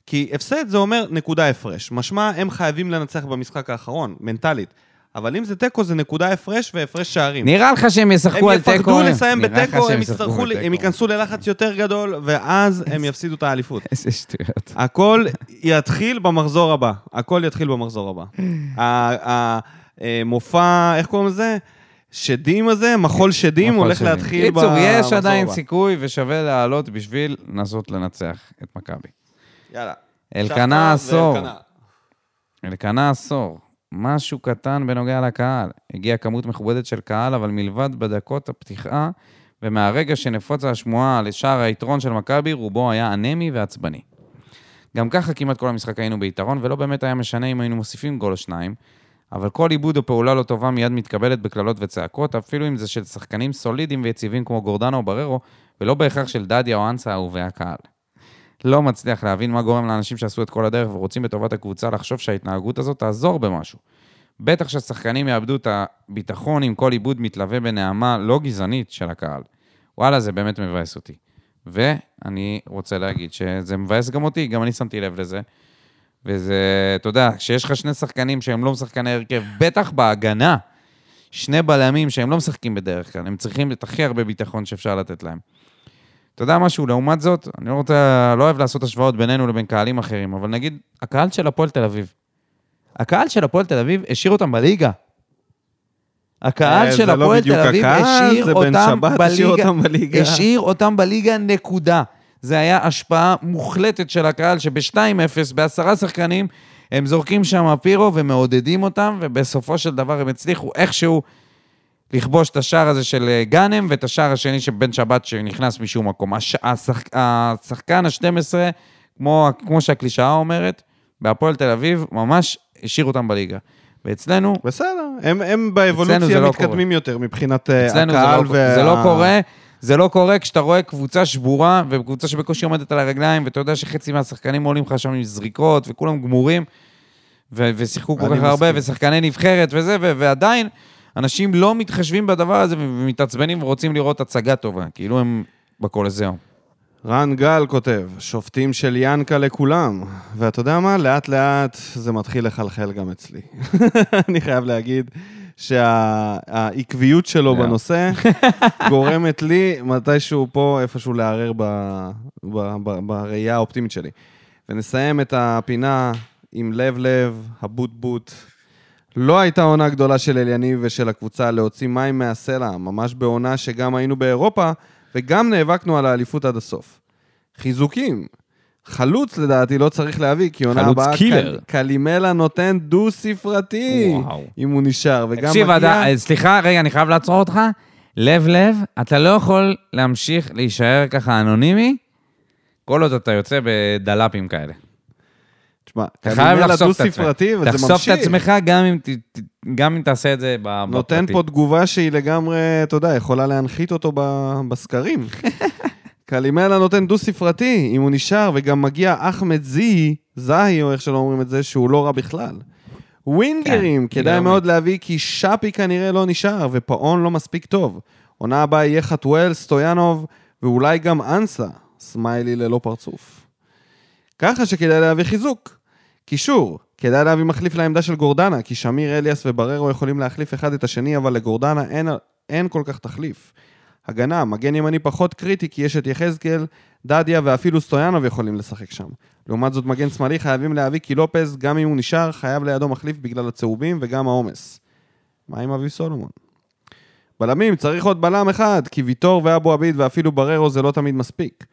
Speaker 1: כי הפסד זה אומר נקודה הפרש. משמע, הם חייבים לנצח במשחק האחרון, מנטלית. אבל אם זה תיקו, זה נקודה הפרש והפרש שערים.
Speaker 2: נראה לך שהם ישחקו
Speaker 1: הם
Speaker 2: על תיקו?
Speaker 1: יפחדו לסיים
Speaker 2: נראה לך
Speaker 1: בתיקו,
Speaker 2: שהם
Speaker 1: הם
Speaker 2: ישחקו
Speaker 1: יצטרכו, ל-
Speaker 2: בתיקו.
Speaker 1: הם ייכנסו ללחץ יותר גדול, ואז הם יפסידו את האליפות.
Speaker 2: [LAUGHS] איזה שטויות.
Speaker 1: הכל יתחיל במחזור הבא. הכל יתחיל במחזור הבא.
Speaker 2: Mm.
Speaker 1: ה- ה- המופע, איך קוראים לזה? שדים הזה, מחול שדים,
Speaker 2: הכל
Speaker 1: הולך
Speaker 2: שלי.
Speaker 1: להתחיל
Speaker 2: קיצור,
Speaker 1: במחזור הבא.
Speaker 2: יש עדיין סיכוי ושווה לעלות בשביל לנסות לנצח את מכבי.
Speaker 1: יאללה.
Speaker 2: אלקנה
Speaker 1: שכטר
Speaker 2: עשור.
Speaker 1: ואלקנה.
Speaker 2: אלקנה עשור, משהו קטן בנוגע לקהל. הגיעה כמות מכובדת של קהל, אבל מלבד בדקות הפתיחה, ומהרגע שנפוצה השמועה לשער היתרון של מכבי, רובו היה אנמי ועצבני. גם ככה כמעט כל המשחק היינו ביתרון, ולא באמת היה משנה אם היינו מוסיפים גול או שניים, אבל כל עיבוד או פעולה לא טובה מיד מתקבלת בקללות וצעקות, אפילו אם זה של שחקנים סולידיים ויציבים כמו גורדנה או בררו, ולא בהכרח של דדיה או אנסה אהובי הקהל. לא מצליח להבין מה גורם לאנשים שעשו את כל הדרך ורוצים בטובת הקבוצה לחשוב שההתנהגות הזאת תעזור במשהו. בטח שהשחקנים יאבדו את הביטחון אם כל עיבוד מתלווה בנעמה לא גזענית של הקהל. וואלה, זה באמת מבאס אותי. ואני רוצה להגיד שזה מבאס גם אותי, גם אני שמתי לב לזה. וזה, אתה יודע, כשיש לך שני שחקנים שהם לא שחקני הרכב, בטח בהגנה, שני בלמים שהם לא משחקים בדרך כלל, הם צריכים את הכי הרבה ביטחון שאפשר לתת להם. אתה יודע משהו, לעומת זאת, אני לא רוצה, לא אוהב לעשות השוואות בינינו לבין קהלים אחרים, אבל נגיד, הקהל של הפועל תל אביב. הקהל של הפועל תל אביב השאיר אותם בליגה. הקהל
Speaker 1: אה, זה
Speaker 2: של
Speaker 1: לא
Speaker 2: הפועל
Speaker 1: בדיוק
Speaker 2: תל אביב
Speaker 1: הקהל,
Speaker 2: השאיר
Speaker 1: זה בן
Speaker 2: אותם
Speaker 1: שבת השאיר
Speaker 2: בליגה.
Speaker 1: אותם בליגה.
Speaker 2: השאיר אותם בליגה, נקודה. זה היה השפעה מוחלטת של הקהל, שב-2-0, בעשרה שחקנים, הם זורקים שם פירו ומעודדים אותם, ובסופו של דבר הם הצליחו איכשהו לכבוש את השער הזה של אה, גאנם, ואת השער השני של בן שבת שנכנס משום מקום. הש... השח... השחקן ה-12, כמו, כמו שהקלישאה אומרת, בהפועל תל אביב, ממש השאיר אותם בליגה. ואצלנו,
Speaker 1: בסדר, הם, הם
Speaker 2: אצלנו זה
Speaker 1: באבולוציה
Speaker 2: לא
Speaker 1: מתקדמים יותר מבחינת אה,
Speaker 2: אצלנו זה
Speaker 1: הקהל
Speaker 2: לא, וה... זה לא
Speaker 1: וה-
Speaker 2: קורה. זה לא קורה כשאתה רואה קבוצה שבורה, וקבוצה שבקושי עומדת על הרגליים, ואתה יודע שחצי מהשחקנים עולים לך שם עם זריקות, וכולם גמורים, ו- ושיחקו כל
Speaker 1: אני
Speaker 2: כך הרבה,
Speaker 1: מסכים.
Speaker 2: ושחקני נבחרת וזה, ו- ועדיין אנשים לא מתחשבים בדבר הזה, ו- ומתעצבנים ורוצים לראות הצגה טובה, כאילו הם בקולזיאום.
Speaker 1: רן גל כותב, שופטים של ינקה לכולם. ואתה יודע מה? לאט לאט זה מתחיל לחלחל גם אצלי. [LAUGHS] אני חייב להגיד שהעקביות שלו
Speaker 2: לא.
Speaker 1: בנושא גורמת לי מתישהו פה איפשהו לערער ב- ב- ב- בראייה האופטימית שלי. ונסיים את הפינה עם לב לב, הבוט בוט. לא הייתה עונה גדולה של אליניב ושל הקבוצה להוציא מים מהסלע, ממש בעונה שגם היינו באירופה וגם נאבקנו על האליפות עד הסוף. חיזוקים. חלוץ לדעתי לא צריך להביא, כי עונה
Speaker 2: חלוץ
Speaker 1: הבאה
Speaker 2: קילר.
Speaker 1: קל- קלימלה נותן דו-ספרתי,
Speaker 2: וואו.
Speaker 1: אם הוא נשאר, וגם
Speaker 2: תקשיב, אתה- סליחה, רגע, אני חייב לעצור אותך. לב לב, אתה לא יכול להמשיך להישאר ככה אנונימי, כל עוד אתה יוצא בדלפים כאלה.
Speaker 1: תשמע,
Speaker 2: אתה חייב לחשוף את עצמך.
Speaker 1: ספרתי, וזה ממשיך.
Speaker 2: תחשוף את עצמך גם אם ת- ת- גם אם תעשה את זה ב- בפרטי.
Speaker 1: נותן פה תגובה שהיא לגמרי, אתה יודע, יכולה להנחית אותו ב- בסקרים. קלימלה נותן דו-ספרתי, אם הוא נשאר, וגם מגיע אחמד זיהי, זהי, או איך שלא אומרים את זה, שהוא לא רע בכלל. ווינגרים,
Speaker 2: כן,
Speaker 1: כדאי
Speaker 2: לגמרי.
Speaker 1: מאוד להביא, כי שפי כנראה לא נשאר, ופאון לא מספיק טוב. עונה הבאה יהיה חתואל, סטויאנוב, ואולי גם אנסה, סמיילי ללא פרצוף. ככה שכדאי להביא חיזוק. קישור, כדאי להביא מחליף לעמדה של גורדנה, כי שמיר, אליאס ובררו יכולים להחליף אחד את השני, אבל לגורדנה אין, אין כל כך תחליף. הגנה, מגן ימני פחות קריטי, כי יש את יחזקאל, דדיה ואפילו סטויאנוב יכולים לשחק שם. לעומת זאת, מגן שמאלי חייבים להביא כי לופז, גם אם הוא נשאר, חייב לידו מחליף בגלל הצהובים וגם העומס. מה עם אביב סולומון? בלמים, צריך עוד בלם אחד, כי ויטור ואבו עביד ואפילו בררו זה לא תמיד מספיק.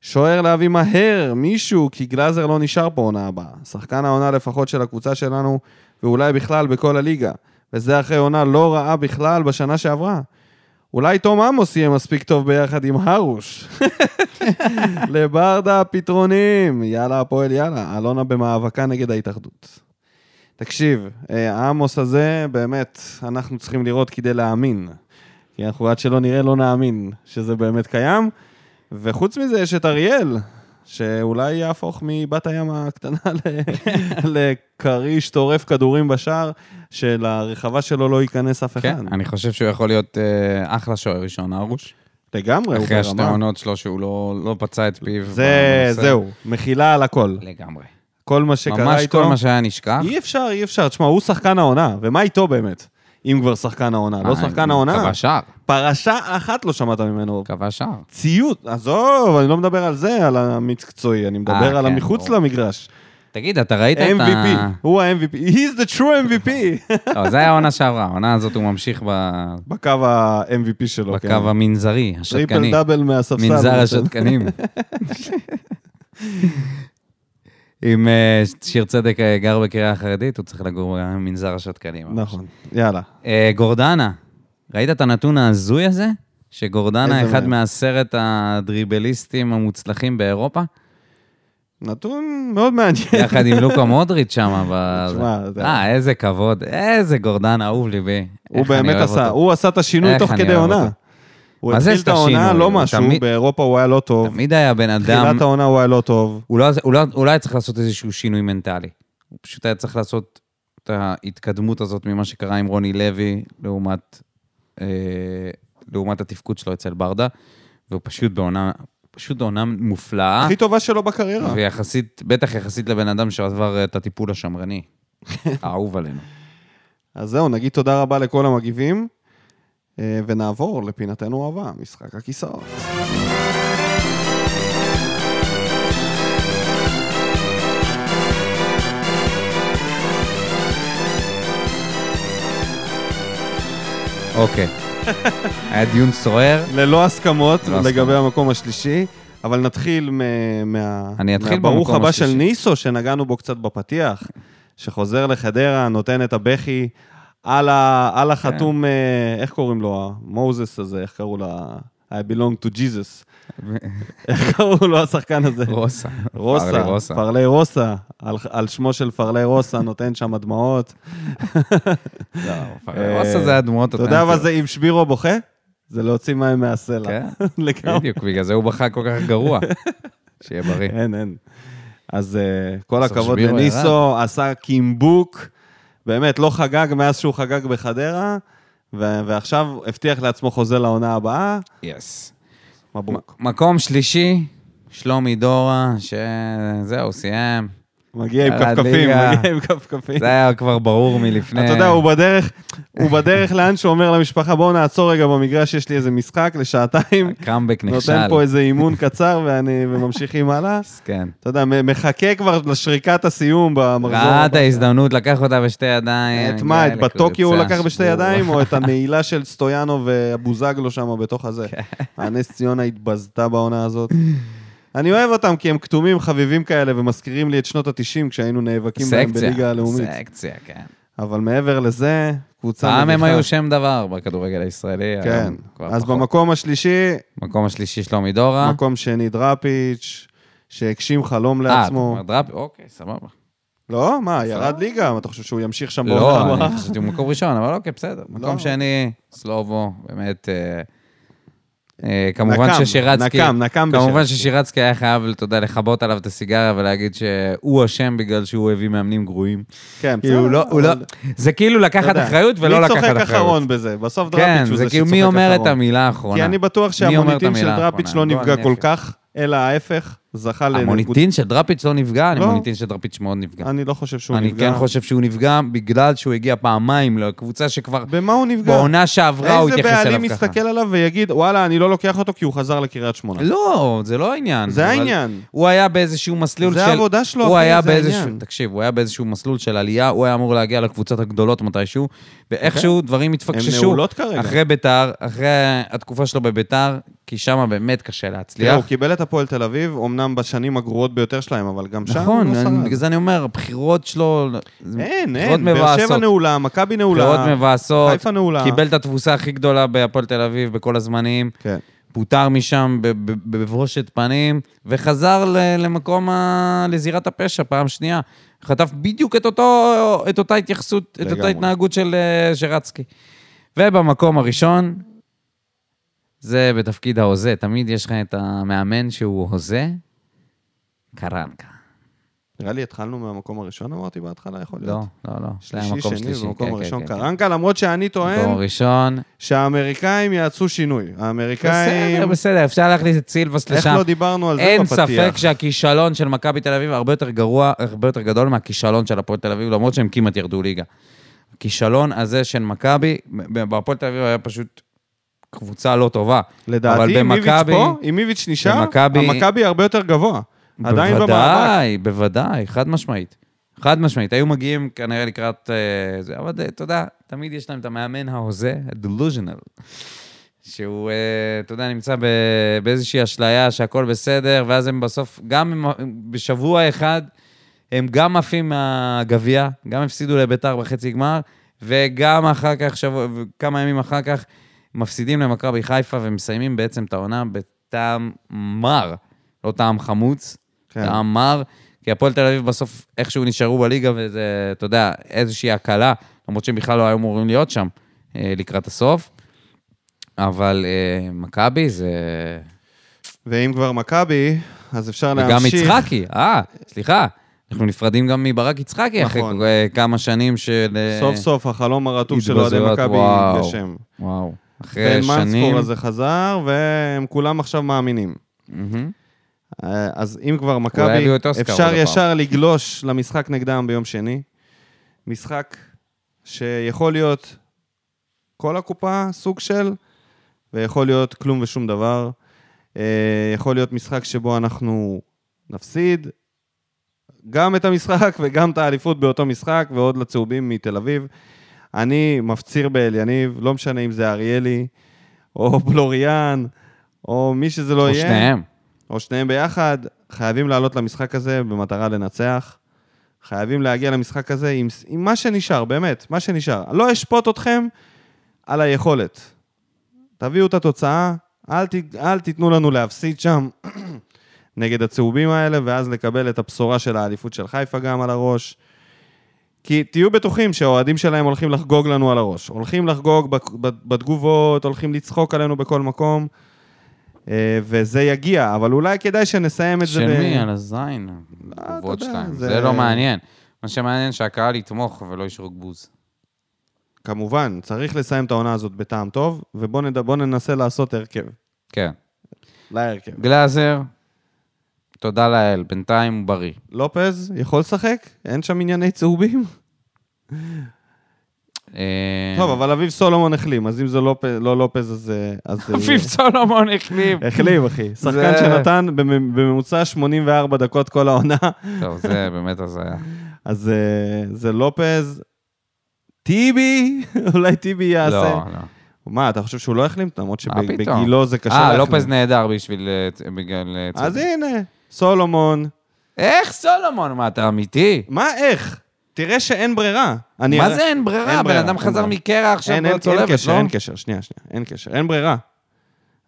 Speaker 1: שוער להביא מהר מישהו, כי גלאזר לא נשאר פה עונה הבאה. שחקן העונה לפחות של הקבוצה שלנו, ואולי בכלל בכל הליגה. וזה אחרי עונה לא רעה בכלל בשנה שעברה. אולי תום עמוס יהיה מספיק טוב ביחד עם
Speaker 2: [LAUGHS]
Speaker 1: הרוש. לברדה הפתרונים, יאללה הפועל יאללה, אלונה במאבקה נגד ההתאחדות. תקשיב, אה, העמוס הזה, באמת, אנחנו צריכים לראות כדי להאמין. כי אנחנו עד שלא נראה, לא נאמין שזה באמת קיים. וחוץ מזה, יש את אריאל, שאולי יהפוך מבת הים הקטנה
Speaker 2: [LAUGHS]
Speaker 1: ל- לכריש טורף כדורים בשער, שלרחבה שלו לא ייכנס אף אחד.
Speaker 2: כן, אני חושב שהוא יכול להיות אה, אחלה שוער ראשון, ארוש.
Speaker 1: לגמרי, אה, הוא
Speaker 2: אחרי השתי
Speaker 1: ברמה.
Speaker 2: עונות שלו שהוא לא לא פצע את פיו.
Speaker 1: זה,
Speaker 2: בנושא.
Speaker 1: זהו, מחילה על הכל.
Speaker 2: לגמרי.
Speaker 1: כל מה שקרה
Speaker 2: ממש
Speaker 1: איתו.
Speaker 2: כל מה שהיה נשכח.
Speaker 1: אי אפשר, אי אפשר. תשמע, הוא שחקן העונה, ומה איתו באמת? אם כבר שחקן העונה. לא
Speaker 2: אה,
Speaker 1: שחקן
Speaker 2: הוא
Speaker 1: העונה,
Speaker 2: כבש שער,
Speaker 1: פרשה אחת לא שמעת ממנו.
Speaker 2: כבש שער.
Speaker 1: ציוט, עזוב, אני לא מדבר על זה, על המקצועי, אני מדבר על
Speaker 2: אה, כן,
Speaker 1: המחוץ
Speaker 2: ברור.
Speaker 1: למגרש.
Speaker 2: תגיד, אתה ראית את ה...
Speaker 1: MVP, הוא ה-MVP, he's the true
Speaker 2: [LAUGHS]
Speaker 1: MVP.
Speaker 2: לא, זה היה העונה שעברה, העונה הזאת הוא ממשיך ב-
Speaker 1: בקו ה-MVP שלו,
Speaker 2: בקו המנזרי, השתקני.
Speaker 1: טריפל דאבל מהספסל.
Speaker 2: מנזר
Speaker 1: בעצם.
Speaker 2: השתקנים. אם אה, שיר צדק אה, גר בקריה החרדית, הוא צריך לגור במנזר השתקנים.
Speaker 1: נכון, יאללה.
Speaker 2: אה, גורדנה, ראית את הנתון ההזוי הזה? שגורדנה
Speaker 1: איזה
Speaker 2: אחד
Speaker 1: מהם?
Speaker 2: מעשרת הדריבליסטים המוצלחים באירופה?
Speaker 1: נתון מאוד מעניין.
Speaker 2: יחד עם לוקה מודריץ' שם.
Speaker 1: תשמע, זה-
Speaker 2: אה, איזה כבוד, איזה גורדנה, אהוב ליבי.
Speaker 1: הוא
Speaker 2: איך אני
Speaker 1: באמת
Speaker 2: אוהב
Speaker 1: עשה,
Speaker 2: אותו.
Speaker 1: הוא עשה את השינוי
Speaker 2: איך
Speaker 1: תוך
Speaker 2: אני
Speaker 1: כדי
Speaker 2: אוהב
Speaker 1: עונה.
Speaker 2: אותו.
Speaker 1: הוא
Speaker 2: מה זה
Speaker 1: התחיל את
Speaker 2: את השינוי?
Speaker 1: העונה, לא
Speaker 2: הוא
Speaker 1: משהו,
Speaker 2: תמיד-
Speaker 1: באירופה הוא היה לא טוב.
Speaker 2: תמיד היה בן אדם,
Speaker 1: תחילת העונה הוא היה לא טוב.
Speaker 2: הוא לא- הוא לא- הוא לא היה צריך לעשות איזשהו שינוי מנטלי. הוא פשוט היה צריך לעשות את ההתקדמות הזאת ממה שקרה עם רוני לוי, לעומת אה, לעומת התפקוד שלו אצל ברדה, והוא פשוט בעונה, פשוט בעונה מופלאה,
Speaker 1: הכי טובה שלו בקריירה.
Speaker 2: אה. ויחסית, בטח יחסית לבן אדם שעבר את
Speaker 1: [LAUGHS]
Speaker 2: הטיפול השמרני, האהוב עלינו.
Speaker 1: אז זהו, נגיד תודה רבה לכל המגיבים, אה, ונעבור לפינתנו אהבה, משחק הכיסאות.
Speaker 2: אוקיי. היה דיון סוער.
Speaker 1: ללא הסכמות
Speaker 2: ללא
Speaker 1: לגבי
Speaker 2: הסכמות.
Speaker 1: המקום השלישי, אבל נתחיל מ- מה...
Speaker 2: אני אתחיל
Speaker 1: מהברוך
Speaker 2: במקום
Speaker 1: הבא של
Speaker 2: השלישי.
Speaker 1: ניסו, שנגענו בו קצת בפתיח, שחוזר לחדרה, נותן את הבכי על, ה... על
Speaker 2: כן.
Speaker 1: החתום, אה, איך קוראים לו? מוזס הזה, איך קראו לה? I belong to
Speaker 2: [LAUGHS]
Speaker 1: Jesus. איך קראו לו השחקן הזה?
Speaker 2: רוסה. פרלי
Speaker 1: רוסה,
Speaker 2: רוסה.
Speaker 1: פרלי רוסה, על, על שמו של פרלי רוסה, נותן שם
Speaker 2: [LAUGHS]
Speaker 1: דמעות.
Speaker 2: לא, פרלי רוסה זה הדמויות
Speaker 1: אה, אתה יודע מה זה אם שבירו בוכה? זה להוציא מים מהסלע.
Speaker 2: כן,
Speaker 1: [LAUGHS] לגמרי.
Speaker 2: בדיוק, בגלל זה הוא בכה כל כך גרוע. שיהיה בריא.
Speaker 1: אין, כן, אין. אז אה, כל
Speaker 2: בסוף
Speaker 1: הכבוד
Speaker 2: שבירו
Speaker 1: לניסו, עשה קימבוק. באמת, לא חגג מאז שהוא חגג בחדרה, ו- ועכשיו הבטיח לעצמו חוזה לעונה הבאה.
Speaker 2: יס.
Speaker 1: מברוק.
Speaker 2: מקום שלישי, שלומי דורה,
Speaker 1: [LAUGHS]
Speaker 2: שזהו, סיים.
Speaker 1: מגיע עם
Speaker 2: יאללה,
Speaker 1: כפכפים,
Speaker 2: אה, ליגה.
Speaker 1: מגיע עם כפכפים.
Speaker 2: זה אה, היה כבר ברור מלפני...
Speaker 1: אתה יודע, הוא בדרך, הוא בדרך לאן שהוא אומר למשפחה, בואו נעצור רגע במגרש, יש לי איזה משחק לשעתיים,
Speaker 2: הקאמבק נכשל.
Speaker 1: נותן פה איזה אימון קצר ואני, וממשיכים
Speaker 2: [LAUGHS]
Speaker 1: הלאה.
Speaker 2: כן.
Speaker 1: אתה יודע, מ- מחכה כבר לשריקת הסיום במחזור.
Speaker 2: ראה את
Speaker 1: הבא.
Speaker 2: ההזדמנות, לקח אותה בשתי ידיים.
Speaker 1: את מה,
Speaker 2: הגיע
Speaker 1: את בטוקיו הוא
Speaker 2: לקבוצה
Speaker 1: לקח בשתי
Speaker 2: שהוא-
Speaker 1: ידיים,
Speaker 2: [LAUGHS]
Speaker 1: או את הנעילה של סטויאנו ובוזגלו שם בתוך הזה.
Speaker 2: כן.
Speaker 1: הנס ציונה התבזתה בעונה הזאת. אני אוהב אותם כי הם כתומים, חביבים כאלה, ומזכירים לי את שנות ה-90 כשהיינו נאבקים בהם
Speaker 2: סקציה,
Speaker 1: בליגה הלאומית.
Speaker 2: סקציה, כן.
Speaker 1: אבל מעבר לזה, קבוצה
Speaker 2: פעם הם
Speaker 1: מביכה.
Speaker 2: היו שם דבר בכדורגל הישראלי.
Speaker 1: כן.
Speaker 2: היום כבר
Speaker 1: אז
Speaker 2: פחות.
Speaker 1: במקום השלישי,
Speaker 2: מקום השלישי, שלומי דורה.
Speaker 1: מקום שני דראפיץ', שהגשים חלום
Speaker 2: אה,
Speaker 1: לעצמו.
Speaker 2: אתה אומר דראפ, אוקיי, סבבה.
Speaker 1: לא, מה, ירד ליגה, אתה חושב שהוא ימשיך שם
Speaker 2: לא,
Speaker 1: הבאה?
Speaker 2: אני חשבתי במקום ראשון, אבל אוקיי, בסדר.
Speaker 1: לא.
Speaker 2: מקום שני, סלובו, באמת... אה, אה, כמובן
Speaker 1: נקם,
Speaker 2: ששירצקי,
Speaker 1: נקם, נקם
Speaker 2: כמובן
Speaker 1: בשירצקי.
Speaker 2: ששירצקי היה חייב, אתה יודע, לכבות עליו את הסיגריה ולהגיד שהוא אשם בגלל שהוא הביא מאמנים גרועים.
Speaker 1: כן,
Speaker 2: כאילו, הוא לא, הוא לא,
Speaker 1: אבל-
Speaker 2: זה כאילו
Speaker 1: אתה
Speaker 2: לקחת
Speaker 1: יודע,
Speaker 2: אחריות ולא לקחת אחריות.
Speaker 1: מי צוחק אחרון בזה? בסוף
Speaker 2: כן,
Speaker 1: דראפיץ' הוא
Speaker 2: זה
Speaker 1: זה
Speaker 2: כאילו
Speaker 1: שצוחק
Speaker 2: מי אומר את
Speaker 1: אחרון.
Speaker 2: המילה האחרונה.
Speaker 1: כי אני בטוח
Speaker 2: מי אומר את
Speaker 1: שהמוניטין של
Speaker 2: המילה
Speaker 1: דראפיץ'
Speaker 2: האחרונה?
Speaker 1: לא
Speaker 2: בוא,
Speaker 1: נפגע
Speaker 2: אני
Speaker 1: כל
Speaker 2: אפילו.
Speaker 1: כך, אלא ההפך, זכה לנקודה.
Speaker 2: המוניטין של דראפיץ' לא נפגע, אני
Speaker 1: לא.
Speaker 2: מוניטין של דראפיץ' מאוד נפגע.
Speaker 1: אני לא חושב שהוא
Speaker 2: אני
Speaker 1: נפגע.
Speaker 2: כן חושב שהוא נפגע בגלל שהוא הגיע פעמיים לקבוצה שכבר
Speaker 1: במה הוא נפגע?
Speaker 2: בעונה שעברה הוא
Speaker 1: איזה
Speaker 2: התייחס
Speaker 1: בעלים
Speaker 2: אליו ככה.
Speaker 1: יסתכל עליו ויגיד, וואלה, אני לא לוקח אותו כי הוא חזר לקריית שמונה.
Speaker 2: לא, זה לא העניין.
Speaker 1: זה
Speaker 2: אבל
Speaker 1: העניין.
Speaker 2: הוא היה באיזשהו מסלול של...
Speaker 1: זה העבודה שלו,
Speaker 2: הוא
Speaker 1: אחי,
Speaker 2: היה
Speaker 1: זה
Speaker 2: באיזשהו...
Speaker 1: העניין.
Speaker 2: תקשיב, הוא היה באיזשהו מסלול של עלייה, הוא היה אמור להגיע לקבוצות הגדולות מתישהו, ואיכשהו דברים התפקששו.
Speaker 1: נעולות אוקיי. כרגע.
Speaker 2: אחרי ביתר, אחרי התקופה שלו בביתר, כי שם באמת קשה
Speaker 1: תראה,
Speaker 2: להצליח.
Speaker 1: הוא קיבל את הפועל תל אביב, אמנם בשנים הגרועות ביותר שלהם, אבל גם שם הוא
Speaker 2: נכון,
Speaker 1: לא
Speaker 2: אני-
Speaker 1: שרד.
Speaker 2: בגלל זה אני אומר, הבחירות שלו...
Speaker 1: אין,
Speaker 2: בחירות
Speaker 1: אין, באר שבע
Speaker 2: מבאסות.
Speaker 1: נעולה, מכבי
Speaker 2: בחירות
Speaker 1: נעולה,
Speaker 2: מבאסות,
Speaker 1: חיפה נעולה.
Speaker 2: קיבל את התבוסה הכי גדולה בהפועל תל אביב בכל הזמנים,
Speaker 1: כן.
Speaker 2: פוטר משם בב- בב- בבושת פנים, וחזר ל- למקום, ה... לזירת הפשע פעם שנייה. חטף בדיוק את, אותו, את אותה התייחסות, את אותה
Speaker 1: לגמרי.
Speaker 2: התנהגות של אה, שרצקי. ובמקום הראשון, זה בתפקיד ההוזה. תמיד יש לך את המאמן שהוא הוזה, קרנקה.
Speaker 1: נראה לי התחלנו מהמקום הראשון, אמרתי בהתחלה, יכול להיות.
Speaker 2: לא, לא, לא. זה היה
Speaker 1: שלישי,
Speaker 2: מקום
Speaker 1: שני, במקום
Speaker 2: כן, כן,
Speaker 1: הראשון
Speaker 2: כן, כן.
Speaker 1: קרנקה, למרות שאני
Speaker 2: מקום
Speaker 1: טוען
Speaker 2: ראשון.
Speaker 1: שהאמריקאים יעשו שינוי. האמריקאים,
Speaker 2: בסדר, בסדר, אפשר להכניס את סילבס
Speaker 1: איך
Speaker 2: לשם.
Speaker 1: לא דיברנו על זה
Speaker 2: אין
Speaker 1: בפתיח?
Speaker 2: ספק שהכישלון של מכבי תל אביב הרבה יותר גרוע, הרבה יותר גדול מהכישלון של הפועל תל אביב, למרות שהם כמעט ירדו ליגה. הכישלון הזה של מכבי, ב- בהפועל תל אביב היה פשוט קבוצה לא טובה.
Speaker 1: לדעתי, אם איביץ'
Speaker 2: במכבי-
Speaker 1: פה, אם איביץ' נשאר,
Speaker 2: במכבי-
Speaker 1: המכבי הרבה יותר גבוה. עדיין לא במאבק.
Speaker 2: בוודאי, בוודאי, חד משמעית. חד משמעית. היו מגיעים כנראה לקראת אה, זה, אבל אה, אתה יודע, תמיד יש להם את המאמן ההוזה, ה-delusional, שהוא, אה, אתה יודע, נמצא ב- באיזושהי אשליה שהכל בסדר, ואז הם בסוף, גם הם, הם בשבוע אחד, הם גם עפים מהגביע, גם הפסידו לביתר בחצי גמר, וגם אחר כך, שבוע, כמה ימים אחר כך, מפסידים למכבי חיפה ומסיימים בעצם את העונה בטעם מר, לא טעם חמוץ,
Speaker 1: כן.
Speaker 2: כן. טעם מר, כי הפועל תל אביב בסוף איכשהו נשארו בליגה, וזה, אתה יודע, איזושהי הקלה, למרות שהם בכלל לא היו אמורים להיות שם אה, לקראת הסוף. אבל אה, מכבי זה...
Speaker 1: ואם כבר מכבי, אז אפשר
Speaker 2: וגם
Speaker 1: להמשיך.
Speaker 2: יצחקי, אה, סליחה. אנחנו נפרדים גם מברק יצחקי אחרי
Speaker 1: נכון.
Speaker 2: אה, כמה שנים של... אה,
Speaker 1: סוף סוף החלום הרטוב של אוהדי
Speaker 2: התבזויות,
Speaker 1: מכבי
Speaker 2: וואו.
Speaker 1: יתגשם.
Speaker 2: וואו. אחרי
Speaker 1: בן
Speaker 2: שנים...
Speaker 1: מנספור הזה חזר, והם כולם עכשיו מאמינים.
Speaker 2: מהמם.
Speaker 1: אה, אז אם כבר
Speaker 2: אולי
Speaker 1: מכבי,
Speaker 2: יביאו את
Speaker 1: אפשר
Speaker 2: אוסקר עוד הפעם.
Speaker 1: ישר לגלוש למשחק נגדם ביום שני. משחק שיכול להיות כל הקופה, סוג של, ויכול להיות כלום ושום דבר. אה, יכול להיות משחק שבו אנחנו נפסיד גם את המשחק [LAUGHS] וגם את האליפות באותו משחק, ועוד לצהובים מתל אביב. אני מפציר באליניב, לא משנה אם זה אריאלי, או בלוריאן, או מי שזה לא
Speaker 2: או
Speaker 1: יהיה.
Speaker 2: שניהם.
Speaker 1: או שניהם ביחד, חייבים לעלות למשחק הזה במטרה לנצח. חייבים להגיע למשחק הזה עם, עם מה שנשאר, באמת, מה שנשאר. אני לא אשפוט אתכם על היכולת. תביאו את התוצאה, אל, ת, אל תיתנו לנו להפסיד שם [CLEARS THROAT] נגד הצהובים האלה, ואז לקבל את הבשורה של האליפות של חיפה גם על הראש. כי תהיו בטוחים שהאוהדים שלהם הולכים לחגוג לנו על הראש. הולכים לחגוג בק- ב- בתגובות, הולכים לצחוק עלינו בכל מקום, אה, וזה יגיע, אבל אולי כדאי שנסיים את זה אה,
Speaker 2: של מי? על הזין. התגובות
Speaker 1: אתה יודע,
Speaker 2: שלהם.
Speaker 1: זה-
Speaker 2: זה לא מעניין. מה שמעניין שהקהל יתמוך ולא ישרוק בוז.
Speaker 1: כמובן, צריך לסיים את העונה הזאת בטעם טוב, ובואו נד... בוא ננסה לעשות הרכב.
Speaker 2: כן.
Speaker 1: להרכב.
Speaker 2: גלאזר, תודה לאל, בינתיים הוא בריא.
Speaker 1: לופז יכול לשחק? אין שם ענייני צהובים?
Speaker 2: אה,
Speaker 1: טוב, אבל אביב סולומון החלים, אז אם זה לופ... לא לופז, אז... אה, אז זה יהיה.
Speaker 2: אביב סולומון
Speaker 1: [LAUGHS]
Speaker 2: החליף.
Speaker 1: החלים, אחי. שחקן
Speaker 2: זה-
Speaker 1: שנתן במ- בממוצע 84 דקות כל העונה,
Speaker 2: טוב, זה באמת הזיה.
Speaker 1: אז אה, זה לופז. טיבי, [LAUGHS] אולי טיבי יעשה.
Speaker 2: לא, לא.
Speaker 1: מה, אתה חושב שהוא לא החלים? למרות
Speaker 2: מה פתאום?
Speaker 1: שבגילו זה קשה
Speaker 2: אה,
Speaker 1: להחלים.
Speaker 2: לופז נהדר בשביל... אה, צ- בגלל... אה,
Speaker 1: אז
Speaker 2: צד.
Speaker 1: הנה, סולומון.
Speaker 2: איך סולומון? מה, אתה אמיתי?
Speaker 1: מה, איך? תראה שאין ברירה. אני-
Speaker 2: מה זה אין ברירה?
Speaker 1: אין
Speaker 2: בן
Speaker 1: ברירה,
Speaker 2: אדם חזר
Speaker 1: אין
Speaker 2: מקרע עכשיו
Speaker 1: אין, אין, אין
Speaker 2: בצולבת,
Speaker 1: קשר,
Speaker 2: לא?
Speaker 1: אין קשר, שנייה, שנייה, אין קשר, אין ברירה.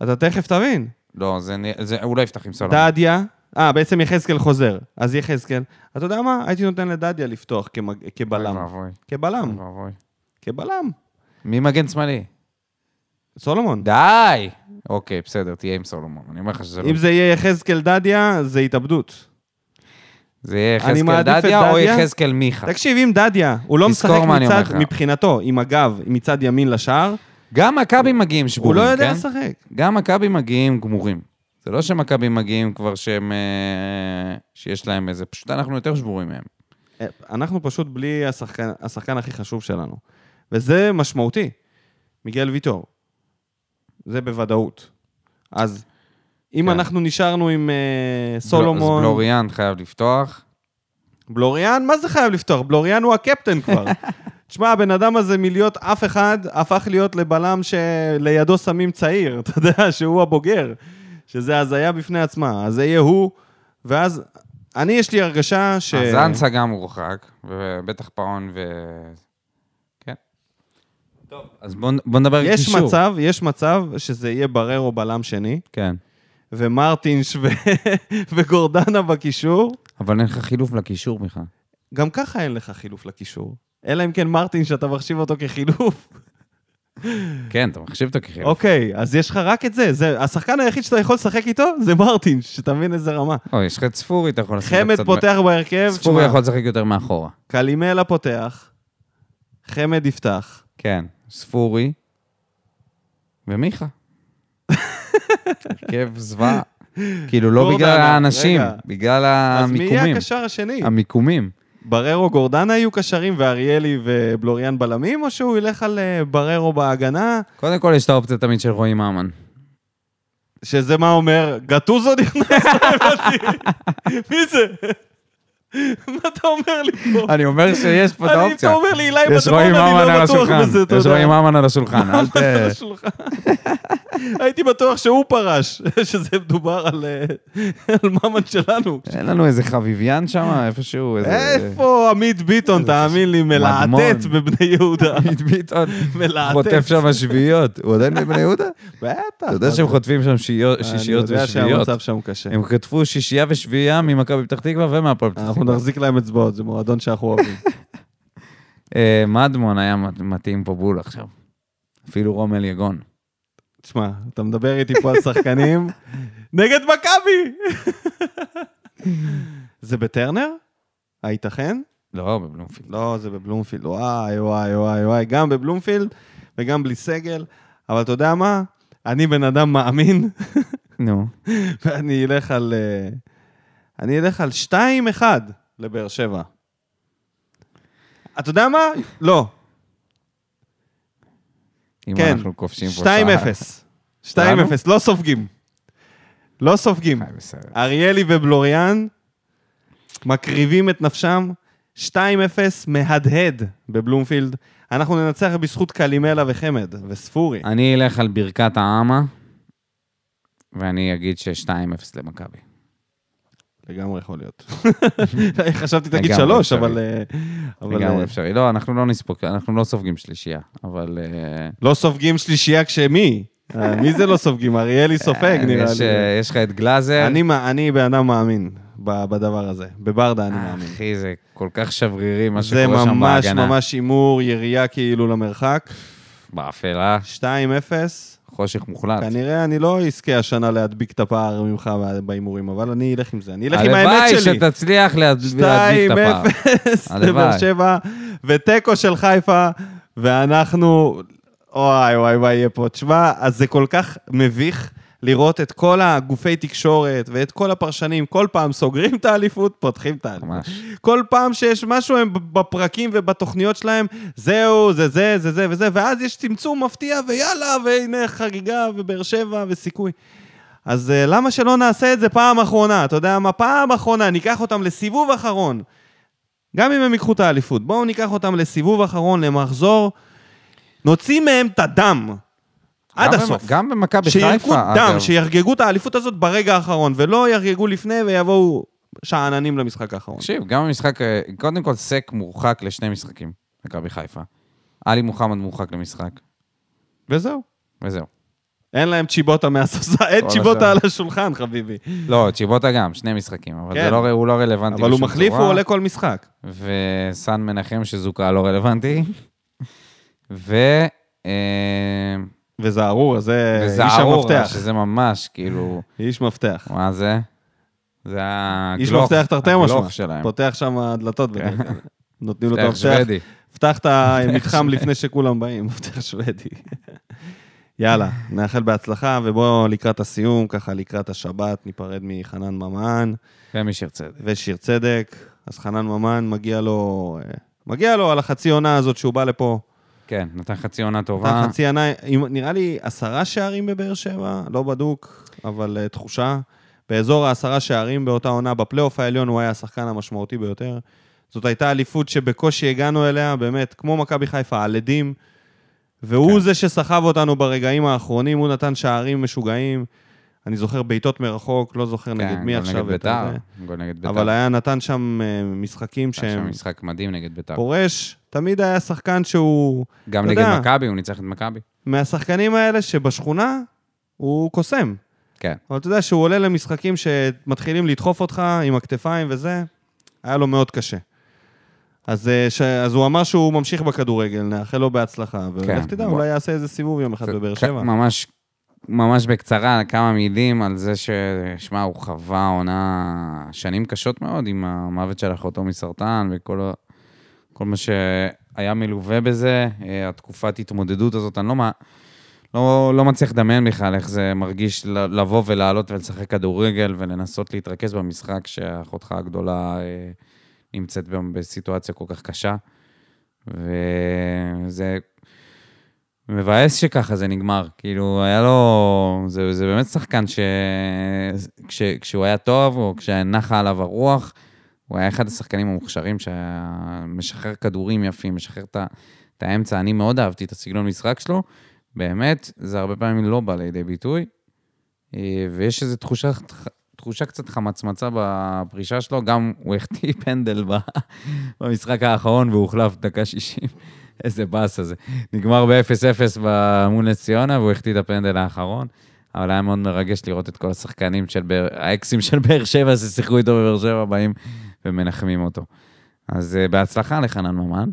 Speaker 1: אתה תכף תבין.
Speaker 2: לא, זה נ- זה- הוא לא יפתח עם סולומון.
Speaker 1: דדיה, אה, בעצם יחזקאל חוזר. אז יחזקאל. אתה יודע מה? הייתי נותן לדדיה לפתוח כמג- כבלם.
Speaker 2: אוי ואבוי, אוי
Speaker 1: כבלם,
Speaker 2: ואבוי.
Speaker 1: כבלם.
Speaker 2: מי מגן שמאלי?
Speaker 1: סולומון.
Speaker 2: די! אוקיי, בסדר, תהיה עם סולומון. אני אומר לך שזה לא...
Speaker 1: אם זה יהיה יחזקאל דדיה, זה התאבדות.
Speaker 2: זה יהיה יחזקאל
Speaker 1: מעדיף את
Speaker 2: דדיה או
Speaker 1: דדיה.
Speaker 2: יחזקאל מיכה.
Speaker 1: תקשיב, אם דדיה, הוא לא
Speaker 2: תזכור
Speaker 1: משחק
Speaker 2: מה אני אומר
Speaker 1: מצד,
Speaker 2: לך.
Speaker 1: מבחינתו, עם הגב, מצד ימין לשער,
Speaker 2: גם מכבי מגיעים
Speaker 1: הוא לא
Speaker 2: שבורים,
Speaker 1: יודע
Speaker 2: כן?
Speaker 1: לשחק.
Speaker 2: גם מכבי מגיעים גמורים. זה לא שמכבי מגיעים כבר שהם... אה, שיש להם איזה... פשוט אנחנו יותר שבורים מהם.
Speaker 1: אנחנו פשוט בלי השחקן, השחקן הכי חשוב שלנו. וזה משמעותי, מיגל ויטור. זה בוודאות. אז אם
Speaker 2: כן.
Speaker 1: אנחנו נשארנו עם אה,
Speaker 2: אז
Speaker 1: סולומון...
Speaker 2: בלוריאן חייב לפתוח.
Speaker 1: בלוריאן, מה זה חייב לפתוח? בלוריאן הוא הקפטן
Speaker 2: [LAUGHS]
Speaker 1: כבר. תשמע, הבן אדם הזה מלהיות אף אחד, הפך להיות לבלם שלידו שמים צעיר, [LAUGHS] אתה יודע, שהוא הבוגר, שזה הזיה בפני עצמה. אז זה יהיה הוא, ואז... אני, יש לי הרגשה ש...
Speaker 2: אז אנסה גם הורחק, ובטח פאון ו... כן. טוב, אז בואו בוא נדבר על קישור.
Speaker 1: יש מצב, יש מצב שזה יהיה ברר או בלם שני,
Speaker 2: כן.
Speaker 1: ומרטינש ו... [LAUGHS] וגורדנה בקישור.
Speaker 2: אבל אין לך חילוף לקישור בכלל.
Speaker 1: גם ככה אין לך חילוף לקישור. אלא אם כן מרטינש, אתה מחשיב אותו כחילוף.
Speaker 2: כן, אתה מחשיב אותו כחילוף.
Speaker 1: אוקיי, אז יש לך רק את זה. זה. השחקן היחיד שאתה יכול לשחק איתו זה מרטינש, שתבין איזה רמה.
Speaker 2: אוי, יש לך את ספורי, אתה יכול לעשות
Speaker 1: אוקיי. חמד
Speaker 2: קצת-
Speaker 1: פותח בהרכב,
Speaker 2: ספורי
Speaker 1: תשמע,
Speaker 2: יכול לשחק יותר מאחורה.
Speaker 1: קלימלה פותח, חמד יפתח.
Speaker 2: כן, ספורי ומיכה. הרכב זוועה. כאילו, לא
Speaker 1: גורדנה,
Speaker 2: בגלל האנשים,
Speaker 1: רגע.
Speaker 2: בגלל
Speaker 1: אז מי יהיה
Speaker 2: המיקומים.
Speaker 1: הקשר השני?
Speaker 2: המיקומים.
Speaker 1: בררו גורדנה יהיו קשרים ואריאלי ובלוריאן בלמים, או שהוא ילך על אה, בררו בהגנה?
Speaker 2: קודם כל, יש את האופציה תמיד של רועי ממן.
Speaker 1: שזה מה אומר, גטוזו נכנס לבתי. מי זה? מה אתה אומר לי פה?
Speaker 2: אני אומר שיש פה את
Speaker 1: אני- אם אתה
Speaker 2: האופציה.
Speaker 1: אומר לי אילי
Speaker 2: אה, יש
Speaker 1: בדרום,
Speaker 2: רועי
Speaker 1: אני
Speaker 2: ממן על
Speaker 1: לא בטוח
Speaker 2: השולחן.
Speaker 1: בזה, אתה
Speaker 2: יש
Speaker 1: יודע.
Speaker 2: רועי ממן על השולחן. אל ת...
Speaker 1: על השולחן. הייתי בטוח שהוא פרש, [LAUGHS] שזה מדובר על אה, על ממן שלנו.
Speaker 2: [LAUGHS] אין לנו איזה חביביין שם, איפשהו, איזה...
Speaker 1: איפה עמית ביטון, תאמין לי, מלהטט
Speaker 2: אה, מדמון.
Speaker 1: בבני יהודה.
Speaker 2: עמית ביטון
Speaker 1: מלהטט.
Speaker 2: חוטף שם שביעיות. הוא עדיין בבני יהודה? [LAUGHS]
Speaker 1: בטח.
Speaker 2: אתה יודע אה, שהם חוטפים שם שיעיות- שישיות
Speaker 1: אני יודע
Speaker 2: ושביעיות.
Speaker 1: שהמצב שם קשה.
Speaker 2: הם חטפו שישייה ושביעייה ממכבי פתח תקווה ומהפועל פתח
Speaker 1: אנחנו
Speaker 2: תקווה.
Speaker 1: נחזיק להם אצבעות, זה מועדון שאנחנו אוהבים.
Speaker 2: אה, מדמון היה מת- מתאים פה בול עכשיו. אפילו רומל יגון.
Speaker 1: תשמע, אתה מדבר איתי פה על [LAUGHS] שחקנים נגד מכבי! זה בטרנר? הייתכן?
Speaker 2: לא, בבלומפילד.
Speaker 1: לא, זה בבלומפילד. וואי, וואי, וואי, וואי. גם בבלומפילד וגם בלי סגל. אבל אתה יודע מה? אני בן אדם מאמין, [LAUGHS]
Speaker 2: נו.
Speaker 1: ואני אלך על... אה, אני אלך על 2-1 לבאר שבע. אתה יודע מה? לא,
Speaker 2: אם
Speaker 1: כן.
Speaker 2: אנחנו כובשים פה
Speaker 1: 2-0.
Speaker 2: שעה.
Speaker 1: 2-0, לא סופגים. לא סופגים.
Speaker 2: אה, בסדר.
Speaker 1: אריאלי ובלוריאן מקריבים את נפשם. 2-0 מהדהד בבלומפילד. אנחנו ננצח בזכות קלימלה וחמד וספורי.
Speaker 2: אני אלך על ברכת העמה, ואני אגיד ש-2-0 למכבי.
Speaker 1: לגמרי יכול להיות. [LAUGHS] חשבתי תגיד
Speaker 2: לגמרי
Speaker 1: 3,
Speaker 2: אפשרי.
Speaker 1: אבל... אה, אבל,
Speaker 2: לגמרי
Speaker 1: אה,
Speaker 2: אפשרי. לא, אנחנו לא נספוג, אנחנו לא סופגים שלישייה, אבל... אה,
Speaker 1: לא סופגים שלישייה כשמי? אה, מי זה לא סופגים? אריאלי סופג,
Speaker 2: אה,
Speaker 1: נראה
Speaker 2: יש,
Speaker 1: לי.
Speaker 2: אה, יש לך את גלאזר.
Speaker 1: אני מה- אני בן אדם מאמין ב- בדבר הזה. בברדה אני מאמין.
Speaker 2: אה, אחי, זה כל כך שברירי מה
Speaker 1: זה
Speaker 2: שקורה שם
Speaker 1: ממש
Speaker 2: בהגנה.
Speaker 1: ממש הימור, ירייה כאילו למרחק.
Speaker 2: באפלה,
Speaker 1: 2-0,
Speaker 2: חושך מוחלט.
Speaker 1: כנראה אני לא אזכה השנה להדביק את הפער ממך בהימורים, אבל אני אלך עם זה, אני אלך עם האמת
Speaker 2: הלוואי
Speaker 1: שלי.
Speaker 2: שתצליח להדביק את הפער.
Speaker 1: 2-0 לבאר
Speaker 2: הלוואי.
Speaker 1: שבע, ותיקו של חיפה, ואנחנו... וואי, וואי, וואי, יהיה פה. תשמע, אז זה כל כך מביך לראות את כל הגופי תקשורת ואת כל הפרשנים, כל פעם סוגרים את האליפות, פותחים את האליפות.
Speaker 2: ממש.
Speaker 1: כל פעם שיש משהו, הם בפרקים ובתוכניות שלהם, זהו, זה זה, זה זה וזה, ואז יש צמצום מפתיע, ויאללה, והנה חגיגה, ובאר שבע, וסיכוי. אז אה, למה שלא נעשה את זה פעם אחרונה? אתה יודע מה? פעם אחרונה, ניקח אותם לסיבוב אחרון. גם אם הם ייקחו את האליפות, בואו ניקח אותם לסיבוב אחרון, למחזור, נוציא מהם את הדם. עד
Speaker 2: גם
Speaker 1: הסוף.
Speaker 2: במ- גם במכבי חיפה,
Speaker 1: שירקו דם,
Speaker 2: אגב.
Speaker 1: שיחגגו את האליפות הזאת ברגע האחרון, ולא יחגגו לפני ויבואו שאננים למשחק האחרון.
Speaker 2: תקשיב, גם המשחק, אה, קודם כל סק מורחק לשני משחקים, מכבי חיפה. עלי מוחמד מורחק למשחק,
Speaker 1: וזהו.
Speaker 2: וזהו.
Speaker 1: אין להם צ'יבוטה מהספסל, אין
Speaker 2: כל
Speaker 1: צ'יבוטה
Speaker 2: השאר.
Speaker 1: על השולחן, חביבי.
Speaker 2: לא, צ'יבוטה גם, שני משחקים, אבל
Speaker 1: כן.
Speaker 2: זה לא, ר- הוא לא רלוונטי
Speaker 1: אבל הוא
Speaker 2: בשום
Speaker 1: מחליף, הוא
Speaker 2: צורה.
Speaker 1: עולה כל משחק.
Speaker 2: וסן מנחם שזוכה לא רלוונטי. [LAUGHS] ו... אה,
Speaker 1: וזה ארור, זה איש
Speaker 2: וזה ארורה,
Speaker 1: המפתח.
Speaker 2: אה, שזה ממש, כאילו,
Speaker 1: איש מפתח.
Speaker 2: מה זה? זה הגלוך,
Speaker 1: איש מפתח תרתי משמע.
Speaker 2: הגלוך שלהם. כן.
Speaker 1: פותח שם הדלתות בדרך כלל. נותנים לו את
Speaker 2: מפתח
Speaker 1: המפתח.
Speaker 2: שוודי.
Speaker 1: פתח את המתחם לפני שכולם באים, מפתח שוודי. יאללה, נאחל בהצלחה, ובואו לקראת הסיום, ככה לקראת השבת, ניפרד מחנן ממן
Speaker 2: ומי כן, שירצה.
Speaker 1: ושיר צדק. אז חנן ממן, מגיע לו, אה, מגיע לו על החצי עונה הזאת שהוא בא לפה.
Speaker 2: כן, נתן חצי עונה טובה.
Speaker 1: נתן חצי עונה, עם- נראה לי עשרה שערים בבאר שבע, לא בדוק, אבל אה, תחושה. באזור העשרה שערים באותה עונה, בפלייאוף העליון הוא היה השחקן המשמעותי ביותר. זאת הייתה אליפות שבקושי הגענו אליה, באמת, כמו מכבי חיפה, על עדים. והוא כן. זה שסחב אותנו ברגעים האחרונים, הוא נתן שערים משוגעים. אני זוכר בעיטות מרחוק, לא זוכר
Speaker 2: כן,
Speaker 1: נגד מי
Speaker 2: גול
Speaker 1: עכשיו.
Speaker 2: נגד
Speaker 1: את הזה.
Speaker 2: ביתר. גול נגד ביתר.
Speaker 1: אבל היה נתן שם אה, משחקים
Speaker 2: היה שם
Speaker 1: שהם...
Speaker 2: משחק מדהים נגד ביתר.
Speaker 1: פורש, תמיד היה שחקן שהוא...
Speaker 2: גם
Speaker 1: אתה
Speaker 2: נגד
Speaker 1: יודע.
Speaker 2: מכבי, הוא ניצח את מכבי.
Speaker 1: מהשחקנים האלה שבשכונה הוא קוסם.
Speaker 2: כן.
Speaker 1: אבל אתה יודע שהוא עולה למשחקים שמתחילים לדחוף אותך עם הכתפיים וזה, היה לו מאוד קשה. אז, אה, ש... אז הוא אמר שהוא ממשיך בכדורגל, נאחל לו בהצלחה. ולך
Speaker 2: כן,
Speaker 1: תדע,
Speaker 2: בוא.
Speaker 1: אולי יעשה איזה סיבוב יום אחד בבאר
Speaker 2: כ-
Speaker 1: שבע.
Speaker 2: ממש, ממש בקצרה, כמה מילים על זה ש... שמע, הוא חווה עונה שנים קשות מאוד עם המוות של אחותו מסרטן וכל ה- כל מה שהיה מלווה בזה, אה, התקופת התמודדות הזאת, אני לא, מה- לא, לא מצליח לדמיין בכלל איך זה מרגיש ל- לבוא ולעלות ולשחק כדורגל ולנסות להתרכז במשחק שאחותך הגדולה אה, נמצאת ב- בסיטואציה כל כך קשה. וזה מבאס שככה זה נגמר. כאילו, היה לו... זה, זה באמת שחקן ש... כש, כשהוא היה טוב, או כשנחה עליו הרוח, הוא היה אחד השחקנים המוכשרים שהיה משחרר כדורים יפים, משחרר את, ה- את האמצע. אני מאוד אהבתי את הסגנון משחק שלו. באמת, זה הרבה פעמים לא בא לידי ביטוי. אה, ויש איזו תחושה, תחושה קצת חמצמצה בפרישה שלו, גם הוא החטיא [LAUGHS] פנדל ב- במשחק האחרון והוא הוחלף דקה 60. [LAUGHS] איזה באסה זה. נגמר ב-0-0 ב- מול נס ציונה והוא החטיא את הפנדל האחרון. אבל היה מאוד מרגש לראות את כל השחקנים של באר, האקסים של באר שבע ששיחקו איתו בבאר שבע, באים ומנחמים אותו. אז אה, בהצלחה לחנן ממן.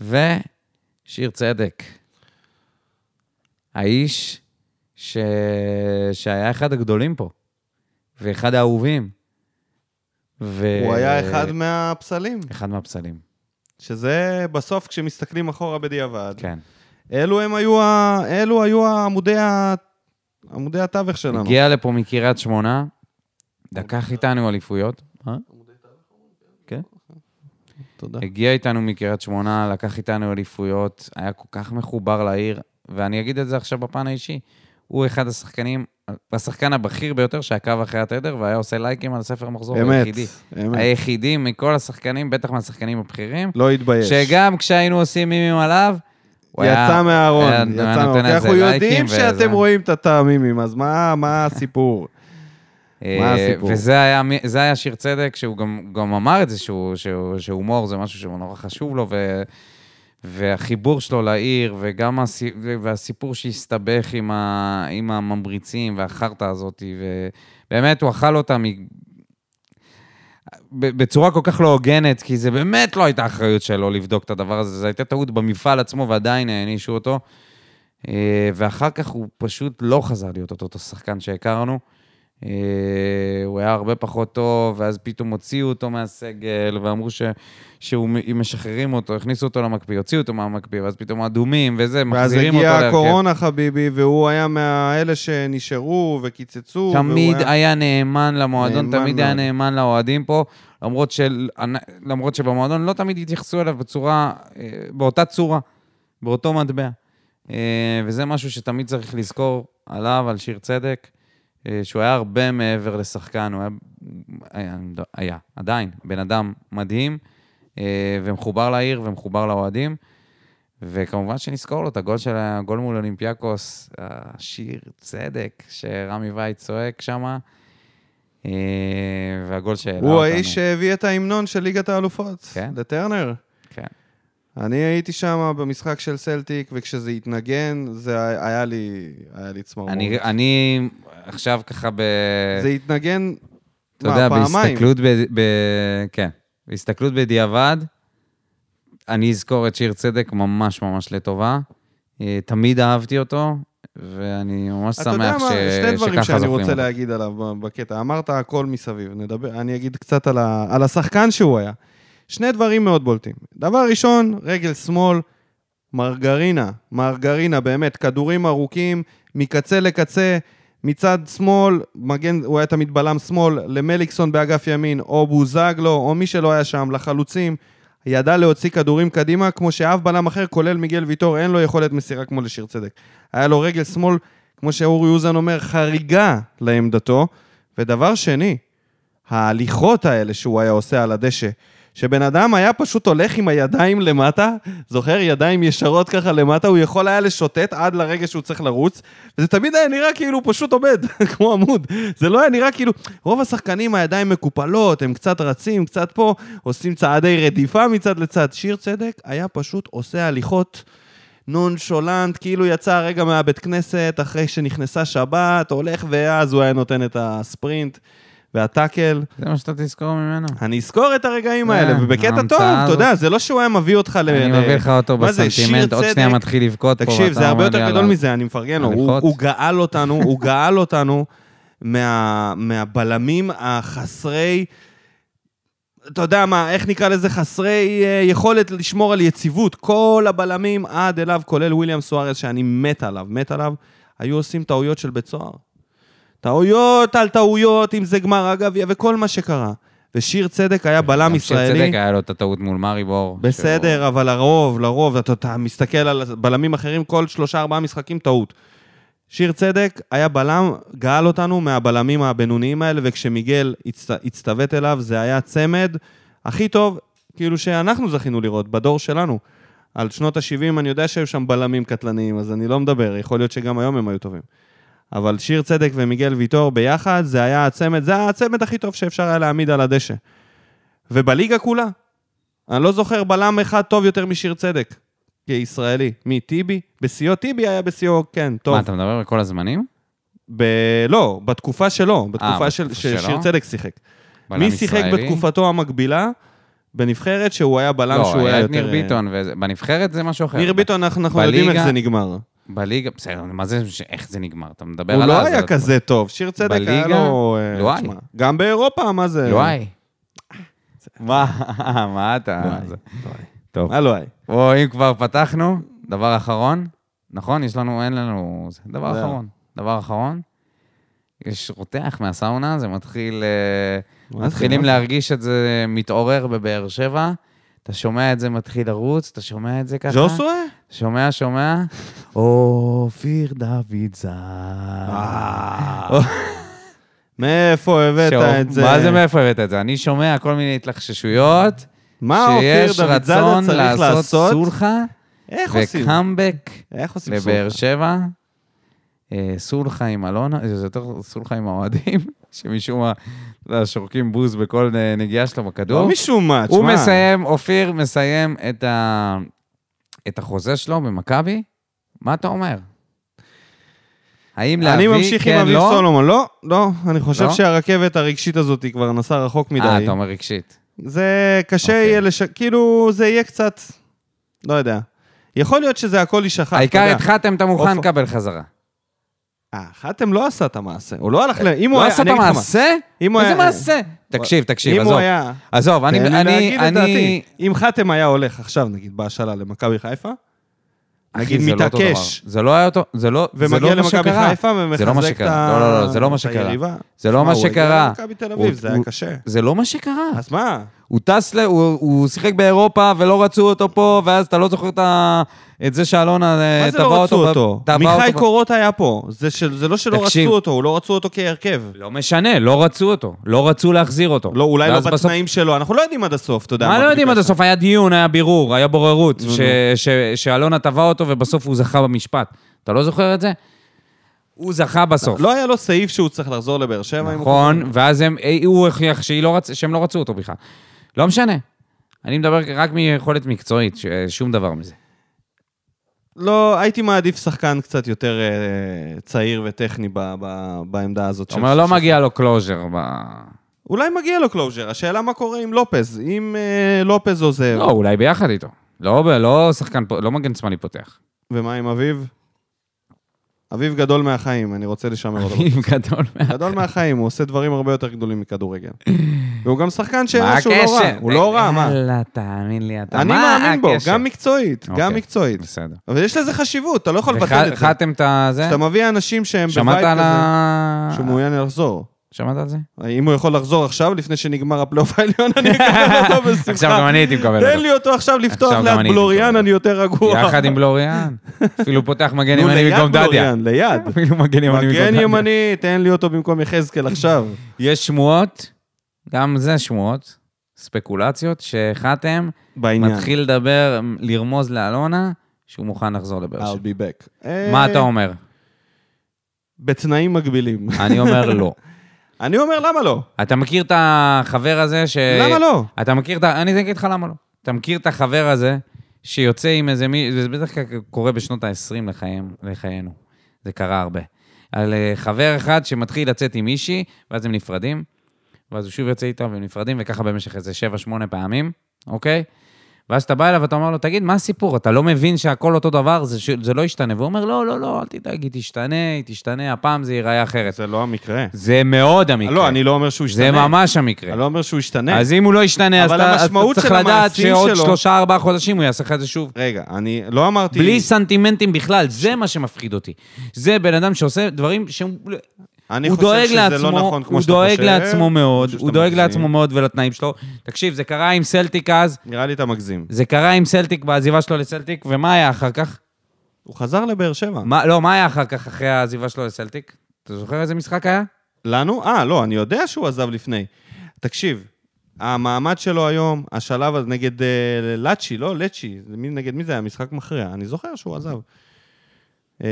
Speaker 2: ושיר צדק. האיש ש... שהיה אחד הגדולים פה, ואחד האהובים. ו...
Speaker 1: הוא היה אחד מהפסלים,
Speaker 2: אחד מהפסלים,
Speaker 1: שזה בסוף כשמסתכלים אחורה בדיעבד.
Speaker 2: כן.
Speaker 1: אלו הם היו, ה... אלו היו העמודי, ה... עמודי התווך שלנו.
Speaker 2: הגיע לפה מקריית שמונה, דקח איתנו אליפויות. אה? כן.
Speaker 1: תודה.
Speaker 2: הגיע איתנו מקריית שמונה, לקח איתנו אליפויות, היה כל כך מחובר לעיר, ואני אגיד את זה עכשיו בפן האישי, הוא אחד השחקנים, השחקן הבכיר ביותר שעקב אחרי התדר והיה עושה לייקים על ספר מחזור
Speaker 1: אמת,
Speaker 2: היחידי. אה,
Speaker 1: אמת.
Speaker 2: היחידי מכל השחקנים, בטח מהשחקנים הבכירים,
Speaker 1: לא התבייש.
Speaker 2: שגם כשהיינו עושים מימים עליו, הוא היה...
Speaker 1: יצא מהארון,
Speaker 2: היה-
Speaker 1: יצא
Speaker 2: היה
Speaker 1: מהארון.
Speaker 2: נותן
Speaker 1: כי אנחנו
Speaker 2: איזה
Speaker 1: יודעים
Speaker 2: לייקים
Speaker 1: שאתם
Speaker 2: וזה.
Speaker 1: רואים את הטעמימים, אז מה מה
Speaker 2: [LAUGHS]
Speaker 1: הסיפור? מה
Speaker 2: אה,
Speaker 1: הסיפור?
Speaker 2: וזה היה, מי- זה היה שיר צדק, שהוא גם, גם אמר את זה, שהוא, שהוא, שהומור זה משהו שהוא נורא חשוב לו, ו, והחיבור שלו לעיר, וגם הסי, והסיפור שהסתבך עם, ה, עם הממריצים והחרטא הזאת, ובאמת, הוא אכל אותה מ... ב- בצורה כל כך לא הוגנת, כי זה באמת לא הייתה אחריות שלו לבדוק את הדבר הזה, זו הייתה טעות במפעל עצמו ועדיין הענישו אותו. אה, ואחר כך הוא פשוט לא חזר להיות אותו, אותו שחקן שהכרנו. אה, הוא היה הרבה פחות טוב, ואז פתאום הוציאו אותו מהסגל, ואמרו ש... שהוא מ- אם משחררים אותו, הכניסו אותו למקפיא, הוציאו אותו מהמקפיא, ואז פתאום אדומים וזה,
Speaker 1: ואז
Speaker 2: מחזירים אותו
Speaker 1: הגיעה
Speaker 2: להרכב.
Speaker 1: הקורונה, חביבי, והוא היה מהאלה שנשארו וקיצצו. והוא
Speaker 2: תמיד היה נאמן למועדון,
Speaker 1: נאמן
Speaker 2: תמיד היה
Speaker 1: מאוד.
Speaker 2: נאמן לאוהדים פה, למרות, של, למרות שבמועדון לא תמיד התייחסו אליו בצורה, אה, באותה צורה, באותו מטבע. אה, וזה משהו שתמיד צריך לזכור עליו, על שיר צדק, אה, שהוא היה הרבה מעבר לשחקן, הוא היה, היה, היה עדיין, בן אדם מדהים, אה, ומחובר לעיר ומחובר לאוהדים. וכמובן שנזכור לו את הגול של הגול מול אולימפיאקוס, השיר צדק שרמי וייץ צועק אה, שם, והגול שהעלה
Speaker 1: הוא
Speaker 2: אותנו.
Speaker 1: האיש שהביא את ההמנון של ליגת האלופות.
Speaker 2: כן.
Speaker 1: לטרנר.
Speaker 2: כן.
Speaker 1: אני הייתי שם במשחק של סלטיק, וכשזה התנגן, זה היה- היה לי, היה לי צמרמורת.
Speaker 2: אני, אני עכשיו ככה ב...
Speaker 1: זה התנגן,
Speaker 2: אתה יודע,
Speaker 1: מה, פעמיים?
Speaker 2: בהסתכלות, ב, ב, כן, בהסתכלות בדיעבד, אני אזכור את שיר צדק ממש ממש לטובה. אה, תמיד אהבתי אותו, ואני ממש
Speaker 1: אתה יודע
Speaker 2: שמח
Speaker 1: מה,
Speaker 2: ש...
Speaker 1: שתי דברים
Speaker 2: שככה
Speaker 1: שאני
Speaker 2: זוכרים
Speaker 1: רוצה
Speaker 2: אותו.
Speaker 1: להגיד עליו ב- בקטע. אמרת הכל מסביב, נדבר, אני אגיד קצת על, ה, על השחקן שהוא היה. שני דברים מאוד בולטים. דבר ראשון, רגל שמאל, מרגרינה, מרגרינה, באמת, כדורים ארוכים, מקצה לקצה, מצד שמאל, מגן, הוא היה תמיד בלם שמאל, למליקסון באגף ימין, או בוזגלו, או מי שלא היה שם, לחלוצים. ידע להוציא כדורים קדימה, כמו שאף בלם אחר, כולל מיגל ויטור, אין לו יכולת מסירה כמו לשיר צדק. היה לו רגל שמאל, כמו שאורי אוזן אומר, חריגה לעמדתו. ודבר שני, ההליכות האלה שהוא היה עושה על הדשא, שבן אדם היה פשוט הולך עם הידיים למטה, זוכר? ידיים ישרות ככה למטה, הוא יכול היה לשוטט עד לרגע שהוא צריך לרוץ, וזה תמיד היה נראה כאילו הוא פשוט עומד, [LAUGHS] כמו עמוד. זה לא היה נראה כאילו... רוב השחקנים הידיים מקופלות, הם קצת רצים, קצת פה, עושים צעדי רדיפה מצד לצד. שיר צדק היה פשוט עושה הליכות. נונשולנט, כאילו יצא הרגע מהבית כנסת, אחרי שנכנסה שבת, הולך, ואז הוא היה נותן את הספרינט והטאקל.
Speaker 2: זה מה שאתה תזכור ממנו.
Speaker 1: אני אזכור את הרגעים
Speaker 2: אה,
Speaker 1: האלה, ובקטע
Speaker 2: ההמצאה
Speaker 1: טוב, אתה
Speaker 2: הזאת.
Speaker 1: יודע, זה לא שהוא היה מביא אותך ל...
Speaker 2: אני
Speaker 1: ל-
Speaker 2: מביא לך אותו
Speaker 1: אה, מה זה, שיר
Speaker 2: בסנטימנט, עוד שנייה
Speaker 1: צדק?
Speaker 2: מתחיל לבכות פה.
Speaker 1: תקשיב,
Speaker 2: ואתה
Speaker 1: זה הרבה
Speaker 2: אומר לי
Speaker 1: יותר גדול
Speaker 2: עליו.
Speaker 1: מזה, אני מפרגן לו. הוא-
Speaker 2: הליכות.
Speaker 1: הוא גאל אותנו, הוא גאל אותנו מה- מהבלמים החסרי... אתה יודע מה, איך נקרא לזה? חסרי אה, יכולת לשמור על יציבות. כל הבלמים עד אליו, כולל וויליאם סוארז, שאני מת עליו, מת עליו, היו עושים טעויות של בית סוהר. טעויות על טעויות, אם זה גמר הגביע וכל מה שקרה. ושיר צדק היה בלם
Speaker 2: כן, גם שיר
Speaker 1: ישראלי.
Speaker 2: צדק היה לו את הטעות מול מארי בור. שהוא-
Speaker 1: בסדר, אבל לרוב, לרוב, אתה, אתה מסתכל על בלמים אחרים, כל שלושה-ארבעה משחקים, טעות. שיר צדק היה בלם, גאל אותנו מהבלמים הבינוניים האלה, וכשמיגל הצט, הצטוות אליו, זה היה צמד הכי טוב, כאילו שאנחנו זכינו לראות, בדור שלנו. על שנות ה-70, אני יודע שהיו שם בלמים קטלניים, אז אני לא מדבר, יכול להיות שגם היום הם היו טובים. אבל שיר צדק ומיגל ויטור ביחד, זה היה הצמד, זה היה הצמד הכי טוב שאפשר היה להעמיד על הדשא. ובליגה כולה, אני לא זוכר בלם אחד טוב יותר משיר צדק, כישראלי. מי, טיבי? בשיאו טיבי היה בשיאו, כן, טוב.
Speaker 2: מה, אתה מדבר על כל הזמנים?
Speaker 1: ב... לא, בתקופה שלו, בתקופה
Speaker 2: אה, בתקופה
Speaker 1: של...
Speaker 2: שלו?
Speaker 1: ששיר צדק שיחק.
Speaker 2: בלם
Speaker 1: מי שיחק
Speaker 2: ישראלי?
Speaker 1: בתקופתו המקבילה בנבחרת שהוא היה בלם
Speaker 2: לא,
Speaker 1: שהוא היה
Speaker 2: היה את
Speaker 1: יותר... אה,
Speaker 2: ניר ביטון, וזה- בנבחרת זה משהו אחר.
Speaker 1: ניר ביטון, אנחנו אנחנו יודעים איך
Speaker 2: בליגה-
Speaker 1: זה נגמר.
Speaker 2: בליגה, בסדר, מה זה, ש- איך זה נגמר? אתה מדבר
Speaker 1: הוא
Speaker 2: על
Speaker 1: לא
Speaker 2: אז,
Speaker 1: היה
Speaker 2: אבל-
Speaker 1: כזה טוב, שיר צדק היה
Speaker 2: בליגה? לא
Speaker 1: לו... אה,
Speaker 2: לואי.
Speaker 1: תשמע, גם באירופה, מה זה?
Speaker 2: לואי. מה, [LAUGHS] מה אתה...
Speaker 1: לואי,
Speaker 2: זה-
Speaker 1: לואי.
Speaker 2: טוב.
Speaker 1: מה לואי?
Speaker 2: או, אם כבר פתחנו, דבר אחרון, נכון? יש לנו, אין לנו... זה- דבר
Speaker 1: זהו.
Speaker 2: אחרון. דבר אחרון, יש רותח מהסאונה, זה מתחיל... אה,
Speaker 1: מה זה,
Speaker 2: מתחילים
Speaker 1: מה זה?
Speaker 2: להרגיש את זה מתעורר בבאר שבע. אתה שומע את זה מתחיל לרוץ, אתה שומע את זה ככה.
Speaker 1: ז'וסווה? [LAUGHS]
Speaker 2: שומע, שומע. אופיר דוד זר.
Speaker 1: מאיפה הבאת
Speaker 2: שאופ-
Speaker 1: את זה?
Speaker 2: אה. מה זה מאיפה הבאת את זה? אני שומע כל מיני התלחששויות,
Speaker 1: מה אופיר
Speaker 2: שיש
Speaker 1: דוד זאדה
Speaker 2: רצון
Speaker 1: צריך
Speaker 2: לעשות
Speaker 1: לעשות?
Speaker 2: סולחה
Speaker 1: איך עושים?
Speaker 2: וקאמבק
Speaker 1: איך עושים
Speaker 2: לבאר
Speaker 1: סולחה?
Speaker 2: שבע. אה, סולחה עם אלונה, אה, זה יותר סולחה עם האוהדים, [LAUGHS] שמשום מה אתה יודע, שורקים בוז בכל אה, נגיעה שלו
Speaker 1: לא
Speaker 2: בכדור.
Speaker 1: משום מה, תשמע.
Speaker 2: הוא מסיים, אופיר מסיים את ה- את החוזה שלו במכבי. מה אתה אומר? האם
Speaker 1: אני
Speaker 2: להביא,
Speaker 1: ממשיך עם
Speaker 2: כן,
Speaker 1: אביב
Speaker 2: לא?
Speaker 1: סולומון. לא, לא, אני חושב
Speaker 2: לא?
Speaker 1: שהרכבת הרגשית הזאת היא כבר נסעה רחוק
Speaker 2: אה,
Speaker 1: מדי.
Speaker 2: אתה אומר רגשית.
Speaker 1: זה קשה
Speaker 2: אוקיי.
Speaker 1: יהיה לש... כאילו, זה יהיה קצת... לא יודע. יכול להיות שזה הכל יישכח, אתה
Speaker 2: העיקר
Speaker 1: יודע.
Speaker 2: את חתם אתה מוכן
Speaker 1: אופ-
Speaker 2: לקבל חזרה.
Speaker 1: אה, חתם לא עשה את המעשה. הוא לא הלך ל... אם הוא
Speaker 2: לא
Speaker 1: היה...
Speaker 2: עשה את
Speaker 1: אני אגיד לך מה.
Speaker 2: המעשה?
Speaker 1: אם הוא
Speaker 2: איזה
Speaker 1: היה-
Speaker 2: מעשה? תקשיב, תקשיב,
Speaker 1: אם הוא
Speaker 2: עזוב.
Speaker 1: היה...
Speaker 2: עזוב, אני...
Speaker 1: תן לי
Speaker 2: אני...
Speaker 1: להגיד את
Speaker 2: אני...
Speaker 1: דעתי. אם חתם היה הולך עכשיו, נגיד, בהשאלה למכבי חיפה,
Speaker 2: אחי,
Speaker 1: נגיד
Speaker 2: זה לא אותו
Speaker 1: מתעקש.
Speaker 2: דבר. זה לא היה אותו... זה לא... זה
Speaker 1: ומגיע
Speaker 2: לא מה
Speaker 1: למכבי
Speaker 2: שקרה.
Speaker 1: חיפה
Speaker 2: זה לא מה
Speaker 1: ומחזק את
Speaker 2: שקרה.
Speaker 1: ה-
Speaker 2: לא, לא, לא, זה לא מה
Speaker 1: את
Speaker 2: שקרה.
Speaker 1: היריבה.
Speaker 2: זה לא
Speaker 1: מה,
Speaker 2: מה
Speaker 1: הוא הגיע
Speaker 2: שקרה.
Speaker 1: למכבי תל
Speaker 2: הוא-
Speaker 1: אביב, זה היה
Speaker 2: הוא-
Speaker 1: קשה.
Speaker 2: זה לא מה שקרה.
Speaker 1: אז מה?
Speaker 2: הוא טס ל... הוא- הוא שיחק באירופה ולא רצו אותו פה, ואז אתה לא זוכר את ה- את זה שאלונה אה,
Speaker 1: מה זה
Speaker 2: תבעה
Speaker 1: לא
Speaker 2: אותו.
Speaker 1: רצו
Speaker 2: ב-
Speaker 1: אותו?
Speaker 2: תבעה
Speaker 1: מיכאי
Speaker 2: ב-
Speaker 1: קורות היה פה. זה של- זה לא שלא
Speaker 2: תקשיב.
Speaker 1: רצו אותו, הוא לא רצו אותו כהרכב.
Speaker 2: לא משנה, לא רצו אותו. לא רצו להחזיר אותו.
Speaker 1: לא, אולי לא
Speaker 2: ואז בסוף-
Speaker 1: בתנאים שלו, אנחנו לא יודעים עד הסוף, אתה יודע.
Speaker 2: מה לא
Speaker 1: בדיוק
Speaker 2: יודעים עד
Speaker 1: היה שם.
Speaker 2: הסוף? היה דיון, היה בירור, היה בוררות,
Speaker 1: נו,
Speaker 2: ש- ש- שאלונה תבע אותו ובסוף הוא זכה במשפט. אתה לא זוכר את זה? הוא זכה בסוף.
Speaker 1: לא היה לו סעיף שהוא צריך לחזור לבאר שבע. אם הוא
Speaker 2: אה, נכון, ואז הם, הוא הכריח שהיא לא רצ- שהם לא רצו אותו בכלל. לא משנה. אני מדבר רק מיכולת מקצועית, ש- שום דבר מזה.
Speaker 1: לא, הייתי מעדיף שחקן קצת יותר אה, צעיר וטכני ב, ב, בעמדה הזאת.
Speaker 2: אתה
Speaker 1: של-
Speaker 2: אומר, לא
Speaker 1: של-
Speaker 2: מגיע לו קלוז'ר ב...
Speaker 1: אולי מגיע לו קלוז'ר, השאלה מה קורה עם לופז. אם אה, לופז עוזב,
Speaker 2: לא, אולי ביחד איתו. לא, ב- לא שחקן, פ- לא מגן שמאלי פותח.
Speaker 1: ומה עם אביב? אביב גדול מהחיים, אני רוצה לשמר אותו.
Speaker 2: אם גדול מה...
Speaker 1: גדול מהחיים, הוא עושה דברים הרבה יותר גדולים מכדורגל. והוא גם שחקן
Speaker 2: מה
Speaker 1: שהראה שהוא לא רע,
Speaker 2: הקשר?
Speaker 1: הוא לא רע, מה?
Speaker 2: יאללה, תאמין לי, אתה...
Speaker 1: אני
Speaker 2: מה
Speaker 1: מאמין בו,
Speaker 2: הקשר?
Speaker 1: גם מקצועית, גם
Speaker 2: אוקיי,
Speaker 1: מקצועית.
Speaker 2: בסדר.
Speaker 1: אבל יש לזה חשיבות, אתה לא יכול לבטל את זה.
Speaker 2: חתם את הזה?
Speaker 1: כשאתה מביא אנשים שהם
Speaker 2: שמעת
Speaker 1: בבית
Speaker 2: על
Speaker 1: כזה,
Speaker 2: ה...
Speaker 1: שהוא מעוניין לחזור.
Speaker 2: שמעת על זה?
Speaker 1: אם הוא יכול לחזור עכשיו, לפני שנגמר הפלייאוף העליון, אני אקבל אותו
Speaker 2: [LAUGHS] עכשיו
Speaker 1: בשמחה.
Speaker 2: גם אני הייתי מקבל
Speaker 1: תן
Speaker 2: אותו.
Speaker 1: לי אותו עכשיו לפתוח
Speaker 2: גם אני
Speaker 1: ליד
Speaker 2: הייתי
Speaker 1: בלוריאן,
Speaker 2: מקבל.
Speaker 1: אני יותר רגוע.
Speaker 2: [LAUGHS] יחד
Speaker 1: [LAUGHS]
Speaker 2: עם בלוריאן. אפילו פותח מגן
Speaker 1: נו,
Speaker 2: ימני
Speaker 1: ליד
Speaker 2: במקום דדיה.
Speaker 1: בלוריאן, ליד.
Speaker 2: אפילו מגן ימני במקום
Speaker 1: מגן
Speaker 2: דדיה.
Speaker 1: ימני, תן לי אותו במקום יחזקאל
Speaker 2: [LAUGHS]
Speaker 1: עכשיו.
Speaker 2: יש שמועות, גם זה שמועות, ספקולציות, שחתם
Speaker 1: בעניין.
Speaker 2: מתחיל לדבר, לרמוז לאלונה, שהוא מוכן לחזור לבאר
Speaker 1: I'll
Speaker 2: שבע.
Speaker 1: be back.
Speaker 2: מה
Speaker 1: אה,
Speaker 2: אתה אומר?
Speaker 1: בתנאים
Speaker 2: [LAUGHS]
Speaker 1: מגבילים.
Speaker 2: אני אומר לא.
Speaker 1: אני אומר, למה לא?
Speaker 2: אתה מכיר את החבר הזה ש...
Speaker 1: למה לא?
Speaker 2: אתה מכיר את ה... אני אגיד לך למה לא. אתה מכיר את החבר הזה שיוצא עם איזה מי... זה בדרך כלל קורה בשנות ה-20 לחיים, לחיינו. זה קרה הרבה. על אה, חבר אחד שמתחיל לצאת עם מישהי, ואז הם נפרדים, ואז הוא שוב יוצא איתה והם נפרדים, וככה במשך איזה 7-8 פעמים, אוקיי? ואז אתה בא אליו ואתה אומר לו, תגיד, מה הסיפור? אתה לא מבין שהכל אותו דבר, זה, ש... זה לא ישתנה. והוא אומר, לא, לא, לא, אל תדאג, היא תשתנה, היא תשתנה, הפעם זה ייראה אחרת.
Speaker 1: זה לא המקרה.
Speaker 2: זה מאוד המקרה.
Speaker 1: לא, אני לא אומר שהוא ישתנה.
Speaker 2: זה ממש המקרה.
Speaker 1: אני לא אומר שהוא ישתנה.
Speaker 2: אז אם הוא לא ישתנה, אז
Speaker 1: אבל
Speaker 2: אתה, אז אתה
Speaker 1: המשמעות
Speaker 2: צריך
Speaker 1: של
Speaker 2: לדעת
Speaker 1: המעשים
Speaker 2: שעוד
Speaker 1: שלו-
Speaker 2: שלושה, ארבעה חודשים הוא יעשה לך את זה שוב.
Speaker 1: רגע, אני לא אמרתי...
Speaker 2: בלי סנטימנטים בכלל, זה מה שמפחיד אותי. זה בן אדם שעושה דברים שהוא...
Speaker 1: אני
Speaker 2: הוא
Speaker 1: חושב
Speaker 2: דואג
Speaker 1: שזה
Speaker 2: לעצמו,
Speaker 1: לא נכון כמו
Speaker 2: הוא
Speaker 1: שאתה
Speaker 2: דואג
Speaker 1: חושב.
Speaker 2: לעצמו מאוד,
Speaker 1: אני חושב
Speaker 2: הוא
Speaker 1: שאתה
Speaker 2: דואג
Speaker 1: מגזים.
Speaker 2: לעצמו מאוד ולתנאים שלו. תקשיב, זה קרה עם סלטיק אז,
Speaker 1: נראה לי אתה מגזים.
Speaker 2: זה קרה עם סלטיק בעזיבה שלו לסלטיק, ומה היה אחר כך?
Speaker 1: הוא חזר לבאר שבע.
Speaker 2: מה, לא, מה היה אחר כך אחרי העזיבה שלו לסלטיק? אתה זוכר איזה משחק היה?
Speaker 1: לנו? אה, לא, אני יודע שהוא עזב לפני. תקשיב, המעמד שלו היום, השלב הזה נגד אה, לאצ'י, לא לאצ'י, זה מי- נגד מי זה היה? משחק מכריע. אני זוכר שהוא עזב. אה,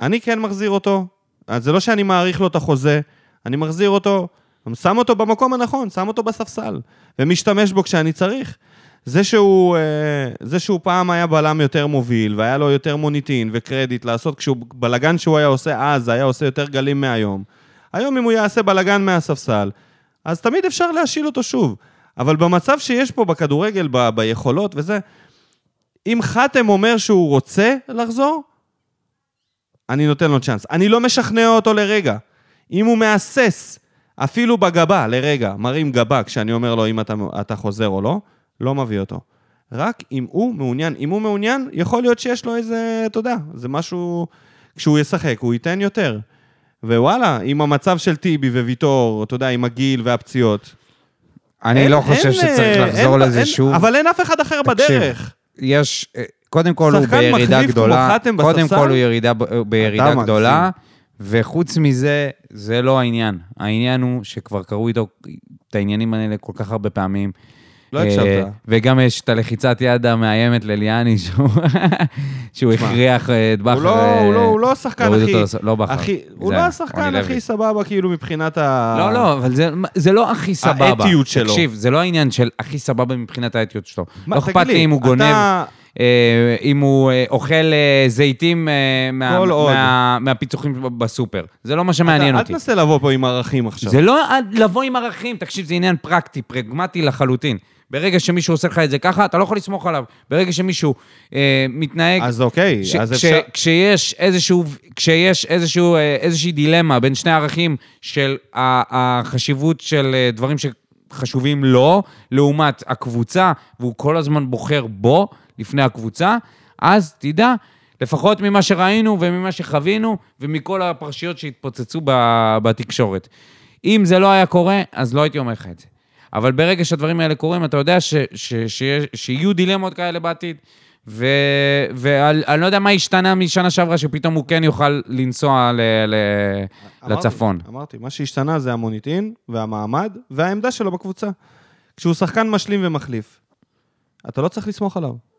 Speaker 1: אני כן מחזיר אותו. אז זה לא שאני מאריך לו את החוזה, אני מחזיר אותו, שם אותו במקום הנכון, שם אותו בספסל, ומשתמש בו כשאני צריך. זה שהוא, אה, זה שהוא פעם היה בלם יותר מוביל, והיה לו יותר מוניטין וקרדיט לעשות, כשהוא, בלגן שהוא היה עושה אז, היה עושה יותר גלים מהיום. היום אם הוא יעשה בלגן מהספסל, אז תמיד אפשר להשיל אותו שוב. אבל במצב שיש פה בכדורגל, ב, ביכולות וזה, אם חתם אומר שהוא רוצה לחזור, אני נותן לו צ'אנס. אני לא משכנע אותו לרגע. אם הוא מהסס, אפילו בגבה, לרגע, מרים גבה, כשאני אומר לו אם אתה, אתה חוזר או לא, לא מביא אותו. רק אם הוא מעוניין. אם הוא מעוניין, יכול להיות שיש לו איזה, אתה יודע, זה משהו... כשהוא ישחק, הוא ייתן יותר. ווואלה, עם המצב של טיבי וויטור, אתה יודע, עם הגיל והפציעות.
Speaker 2: אני
Speaker 1: אין-
Speaker 2: לא חושב
Speaker 1: אין,
Speaker 2: שצריך
Speaker 1: אה,
Speaker 2: לחזור
Speaker 1: אין-
Speaker 2: לזה
Speaker 1: אין-
Speaker 2: שוב.
Speaker 1: אבל אין אף אחד אחר
Speaker 2: תקשיב,
Speaker 1: בדרך.
Speaker 2: יש, אה, קודם כל הוא
Speaker 1: שחקן
Speaker 2: בירידה
Speaker 1: מחליף כמו
Speaker 2: גדולה,
Speaker 1: חתם
Speaker 2: קודם
Speaker 1: בספסל?
Speaker 2: כל הוא ירידה, ב- אה, בירידה
Speaker 1: מגזים.
Speaker 2: גדולה, וחוץ מזה, זה לא העניין. העניין הוא שכבר קרו איתו את העניינים האלה כל כך הרבה פעמים.
Speaker 1: לא
Speaker 2: אה,
Speaker 1: הקשבת.
Speaker 2: וגם יש את הלחיצת יד המאיימת לליאני, שהוא- [LAUGHS] שהוא הכריח אה, את בכר...
Speaker 1: הוא לא,
Speaker 2: אה,
Speaker 1: הוא לא, הוא לא השחקן
Speaker 2: להוריד
Speaker 1: הכי...
Speaker 2: אותו לס- לא בכר.
Speaker 1: הכי- הוא
Speaker 2: זה
Speaker 1: לא
Speaker 2: היה,
Speaker 1: השחקן
Speaker 2: רוני לוי.
Speaker 1: הכי סבבה, כאילו, מבחינת ה...
Speaker 2: לא, לא, אבל זה, זה לא הכי סבבה.
Speaker 1: האתיות שלו.
Speaker 2: תקשיב, זה לא העניין של הכי סבבה מבחינת האתיות שלו.
Speaker 1: מה,
Speaker 2: לא
Speaker 1: תגיד
Speaker 2: אכפת לי אם הוא גונב,
Speaker 1: אתה-
Speaker 2: אה, אם הוא אה, אוכל אה, זיתים אה, מה-
Speaker 1: כל עוד.
Speaker 2: מה- מהפיצוחים ב- בסופר. זה לא מה שמעניין
Speaker 1: אתה-
Speaker 2: אותי.
Speaker 1: אל תנסה לבוא פה עם ערכים עכשיו.
Speaker 2: זה לא עד לבוא עם ערכים, תקשיב, זה עניין פרקטי, פרגמטי לחלוטין. ברגע שמישהו עושה לך את זה ככה, אתה לא יכול לסמוך עליו. ברגע שמישהו אה, מתנהג...
Speaker 1: אז אוקיי,
Speaker 2: ש-
Speaker 1: אז
Speaker 2: כש-
Speaker 1: אפשר...
Speaker 2: כשיש איזשהו, כשיש איזשהו, אה, איזושהי דילמה בין שני הערכים של ה- החשיבות של אה, דברים שחשובים לו, לעומת הקבוצה, והוא כל הזמן בוחר בו לפני הקבוצה, אז תדע, לפחות ממה שראינו וממה שחווינו ומכל הפרשיות שהתפוצצו ב- בתקשורת. אם זה לא היה קורה, אז לא הייתי אומר לך את זה. אבל ברגע שהדברים האלה קורים, אתה יודע ש, ש, ש, שיהיו דילמות כאלה בעתיד, ו, ואני לא יודע מה השתנה משנה שעברה, שפתאום הוא כן יוכל לנסוע ל, ל,
Speaker 1: אמרתי,
Speaker 2: לצפון.
Speaker 1: אמרתי, מה שהשתנה זה המוניטין והמעמד והעמדה שלו בקבוצה. כשהוא שחקן משלים ומחליף, אתה לא צריך לסמוך עליו.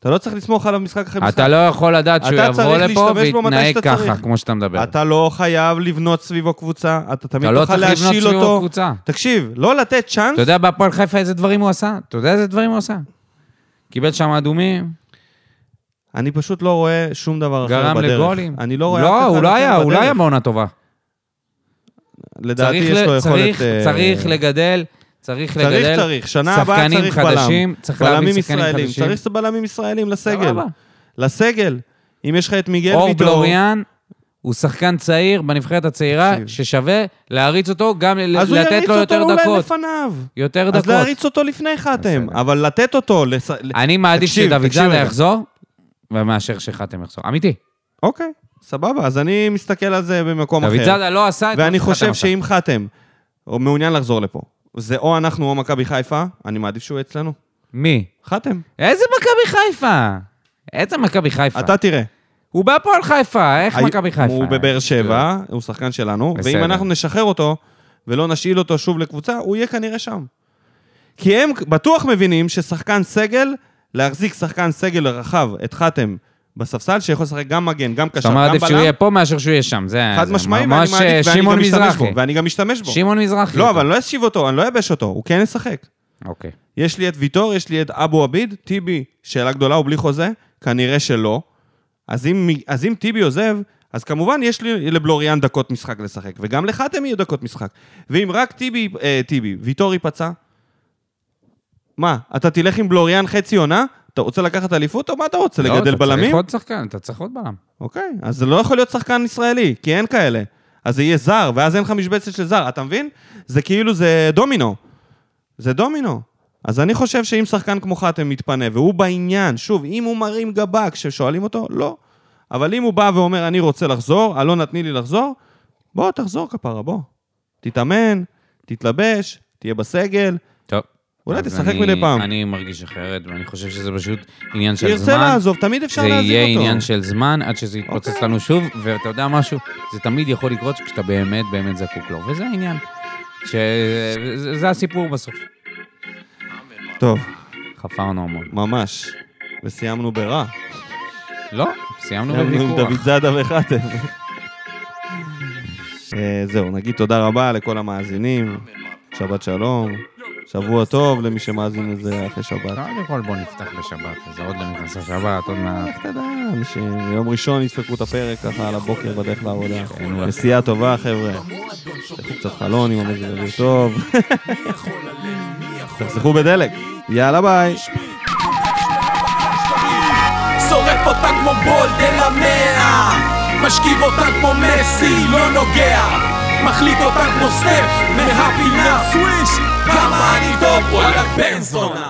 Speaker 1: אתה לא צריך לסמוך עליו משחק אחרי משחק.
Speaker 2: אתה לא יכול לדעת שהוא
Speaker 1: אתה
Speaker 2: יבוא
Speaker 1: צריך
Speaker 2: לפה
Speaker 1: להשתמש בו מתי
Speaker 2: ויתנהג
Speaker 1: שאתה צריך.
Speaker 2: ככה, כמו שאתה מדבר.
Speaker 1: אתה לא חייב לבנות סביבו קבוצה, אתה תמיד
Speaker 2: אתה לא
Speaker 1: תוכל
Speaker 2: צריך לבנות
Speaker 1: להשיל
Speaker 2: סביבו
Speaker 1: אותו.
Speaker 2: קבוצה.
Speaker 1: תקשיב, לא לתת צ'אנס,
Speaker 2: אתה יודע בהפועל חיפה איזה דברים הוא עשה? אתה יודע איזה דברים הוא עשה? קיבל שם אדומים,
Speaker 1: אני פשוט לא רואה שום דבר אחר בדרך.
Speaker 2: גרם לגולים.
Speaker 1: אני לא רואה
Speaker 2: לא,
Speaker 1: אף
Speaker 2: הוא
Speaker 1: אחד
Speaker 2: לא
Speaker 1: אחר
Speaker 2: היה, הוא לא
Speaker 1: בדרך.
Speaker 2: היה בעונה טובה.
Speaker 1: לדעתי
Speaker 2: צריך
Speaker 1: יש
Speaker 2: ל-
Speaker 1: לו יכולת...
Speaker 2: צריך-
Speaker 1: אה,
Speaker 2: צריך לגדל, צריך לגדל.
Speaker 1: צריך, צריך. שנה הבאה
Speaker 2: שחקנים
Speaker 1: צריך
Speaker 2: חדשים,
Speaker 1: בלם.
Speaker 2: צריך
Speaker 1: בלמים
Speaker 2: להביא שחקנים
Speaker 1: ישראלים.
Speaker 2: חדשים.
Speaker 1: צריך בלמים ישראלים לסגל.
Speaker 2: סבבה.
Speaker 1: לסגל. אם יש לך את מיגל
Speaker 2: אור
Speaker 1: ויטור...
Speaker 2: בלוריאן הוא שחקן צעיר בנבחרת הצעירה,
Speaker 1: תקשיב.
Speaker 2: ששווה להריץ אותו, גם ל-
Speaker 1: אז הוא
Speaker 2: לתת
Speaker 1: יריץ
Speaker 2: לו
Speaker 1: אותו
Speaker 2: יותר
Speaker 1: אולי
Speaker 2: דקות.
Speaker 1: לפניו.
Speaker 2: יותר
Speaker 1: אז
Speaker 2: דקות.
Speaker 1: להריץ אותו לפני חתם,
Speaker 2: בסדר.
Speaker 1: אבל לתת אותו... לס- ל-
Speaker 2: אני מעדיף
Speaker 1: תקשיב,
Speaker 2: שדוד
Speaker 1: תקשיב
Speaker 2: זאדה
Speaker 1: רגע.
Speaker 2: יחזור, ומאשר שחתם יחזור. אמיתי.
Speaker 1: אוקיי, סבבה, אז אני מסתכל על זה במקום
Speaker 2: דוד
Speaker 1: אחר.
Speaker 2: זאדה לא עשה את מה
Speaker 1: ואני
Speaker 2: שחתם
Speaker 1: חושב
Speaker 2: עשה.
Speaker 1: שאם חתם הוא מעוניין לחזור לפה, זה או אנחנו או מכבי חיפה, אני מעדיף שהוא יהיה אצלנו.
Speaker 2: מי?
Speaker 1: חתם,
Speaker 2: איזה מכבי חיפה? איזה מכבי חיפה?
Speaker 1: אתה תראה.
Speaker 2: הוא בהפועל חיפה, איך מכבי חיפה?
Speaker 1: הוא בבאר שבע, הוא שחקן שלנו,
Speaker 2: כן. בסדר.
Speaker 1: ואם אנחנו נשחרר אותו ולא נשאיל אותו שוב לקבוצה, הוא יהיה כנראה שם. כי הם בטוח מבינים ששחקן סגל, להחזיק שחקן סגל רחב, את חתם, בספסל, שיכול לשחק גם מגן, גם
Speaker 2: זאת
Speaker 1: קשר,
Speaker 2: אומרת,
Speaker 1: גם
Speaker 2: עדיף שהוא יהיה
Speaker 1: בלם,
Speaker 2: פה מאשר שהוא יהיה שם. זה
Speaker 1: חד
Speaker 2: זה
Speaker 1: משמעי, ואני
Speaker 2: ממש אה,
Speaker 1: מעדיף, ואני
Speaker 2: שמעון
Speaker 1: גם משתמש בו,
Speaker 2: מזרחי.
Speaker 1: ואני גם משתמש בו.
Speaker 2: שמעון מזרחי.
Speaker 1: לא, אבל אני לא אשיב אותו, אני לא אייבש אותו, הוא כן ישחק.
Speaker 2: אוקיי.
Speaker 1: יש לי את ויטור, יש לי את אבו עביד, טיבי, שאלה גדולה, הוא בלי חוזה? כנראה שלא. אז אם, אז אם טיבי עוזב, אז כמובן יש לי לבלוריאן דקות משחק לשחק, וגם לחתם יהיו דקות משחק. ואם רק טיבי, אה, טיבי, ויטור ייפצע, מה, אתה תלך עם בלוריאן חצי עונה? אתה רוצה לקחת אליפות או מה אתה רוצה,
Speaker 2: לא,
Speaker 1: לגדל
Speaker 2: אתה צריך
Speaker 1: בלמים?
Speaker 2: עוד שחקן, אתה צריך עוד בלם.
Speaker 1: אוקיי, אז זה לא יכול להיות שחקן ישראלי, כי אין כאלה. אז זה יהיה זר, ואז אין לך משבצת של זר, אתה מבין? זה כאילו, זה דומינו. זה דומינו. אז אני חושב שאם שחקן כמו חתם מתפנה, והוא בעניין, שוב, אם הוא מרים גבה כששואלים אותו, לא. אבל אם הוא בא ואומר, אני רוצה לחזור, אלונה תני לי לחזור, בוא, תחזור כפרה, בוא. תתאמן, תתלבש, תהיה בסגל.
Speaker 2: טוב.
Speaker 1: אולי
Speaker 2: אז
Speaker 1: תשחק
Speaker 2: אני-
Speaker 1: מדי פעם.
Speaker 2: אני מרגיש אחרת, ואני חושב שזה פשוט עניין של
Speaker 1: ירצה
Speaker 2: זמן.
Speaker 1: לעזוב, תמיד אפשר
Speaker 2: זה
Speaker 1: להזיז אותו.
Speaker 2: יהיה עניין של זמן עד שזה יתפוצץ
Speaker 1: אוקיי.
Speaker 2: לנו שוב, ואתה יודע משהו, זה תמיד יכול לקרות כשאתה באמת באמת זקוק לו, וזה העניין. ש- זה- זה הסיפור בסוף.
Speaker 1: טוב,
Speaker 2: חפרנו המון.
Speaker 1: ממש. וסיימנו ברע.
Speaker 2: לא, סיימנו
Speaker 1: סיימנו עם
Speaker 2: בוויכוח.
Speaker 1: דוד זאדה וחתם. אה, זהו, נגיד תודה רבה לכל המאזינים, שבת שלום, שבוע טוב למי שמאזין לזה אחרי שבת.
Speaker 2: קודם כל בוא נפתח בשבת, וזה עוד לא נכנס לשבת, עוד מעט.
Speaker 1: איך תדע, מי שביום ראשון ידפקו את הפרק ככה על הבוקר בדרך לעבודה.
Speaker 2: כן.
Speaker 1: נסיעה טובה, חבר'ה. תחזיק קצת חלון עם המזג אוויר טוב. [LAUGHS] תחסכו בדלק. יאללה ביי.
Speaker 3: שורף אותה כמו בולד אל המאה משכיב אותה כמו מסי, לא נוגע מחליט אותה כמו סטף, מהפינה סוויש כמה אני טוב, וואלה בן זונה